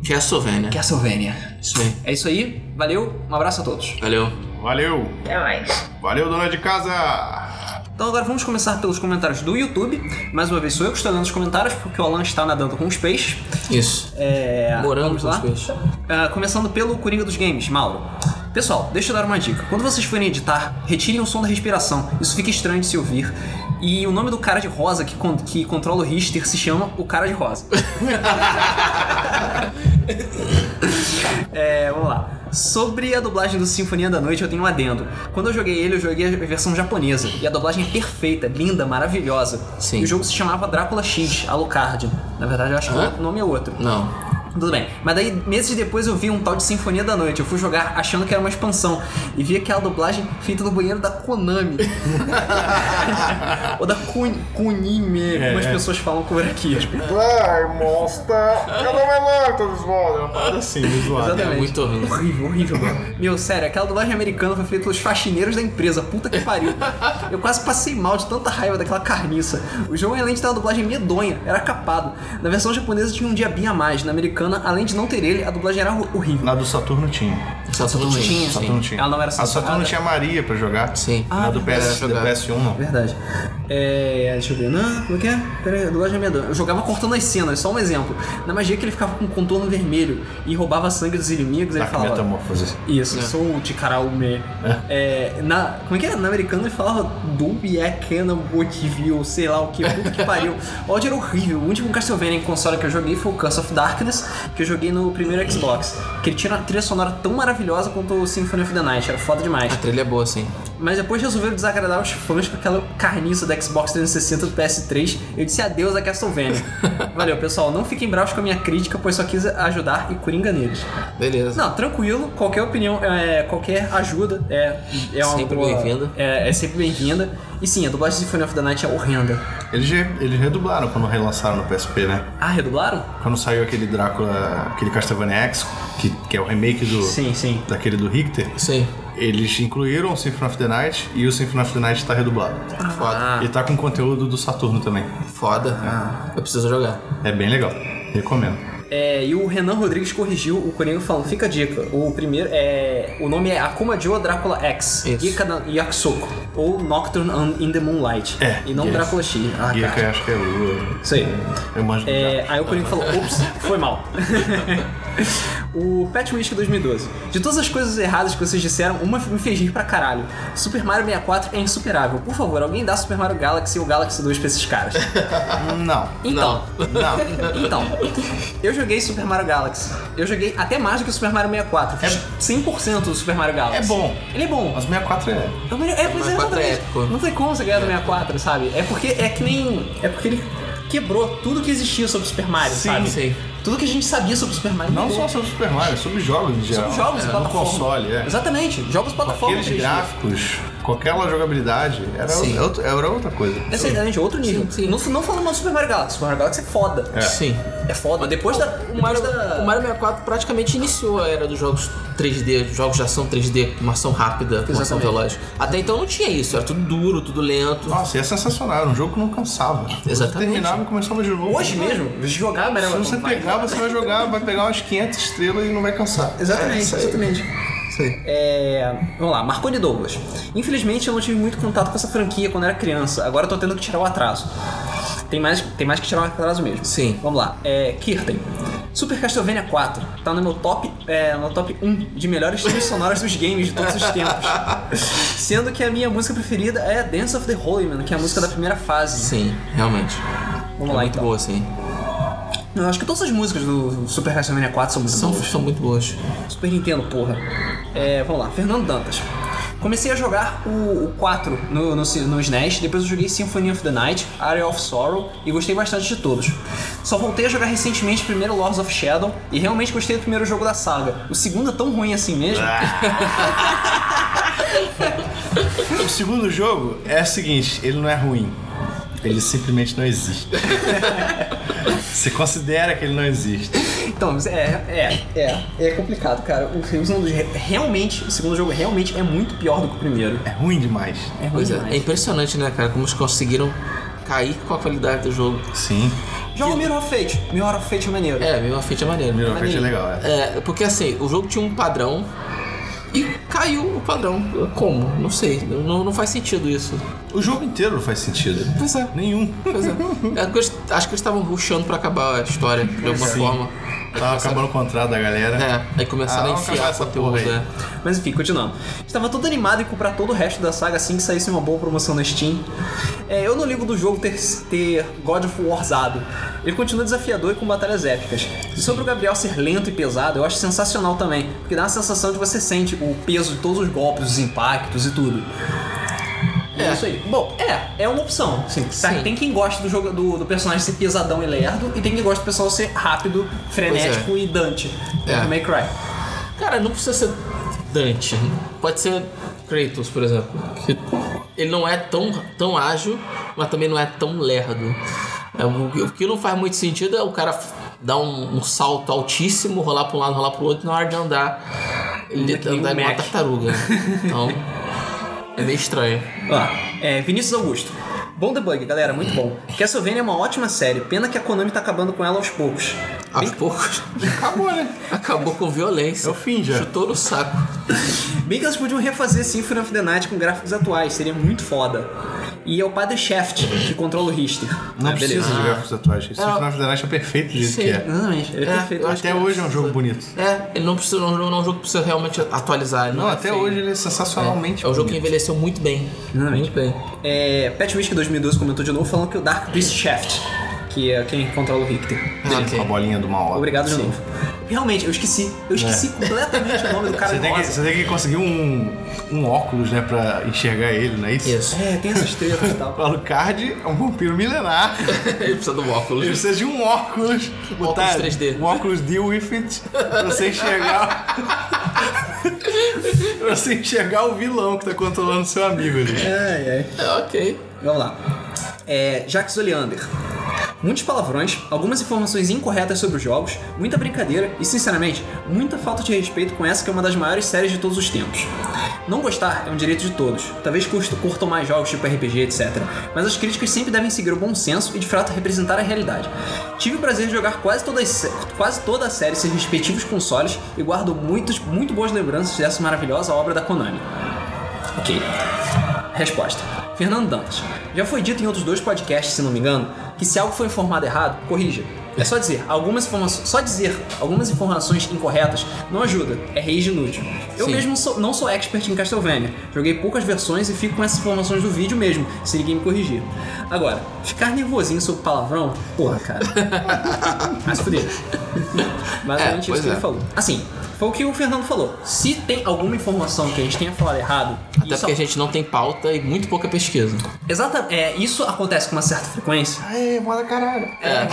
S2: Que é a Sovênia.
S1: Castlevania.
S2: Isso aí.
S1: É isso aí. Valeu. Um abraço a todos.
S2: Valeu.
S3: Valeu!
S4: Até É mais.
S3: Valeu, dona de casa!
S1: Então agora vamos começar pelos comentários do YouTube. Mais uma vez sou eu que estou lendo os comentários, porque o Alan está nadando com os peixes.
S2: Isso.
S1: É,
S2: Morando
S1: vamos
S2: com
S1: lá.
S2: os peixes.
S1: Ah, começando pelo Coringa dos Games, Mauro. Pessoal, deixa eu dar uma dica. Quando vocês forem editar, retirem o som da respiração. Isso fica estranho de se ouvir. E o nome do cara de rosa que, con- que controla o Richter se chama o cara de rosa. É, vamos lá. Sobre a dublagem do Sinfonia da Noite, eu tenho um adendo. Quando eu joguei ele, eu joguei a versão japonesa. E a dublagem é perfeita, linda, maravilhosa.
S2: Sim.
S1: E o jogo se chamava Drácula X, Alucard. Na verdade, eu acho
S2: Hã?
S1: que o nome é outro.
S2: Não.
S1: Tudo bem. Mas daí, meses depois, eu vi um tal de Sinfonia da Noite. Eu fui jogar achando que era uma expansão. E vi aquela dublagem feita no banheiro da Konami. Ou da Kun- Kunime, como as pessoas falam por aqui.
S3: é Vai, monstro! Cadê meu é lar, todos voltam? Assim, me zoado.
S2: É muito horrível.
S1: Horrível, horrível. mano. Meu, sério, aquela dublagem americana foi feita pelos faxineiros da empresa. Puta que pariu. Eu quase passei mal de tanta raiva daquela carniça. O jogo, além de ter uma dublagem medonha, era capado. Na versão japonesa tinha um diabinho a mais. Na americana, além de não ter ele, a dublagem era horrível.
S3: Na do Saturno tinha.
S2: Só tudo
S1: Saturno
S2: bem.
S1: tinha.
S3: Saturno
S2: Sim.
S3: tinha. Ah,
S1: Ela não era
S3: A Saturno
S1: censurada.
S3: tinha Maria pra jogar.
S2: Sim.
S1: Ah,
S3: Na do, PS, do
S2: verdade.
S3: PS1, não.
S1: Verdade. É. Deixa eu ver. Não, como é que é? Pera aí, dublagem medonha. Eu jogava cortando as cenas, só um exemplo. Na magia que ele ficava com um contorno vermelho e roubava sangue dos inimigos, ele
S3: Dark
S1: falava.
S3: Metamorphose.
S1: Isso, sou o Tikaraume. É, na, como é que é? Na americana ele falava Dubiakena ou sei lá o que, puta que pariu. O áudio era horrível. O último Castlevania em console que eu joguei foi o Curse of Darkness, que eu joguei no primeiro Xbox. Que ele tinha uma trilha sonora tão maravilhosa quanto o Symphony of the Night, era foda demais.
S2: A trilha é boa, sim.
S1: Mas depois resolveram desagradar os fãs com aquela carniça da Xbox 360 e do PS3. Eu disse adeus a Castlevania. Valeu, pessoal. Não fiquem bravos com a minha crítica, pois só quis ajudar e coringa neles.
S2: Beleza.
S1: Não, tranquilo. Qualquer opinião, é, qualquer ajuda é, é uma
S2: Sempre
S1: boa-
S2: bem-vinda.
S1: É, é sempre bem-vinda. E sim, a dublagem de Symphony of the Night é horrenda.
S3: Eles, re- eles redublaram quando relançaram no PSP, né?
S1: Ah, redublaram?
S3: Quando saiu aquele Drácula, aquele Castlevania X, que, que é o remake do,
S1: Sim, sim.
S3: daquele do Richter,
S2: Isso aí.
S3: eles incluíram o Symphony of the Night e o Symphony of the Night tá redublado.
S2: Foda.
S1: Ah.
S3: E tá com conteúdo do Saturno também.
S2: Foda. Eu preciso jogar.
S3: É bem legal. Recomendo.
S1: É, e o Renan Rodrigues corrigiu o Coringa falando: fica a dica. O primeiro é. O nome é Akuma Joe Drácula X.
S2: Isso.
S1: Gikana Yakusoko. Ou Nocturne on- in the Moonlight.
S3: É,
S1: E não
S3: yes.
S1: Drácula X. Ah,
S3: e
S1: cara.
S3: eu acho que é o.
S1: Isso aí.
S3: Eu manjo do
S1: É,
S3: Drácula.
S1: aí o Coringa falou, ops, foi mal. o Pet Whisky 2012. De todas as coisas erradas que vocês disseram, uma me fez rir pra caralho. Super Mario 64 é insuperável. Por favor, alguém dá Super Mario Galaxy ou Galaxy 2 pra esses caras.
S3: Não.
S1: Então,
S3: Não.
S1: então, eu joguei Super Mario Galaxy. Eu joguei até mais do que o Super Mario 64. Fiz 100% do Super Mario Galaxy.
S3: É bom.
S1: Ele é bom.
S3: Mas 64 é.
S1: É o melhor- É, pois é,
S2: 64 é
S1: exatamente.
S2: épico.
S1: Não tem como você ganhar do 64, sabe? É porque é que nem. É porque ele quebrou tudo que existia sobre Super Mario,
S2: Sim,
S1: sabe?
S2: sim.
S1: Tudo que a gente sabia sobre Super Mario.
S3: Não
S1: mudou.
S3: só sobre Super Mario, sobre jogos em geral.
S1: sobre jogos e
S3: é, No
S1: plataformas.
S3: console, é.
S1: Exatamente, jogos e plataformas.
S3: Aqueles
S1: 3D.
S3: gráficos qualquer jogabilidade era,
S2: Sim.
S3: outra- era outra coisa.
S1: É certamente outro nível.
S2: Sim, sim.
S1: Não, não falando mal do Super Mario Galaxy. Super Mario Galaxy é foda.
S3: É.
S2: Sim.
S1: É, foda. Depois da.
S2: O Mario,
S1: depois da-
S2: o Mario 64 praticamente iniciou a era dos jogos 3D, jogos de ação 3D, com uma ação rápida, com uma ação
S1: Exatamente. Ah,
S2: veloz. Até então não tinha isso, era tudo duro, tudo lento.
S3: Nossa, e é sensacional, era um jogo que não cansava. Você
S2: Exatamente.
S3: terminava e começava de novo.
S1: Hoje mesmo, jogar Mario
S3: Se você pegar, você vai jogar, vai pegar umas 500 estrelas e não vai cansar.
S1: Exatamente, exatamente. É, vamos lá, Marconi Douglas. Infelizmente eu não tive muito contato com essa franquia quando era criança. Agora eu tô tendo que tirar o atraso. Tem mais, tem mais que tirar o atraso mesmo.
S2: Sim.
S1: Vamos lá. É, Kirten. Super Castlevania 4 tá no meu top, é, no top 1 de melhores trilhas sonoras dos games de todos os tempos. Sendo que a minha música preferida é a Dance of the Holy Man, que é a música da primeira fase.
S2: Sim, realmente.
S1: Vamos
S2: é
S1: lá
S2: muito
S1: então.
S2: boa, sim.
S1: Eu acho que todas as músicas do Super Castlevania 4 são muito
S2: São,
S1: boas.
S2: são muito boas.
S1: Super Nintendo, porra. É, vamos lá, Fernando Dantas. Comecei a jogar o, o 4 no, no, no SNES, depois eu joguei Symphony of the Night, Area of Sorrow e gostei bastante de todos. Só voltei a jogar recentemente primeiro Lords of Shadow e realmente gostei do primeiro jogo da saga. O segundo é tão ruim assim mesmo.
S2: Ah.
S3: O segundo jogo é o seguinte, ele não é ruim. Ele simplesmente não existe. Você considera que ele não existe.
S1: Então, é, é, é, é complicado, cara. O segundo re- realmente, o segundo jogo realmente é muito pior do que o primeiro.
S3: É ruim demais.
S1: É ruim
S2: Pois é, é
S1: demais.
S2: impressionante, né, cara, como eles conseguiram cair com a qualidade do jogo.
S3: Sim.
S1: Joga o Mirror of Fate. Mirror of Fate é maneiro.
S2: É, mesmo a feita é maneiro.
S3: Mirror Fate é legal, é.
S2: É, porque assim, o jogo tinha um padrão e caiu o padrão. Como? Não sei. Não, não faz sentido isso.
S3: O jogo inteiro não faz sentido.
S2: Pois é.
S3: Nenhum.
S2: Pois é. É que eles- acho que eles estavam rushando pra acabar a história, de alguma
S3: Sim.
S2: forma.
S3: Tava acabando Tá, o contrato da galera.
S2: É, aí começaram a
S3: Ah, vamos acabar
S2: enfiar
S3: essa
S2: conteúdo,
S3: porra aí.
S2: né?
S1: Mas enfim, continuando. Estava todo animado em comprar todo o resto da saga assim que saísse uma boa promoção na Steam. É, eu não ligo do jogo ter, ter God of Warzado. Ele continua desafiador e com batalhas épicas. E sobre o Gabriel ser lento e pesado, eu acho sensacional também, porque dá uma sensação de você sente o peso de todos os golpes, os impactos e tudo. É.
S2: É.
S1: isso aí. Bom, é, é uma opção. Sim, tá?
S2: Sim.
S1: Tem quem gosta do jogo do, do personagem ser pesadão e lerdo, e tem quem gosta do pessoal ser rápido, frenético e Dante.
S2: É.
S1: Do May Cry.
S2: Cara, não precisa ser Dante. Pode ser Kratos, por exemplo. Que Ele não é tão, tão ágil, mas também não é tão lerdo. É, o, que- o que não faz muito sentido é o cara f- dar um, um salto altíssimo, rolar pra um lado, rolar pro outro, e na hora de andar. Ele
S1: Não, que nem
S2: andar
S1: um
S2: igual uma
S1: Mac.
S2: tartaruga. Então. É meio estranho.
S1: Ó, é, Vinícius Augusto. Bom debug, galera, muito bom. Castlevania é uma ótima série, pena que a Konami tá acabando com ela aos poucos.
S2: Aos poucos.
S3: Acabou, né?
S2: Acabou com violência.
S3: É o fim já.
S2: Chutou no saco.
S1: Bem que elas podiam refazer Symphony of the Night com gráficos atuais, seria muito foda. E é o padre Shaft que controla o Richter.
S3: Não
S1: Ah,
S3: precisa
S1: beleza.
S3: de gráficos atuais. Esse
S2: Ah.
S3: Final Fantasy é perfeito do jeito
S2: Sim.
S3: que é.
S1: Exatamente, ele é,
S2: É,
S1: perfeito.
S2: eu acho
S3: Até hoje é um jogo bonito.
S2: É, ele não precisa. Não, não é um jogo que precisa realmente atualizar. ele
S3: Não,
S2: é
S3: até
S2: feio.
S3: hoje ele é sensacionalmente
S2: É um jogo que
S3: bonito.
S2: envelheceu muito bem.
S1: Exatamente.
S2: Muito bem.
S1: É, Pat Whisky 2012 comentou de novo falando que o Dark Beast Shaft, que é quem controla o Richter.
S2: Ah,
S3: Com a
S2: ok.
S3: bolinha do mal.
S1: Obrigado de novo. Realmente, eu esqueci. Eu esqueci completamente o nome do cara
S3: Você tem, que,
S1: rosa.
S3: você tem que conseguir um, um óculos, né, pra enxergar ele, não é isso?
S2: Isso.
S1: É, tem essas estrelas e tal.
S3: O Alucard é um vampiro milenar.
S2: Ele precisa do óculos.
S3: Ele precisa de um óculos. botar
S2: 3D.
S3: Um óculos deal with it pra você enxergar. pra você enxergar o vilão que tá controlando seu amigo ali.
S1: Ai, ai.
S2: É, ok.
S1: Vamos lá. É, Jacques Oleander. Muitos palavrões, algumas informações incorretas sobre os jogos, muita brincadeira e, sinceramente, muita falta de respeito com essa que é uma das maiores séries de todos os tempos. Não gostar é um direito de todos. Talvez custo- curtam mais jogos tipo RPG, etc. Mas as críticas sempre devem seguir o bom senso e, de fato, representar a realidade. Tive o prazer de jogar quase toda, quase toda a série em seus respectivos consoles e guardo muitas, muito boas lembranças dessa maravilhosa obra da Konami. Ok. Resposta. Fernando Dantas. Já foi dito em outros dois podcasts, se não me engano, que se algo foi informado errado, corrija. É só dizer, algumas informações, só dizer algumas informações incorretas não ajuda, é rage inútil. Eu
S2: Sim.
S1: mesmo sou- não sou expert em Castlevania, joguei poucas versões e fico com essas informações do vídeo mesmo, se ninguém me corrigir. Agora, ficar nervosinho sobre palavrão, porra, cara. Mas fuder. Basicamente
S2: É,
S1: isso que
S2: pois é.
S1: ele falou. Assim, foi o que o Fernando falou. Se tem alguma informação que a gente tenha falado errado,
S2: Até
S1: isso
S2: porque a gente não tem pauta e muito pouca pesquisa.
S1: Exatamente. É, isso acontece com uma certa frequência.
S3: Aê, moda caralho.
S2: É.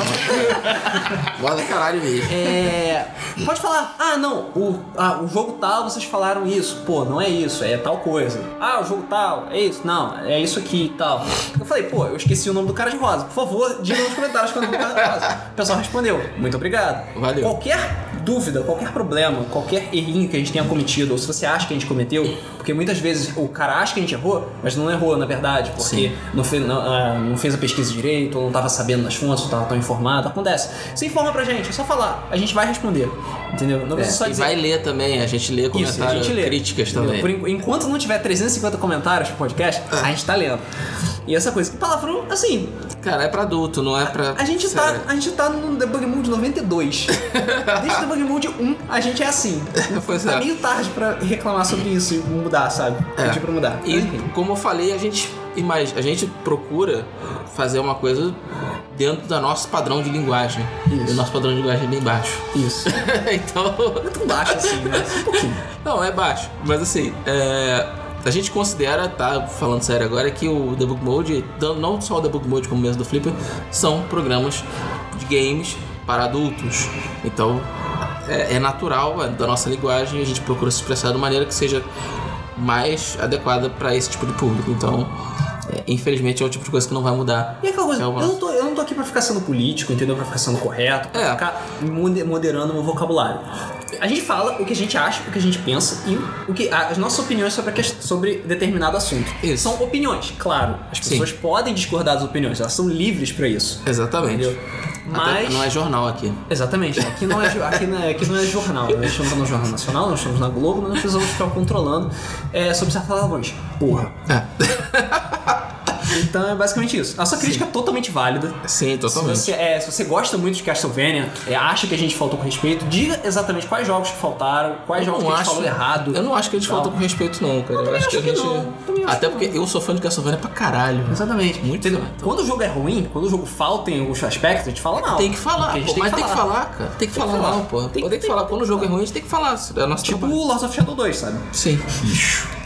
S2: Bora caralho mesmo.
S1: É, pode falar, ah não, o, ah, o jogo tal, vocês falaram isso. Pô, não é isso, é tal coisa. Ah, o jogo tal, é isso. Não, é isso aqui e tal. Eu falei, pô, eu esqueci o nome do cara de rosa. Por favor, diga nos comentários qual é o nome do cara de rosa. O pessoal respondeu, muito obrigado.
S2: Valeu.
S1: Qualquer dúvida, qualquer problema, qualquer errinho que a gente tenha cometido, ou se você acha que a gente cometeu, porque muitas vezes o cara acha que a gente errou, mas não errou, na verdade, porque
S2: Sim.
S1: não fez, não, ah, não fez a pesquisa direito, ou não estava sabendo nas fontes, ou estava tão informado, acontece. Você informa pra gente, é só falar, a gente vai responder, entendeu? Não precisa só
S2: É, e
S1: dizer.
S2: vai ler também, a gente lê
S1: Isso, a
S2: comentários,
S1: gente lê.
S2: críticas
S1: Entendeu?
S2: também. Ah.
S1: Por en- enquanto não tiver 350 comentários pro podcast, a gente tá lendo. E essa coisa. E palavrão, assim,
S2: Cara, é pra adulto, não é pra.
S1: a gente, tá,
S2: Sério.
S1: a gente tá no Debug Mode 92. Desde o Debug Mode 1, a gente é assim.
S2: Pois
S1: Tá
S2: é.
S1: meio tarde pra reclamar sobre isso e mudar, sabe?
S2: É.
S1: Pedir pra mudar.
S2: E
S1: Enfim.
S2: como eu falei, a gente imag... a gente procura fazer uma coisa dentro do nosso padrão de linguagem.
S1: Isso.
S2: E o nosso padrão de linguagem é bem baixo.
S1: Isso. Não
S2: então,
S1: é tão baixo assim, né? Só Um pouquinho.
S2: não, é baixo. Mas assim, é, a gente considera, tá, falando sério agora, que o Debug Mode, dan- não só o Debug Mode como mesmo do Flipper, são programas de games para adultos. Então, é, é natural é da nossa linguagem, a gente procura se expressar de uma maneira que seja mais adequada para esse tipo de público. Então, é, infelizmente, é o tipo de coisa que não vai mudar.
S1: E aquela coisa,
S2: É
S1: eu
S2: uma-
S1: não, tô, eu não tô aqui pra ficar sendo político, entendeu? Pra ficar sendo correto, pra
S2: É.
S1: ficar mode- moderando o meu vocabulário. A gente fala o que a gente acha, o que a gente pensa e o que as nossas opiniões sobre, a quest- sobre determinado assunto.
S2: Isso.
S1: São opiniões, claro. As
S2: Sim.
S1: pessoas podem discordar das opiniões, elas são livres pra isso.
S2: Exatamente.
S1: Entendeu?
S2: Até porque
S1: Mas.
S2: não é jornal aqui.
S1: Exatamente, aqui não é, jo- aqui não é, aqui não é jornal, nós estamos no Jornal Nacional, nós estamos na Globo, nós não precisamos ficar controlando é, sobre certas palavrões. Porra. Então é basicamente isso. A sua crítica é totalmente válida.
S2: Sim,
S1: Se
S2: totalmente.
S1: você, é, se você gosta muito de Castlevania, é, acha que a gente faltou com respeito, diga exatamente quais jogos que faltaram, quais
S2: Eu
S1: jogos que
S2: não
S1: a gente
S2: acho-
S1: falou errado.
S2: Eu não acho que a gente
S1: Tal.
S2: faltou com respeito, não, cara. Eu acho que a
S1: acho que
S2: gente.
S1: não. Também acho
S2: Até
S1: que
S2: porque eu sou fã de Castlevania pra caralho.
S1: Exatamente.
S2: Muito
S1: Entendeu?
S2: certo.
S1: Quando o jogo é ruim, quando o jogo falta em alguns aspectos, a gente fala mal.
S2: Tem que
S1: Porque
S2: falar,
S1: a gente
S2: pô, mas tem que falar, cara. Tem que falar,
S1: falar.
S2: não, pô.
S1: Tem
S2: Tem,
S1: que-
S2: que,
S1: tem-
S2: falar. Quando o jogo é ruim, a gente tem que falar. É nosso
S1: Tipo
S2: trabalho.
S1: Lords of Shadow 2, sabe?
S2: Sim.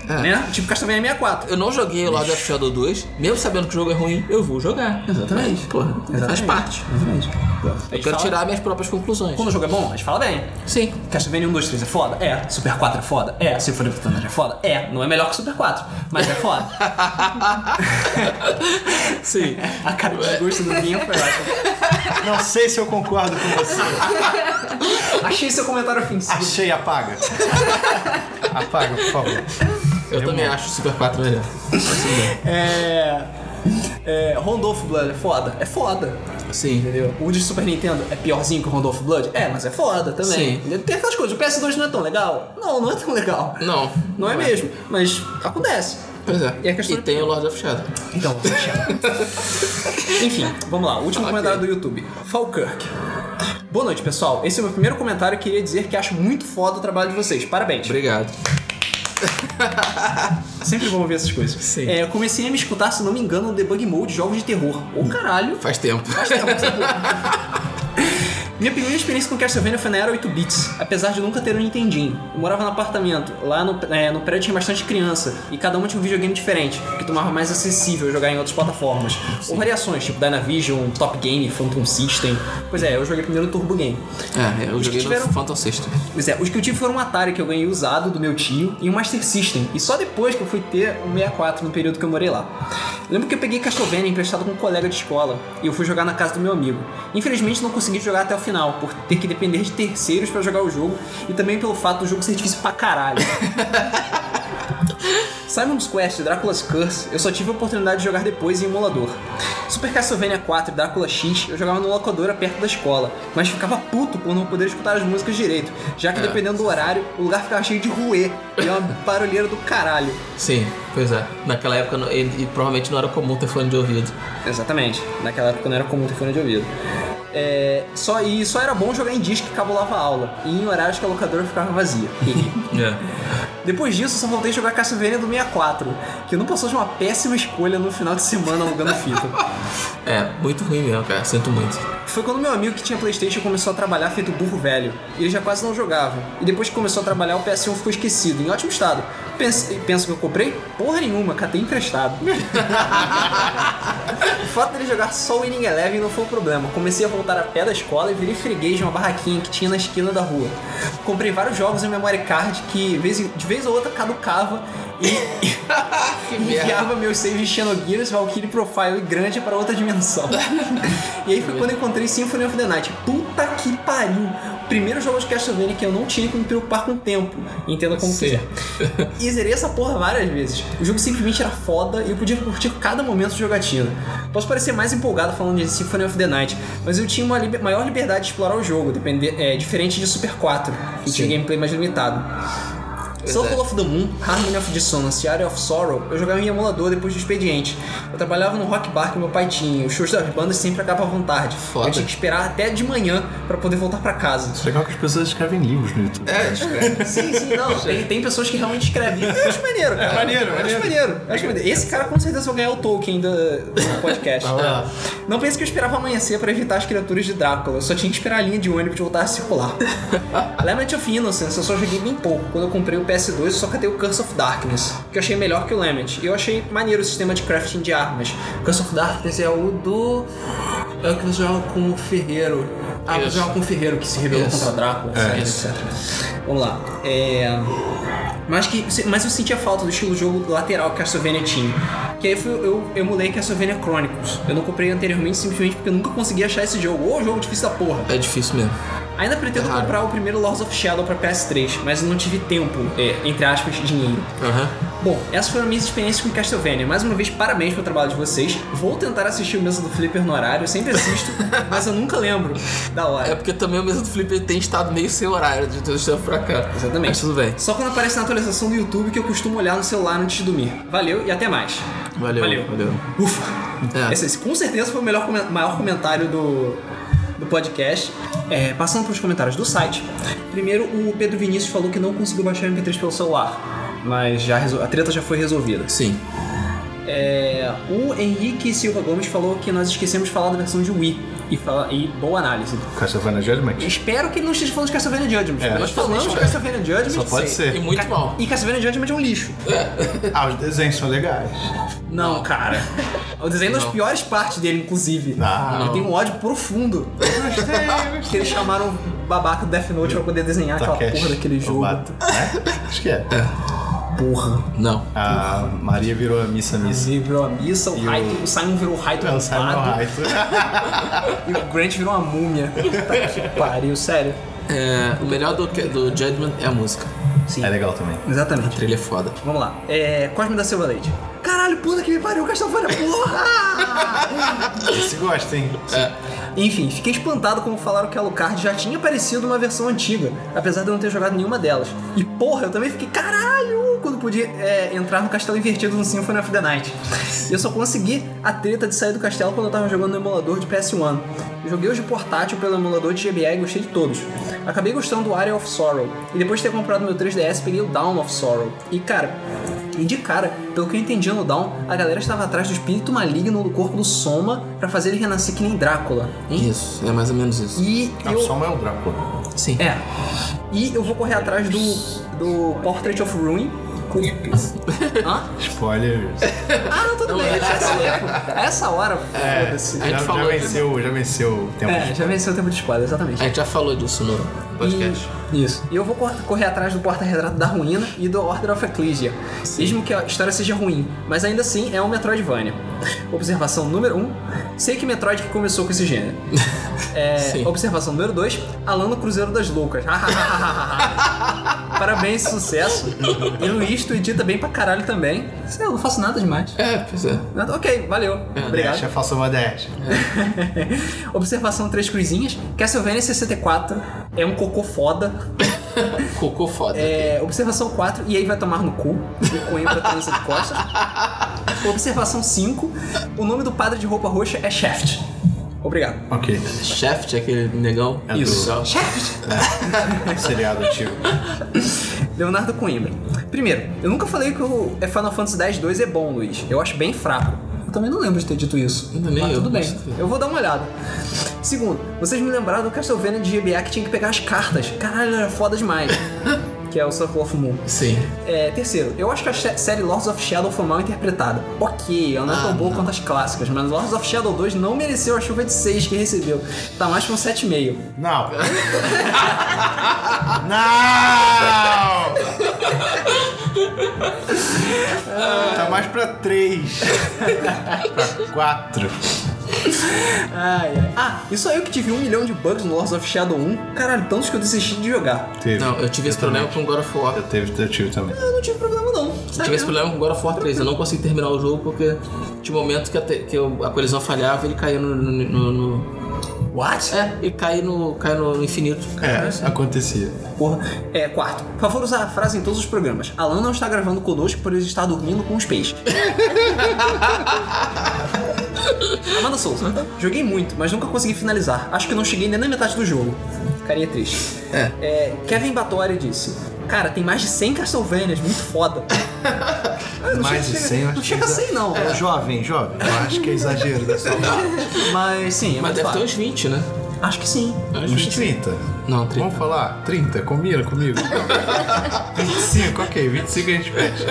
S2: É.
S1: Né? Tipo Castlevania 64.
S2: Eu não joguei o Lord of Shadow 2, mesmo sabendo que o jogo é ruim, eu vou jogar.
S1: Exatamente.
S2: Porra, faz
S1: Exatamente.
S2: parte.
S1: Exatamente. A
S2: Eu
S1: gente
S2: quero
S1: fala-
S2: tirar minhas próprias conclusões.
S1: Quando o jogo é bom, a gente fala bem.
S2: Sim.
S1: Castlevania 1, 2, 3 é foda? É. Super 4 é foda? É. Sinfonia do Thunder é foda? É. Não é melhor que Super 4, mas é foda.
S2: Sim.
S1: A cara de desgosto do Guinho foi ótima.
S3: Não sei se eu concordo com você.
S1: Achei seu comentário ofensivo.
S3: Achei, apaga. apaga, por favor.
S2: Eu também acho o Super 4 melhor.
S1: É... é... Rondolph Blood é foda? É foda.
S2: Sim.
S1: Entendeu? O de Super Nintendo é piorzinho que o Rondolph Blood? É, mas é foda também.
S2: Sim.
S1: Entendeu? Tem aquelas coisas. O PS2 não é tão legal? Não, não é tão legal.
S2: Não.
S1: Não é mesmo, mas acontece.
S2: Pois é.
S1: E a questão
S2: E
S1: é-
S2: tem o Lord of Shadow.
S1: Então, vamos fechar. Enfim, vamos lá. Último comentário do YouTube. Falkirk. Boa noite, pessoal. Esse é o meu primeiro comentário. Eu queria dizer que acho muito foda o trabalho de vocês. Parabéns.
S2: Obrigado.
S1: Sempre bom ouvir essas coisas.
S2: Sim.
S1: É, eu comecei a me escutar, se não me engano, no debug mode jogos de terror. Ô, caralho.
S2: Faz tempo.
S1: Minha primeira experiência com Castlevania foi na era 8 bits, apesar de eu nunca ter um Nintendinho. Eu morava no apartamento, lá no, é, no prédio tinha bastante criança, e cada uma tinha um videogame diferente, que tomava mais acessível jogar em outras plataformas. Ou variações, tipo Dynavision, Top Game, Phantom System. Pois é, eu joguei primeiro no Turbo Game.
S2: É, eu
S1: Os que
S2: joguei
S1: tiveram-
S2: no Phantom System.
S1: Pois é, os que eu tive foram um Atari que eu ganhei usado do meu tio e um Master System. E só depois que eu fui ter um 64 no período que eu morei lá. Eu lembro que eu peguei Castlevania emprestado com um colega de escola e eu fui jogar na casa do meu amigo. Infelizmente não consegui jogar até o final, por ter que depender de terceiros pra jogar o jogo e também pelo fato do jogo ser difícil pra caralho. Simon's Quest e Drácula's Curse eu só tive a oportunidade de jogar depois em emulador. Super Castlevania 4 e Drácula X eu jogava no locadora perto da escola, mas ficava puto por não poder escutar as músicas direito, já que dependendo do horário, o lugar ficava cheio de ruê e é uma barulheira do caralho.
S2: Sim, pois é. Naquela época não- e, e provavelmente não era comum ter fone de ouvido.
S1: Exatamente, naquela época não era comum ter fone de ouvido. É, só, e só era bom jogar em disco que cabulava a aula, e em horários que a locadora ficava vazia.
S2: É.
S1: Depois disso, só voltei a jogar Castlevania do 64, que não passou de uma péssima escolha no final de semana alugando fita.
S2: É, muito ruim mesmo, cara. Sinto muito.
S1: Foi quando meu amigo que tinha Playstation começou a trabalhar feito burro velho. E ele já quase não jogava. E depois que começou a trabalhar, o PS1 ficou esquecido, em ótimo estado. Pensa, pensa que eu comprei? Porra nenhuma, catei emprestado. o fato dele jogar só o Winning Eleven não foi o problema. Comecei a voltar a pé da escola e virei freguês de uma barraquinha que tinha na esquina da rua. Comprei vários jogos em memory card que vez em- de vez ou outra caducava e
S2: Que
S1: enviava meus saves de Xenogears, Valkyrie Profile e Grande para outra dimensão. e aí foi quando eu encontrei Symphony of the Night. Puta que pariu! Primeiro jogo de Castlevania que eu não tinha que me preocupar com o tempo. Entenda como
S2: Sim.
S1: quiser. E zerei essa porra várias vezes. O jogo simplesmente era foda e eu podia curtir cada momento de jogatina. Posso parecer mais empolgado falando de Symphony of the Night, mas eu tinha uma liber- maior liberdade de explorar o jogo, depender- é, diferente de Super 4, que tinha
S2: Sim.
S1: gameplay mais limitado. Soul of the Moon, Harmony of Dissonance e Area of Sorrow, eu jogava em emulador depois do expediente. Eu trabalhava no rock bar que meu pai tinha, os shows das bandas sempre acabavam tarde.
S2: Foda.
S1: Eu tinha que esperar até de manhã pra poder voltar pra casa.
S3: Isso é legal que as pessoas escrevem livros no YouTube.
S2: É, escreve.
S1: Sim, sim, não. Tem, tem pessoas que realmente escrevem. Eu acho maneiro, cara.
S3: É maneiro,
S1: Eu acho
S3: maneiro.
S1: maneiro. eu acho maneiro. Esse cara com certeza vai ganhar o Tolkien do, do podcast.
S3: Vai lá.
S1: Não pense que eu esperava amanhecer pra evitar as criaturas de Drácula. Eu só tinha que esperar a linha de ônibus voltar a circular. é Lament of Innocence assim, eu só joguei bem pouco. Quando eu comprei o PS2, eu só catei o Curse of Darkness, que eu achei melhor que o Lament. E eu achei maneiro o sistema de crafting de armas. Curse of Darkness é o do... É o que você joga com o ferreiro. Ah, você
S2: Isso.
S1: joga com o ferreiro que se rebelou
S2: Isso.
S1: contra a Drácula,
S2: É.
S1: etc, etc. Vamos lá. É... Mas, que, mas eu sentia falta do estilo de jogo lateral que Castlevania tinha. Que aí foi, eu emulei Castlevania Chronicles. Eu não comprei anteriormente simplesmente porque eu nunca consegui achar esse jogo. Ou jogo difícil da porra.
S2: É difícil mesmo.
S1: Ainda pretendo
S2: É raro.
S1: comprar o primeiro Lords of Shadow pra PS3, mas não tive tempo, é, entre aspas, dinheiro.
S2: Aham.
S1: Bom, essas foram minhas experiências com Castlevania. Mais uma vez, parabéns pelo trabalho de vocês. Vou tentar assistir o Mesa do Flipper no horário, eu sempre assisto, mas eu nunca lembro da hora.
S2: É porque também o mesa do Flipper tem estado meio sem horário de todo tempo pra cá.
S1: Exatamente.
S2: Mas tudo bem.
S1: Só quando aparece na atualização do YouTube que eu costumo olhar no celular antes de dormir. Valeu e até mais.
S2: Valeu.
S1: Valeu.
S2: valeu.
S1: Ufa!
S2: É.
S1: Esse, esse com certeza foi o melhor, comen- maior comentário do, do podcast. É, passando para os comentários do site. Primeiro, o Pedro Vinícius falou que não conseguiu baixar o MP3 pelo celular. Mas já resol- a treta já foi resolvida.
S2: Sim.
S1: É, o Henrique Silva Gomes falou que nós esquecemos de falar da versão de Wii. E, fala- e boa análise.
S3: Castlevania Judgment.
S1: Espero que ele não esteja falando de Castlevania Judgment.
S3: É,
S1: nós
S2: acho que
S1: falamos
S2: não,
S1: de
S2: é.
S1: Castlevania Judgment.
S3: Só pode
S1: sim.
S3: ser.
S2: E muito mal.
S1: E Castlevania Judgment é um lixo.
S3: Ah, os desenhos são legais.
S1: Não, cara. O desenho é uma das
S2: Não.
S1: piores partes dele, inclusive.
S3: Não.
S1: Eu tenho um ódio profundo. que eles chamaram o babaca do Death Note pra poder desenhar aquela
S3: Takeshi
S1: porra daquele jogo.
S3: Obata, né? Acho que é.
S1: Porra.
S2: Não.
S3: A Maria virou a missa missa.
S1: Você virou a missa, o,
S3: E o-
S1: Raito, o Simon virou o Raito
S3: É. Não, sai no
S1: bombado,
S3: raio.
S1: E o Grant virou uma múmia. Puta que pariu, sério.
S2: É, o melhor do, do Judgment é a música.
S1: Sim.
S3: É legal também.
S2: A
S1: Exatamente.
S2: trilha é foda.
S1: Vamos lá. É. Cosme da Silva Leite. Caralho, puta que me pariu, Castlevania, é porra!
S3: Você gosta, hein?
S1: Enfim, fiquei espantado como falaram que a Alucard já tinha aparecido numa versão antiga, apesar de eu não ter jogado nenhuma delas. E porra, eu também fiquei caralho quando pude é, entrar no castelo invertido no Symphony of the Night. E eu só consegui a treta de sair do castelo quando eu tava jogando no emulador de PS1. Eu joguei os de portátil pelo emulador de GBA e gostei de todos. Acabei gostando do Area of Sorrow, e depois de ter comprado meu 3DS, peguei o Dawn of Sorrow. E cara, e de cara, pelo que eu entendi no Down, a galera estava atrás do espírito maligno do corpo do Soma pra fazer ele renascer que nem Drácula. Hein?
S2: Isso, é mais ou menos isso.
S1: E
S3: Ah,
S1: eu.
S3: O som é o Drácula.
S2: Sim.
S1: É. E eu vou correr atrás do. do Portrait of Ruin. Hã?
S3: Spoilers.
S1: Ah, não, tudo bem.
S2: é.
S1: A essa hora,
S3: É,
S1: foda-se.
S2: A gente
S3: já, já
S2: falou, né?
S3: venceu, já venceu o tempo.
S1: É, já venceu o tempo de spoiler, exatamente.
S2: A gente já falou disso no podcast.
S1: E, isso. E eu vou cor- correr atrás do porta-retrato da ruína e do Order of Ecclesia. Mesmo que a história seja ruim, mas ainda assim é um Metroidvania. Observação número 1. Um, sei que Metroid que começou com esse gênero. É,
S2: Sim.
S1: observação número 2. Alan no Cruzeiro das Loucas. Parabéns, sucesso. E Luiz, tu edita bem pra caralho também. Sei, eu não faço nada demais.
S2: É, pois é.
S1: Nada- Ok, valeu.
S2: né?
S1: Obrigado.
S3: Modéstia, faça modéstia.
S1: Observação três cruzinhas. Castlevania 64 é um cocô foda.
S2: Cocô foda.
S1: É, observação 4, e aí vai tomar no cu. E Coimbra tá nessa de costas. Observação 5, o nome do padre de roupa roxa é Shaft. Obrigado.
S3: Ok.
S2: Shaft, aquele negão.
S3: É Isso. do-
S1: Shaft!
S3: Seriado antigo.
S1: Leonardo é Coimbra. Primeiro, eu nunca falei que o Final Fantasy X 2 é bom, Luiz. Eu acho bem fraco. Eu também não lembro de ter dito isso.
S2: Ainda nem
S1: mas
S2: eu,
S1: tudo bem.
S2: mas tudo bem.
S1: Eu vou dar uma olhada. Segundo, vocês me lembraram do Castlevania de GBA que tinha que pegar as cartas. Caralho, era foda demais. que é o Circle of Moon.
S2: Sim.
S1: É, terceiro, eu acho que a che- série Lords of Shadow foi mal interpretada. Ok, ela não é
S2: Ah,
S1: tão boa
S2: não.
S1: quanto as clássicas, mas Lords of Shadow 2 não mereceu a chuva de 6 que recebeu. Tá mais pra um 7,5.
S3: Não! não! tá mais pra três. pra quatro.
S1: Ai, ai. Ah, isso aí eu que tive um milhão de bugs no Lords of Shadow 1. Caralho, tantos que eu desisti de jogar.
S3: Teve.
S2: Não, eu tive esse
S3: também.
S2: problema com God of War.
S3: Eu teve, eu tive também.
S1: Eu não tive problema, não.
S2: Eu
S1: Sério
S2: tive esse
S1: mesmo.
S2: problema com God of War 3. Eu não consegui terminar o jogo porque tinha um momento que a, te- que eu- a colisão falhava e ele caía no. no, no- no-
S1: What?
S2: é, ele caía no, caía no, no infinito.
S3: É, acontecia.
S1: Porra. É, quarto. Por favor, usar a frase em todos os programas. Alan não está gravando conosco por ele estar dormindo com os peixes. Amanda Souza. Joguei muito, mas nunca consegui finalizar. Acho que não cheguei nem na metade do jogo. Ficaria triste.
S2: É.
S1: É, Kevin Batória disse... Cara, tem mais de 100 Castlevanias, muito foda. Ah, não
S3: Mais
S1: chega-
S3: de 100, eu acho
S1: Não
S3: que É.
S1: chega a
S3: exa-
S1: 100, não.
S3: Jovem, jovem. Eu acho que é exagero da sua parte.
S1: Mas sim, é
S2: Mas
S1: muito
S2: deve
S1: foda.
S2: ter uns 20, né?
S1: Acho que sim.
S2: Uns
S3: Uns
S2: 20.
S3: 30.
S2: Não, 30.
S3: Vamos falar? 30, combina comigo? 25, ok. 25 a gente fecha.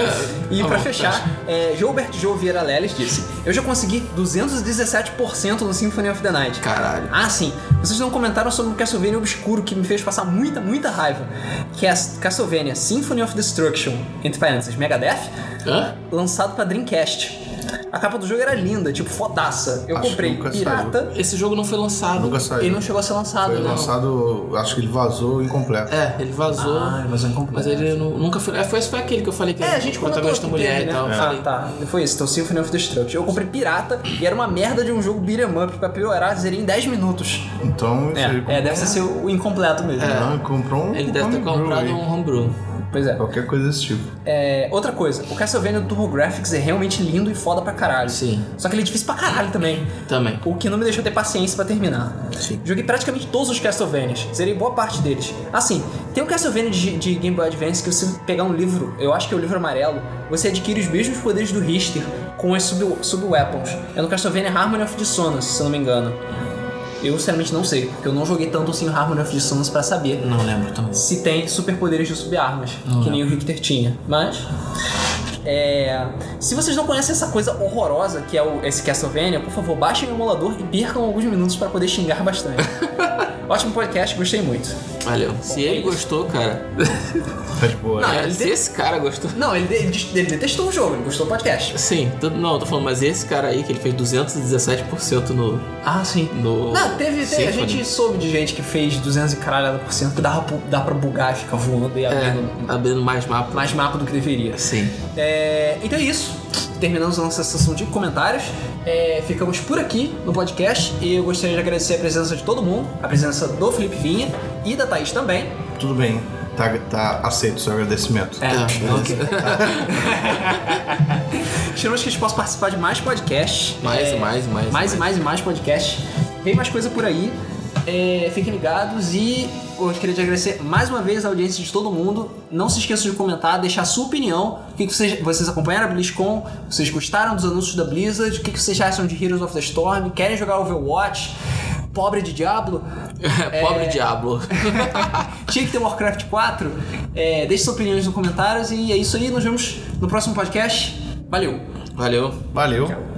S1: E
S2: Tá
S1: pra
S2: bom,
S1: fechar, é, Gilbert Joe Vieira Leles disse: Eu já consegui 217% no Symphony of the Night.
S2: Caralho.
S1: Ah, sim. Vocês não comentaram sobre o Castlevania Obscuro que me fez passar muita, muita raiva. Que é a Castlevania Symphony of Destruction, entre parênteses, Megadeth,
S2: Hã?
S1: lançado pra Dreamcast. A capa do jogo era linda, tipo, fodaça. Eu
S3: Acho que
S1: comprei
S3: nunca
S1: pirata
S2: Esse jogo não foi lançado.
S3: Nunca saiu.
S1: e não chegou a ser lançado,
S3: Foi
S1: né?
S3: lançado, acho que ele vazou incompleto.
S2: É, ele vazou.
S1: Ah, mas eu não comprei.
S2: Mas ele nu- nunca foi. É, foi, esse foi aquele que eu falei que
S1: É,
S2: era
S1: a gente
S2: o
S1: comentou
S2: protagonista
S1: que
S2: mulher
S1: teve,
S2: e tal.
S3: É.
S1: Né?
S2: Eu
S1: Ah,
S2: falei,
S1: tá. Foi isso, então Symphony of Destruction. Eu comprei pirata e era uma merda de um jogo beat'em up pra piorar, zerei em 10 minutos.
S3: Então, isso aí
S1: É, é, deve ser É. seu- o incompleto mesmo. né?
S3: Não, ele comprou
S1: tá
S3: um.
S2: É. Ele deve ter
S3: homebrew
S2: comprado
S3: aí.
S2: um homebrew.
S1: Pois é.
S3: Qualquer coisa desse tipo.
S1: É, Outra coisa, o Castlevania do Turbo Graphics é realmente lindo e foda pra caralho.
S2: Sim.
S1: Só que ele é difícil pra caralho também.
S2: Também.
S1: O que não me deixou ter paciência pra terminar.
S2: Sim.
S1: Joguei praticamente todos os Castlevanias, zerei boa parte deles. Assim, tem um Castlevania de, de Game Boy Advance que você pegar um livro, eu acho que é o livro amarelo, você adquire os mesmos poderes do Richter com as sub- sub-weapons. é no Castlevania Harmony of Dissonance, se eu não me engano. Eu sinceramente não sei, porque eu não joguei tanto assim o Harmony of Dissonance pra saber
S2: Não lembro também.
S1: se tem superpoderes de subarmas,
S2: Não,
S1: que
S2: não.
S1: nem o Richter tinha. Mas. é, se vocês não conhecem essa coisa horrorosa que é o, esse Castlevania, por favor, baixem o emulador e percam alguns minutos para poder xingar bastante. Ótimo podcast, gostei muito.
S2: Valeu. Se ele gostou, cara.
S3: Mas boa.
S2: Não,
S1: é, ele
S2: se
S1: tem-
S2: esse cara gostou.
S1: Não, ele, de- ele des- ele detestou o jogo, ele gostou do podcast.
S2: Sim, tu- não, eu tô falando, mas esse cara aí que ele fez 217% no.
S1: Ah, sim.
S2: no
S1: Não, teve, teve- a
S2: Symphony.
S1: gente soube de gente que fez 200 e caralhada por cento que dava, pu- dá pra bugar e ficar voando e abrindo
S2: É, abrindo mais mapa.
S1: mais mapa do que deveria.
S2: Sim.
S1: É, então é isso. Terminamos a nossa sessão de comentários. É, ficamos por aqui no podcast. E eu gostaria de agradecer a presença de todo mundo, a presença do Felipe Vinha e da Thaís também.
S3: Tudo bem. Tá, tá aceito o seu agradecimento.
S1: É,
S2: ok.
S1: Esperamos que a gente possa participar de mais podcasts.
S2: Mais
S1: É,
S2: e mais, e mais.
S1: mais e mais e mais podcasts. Vem mais coisa por aí. É, fiquem ligados e eu queria te agradecer mais uma vez a audiência de todo mundo. Não se esqueçam de comentar, deixar a sua opinião. O que, que vocês, vocês acompanharam a BlizzCon? Vocês gostaram dos anúncios da Blizzard? O que, que vocês acham de Heroes of the Storm? Querem jogar Overwatch? Pobre de Diablo? é.
S2: Pobre Diablo.
S1: Tinha que ter Warcraft 4? É, deixe suas opiniões nos comentários e é isso aí. Nos vemos no próximo podcast. Valeu!
S2: Valeu.
S3: Valeu.
S1: Tchau.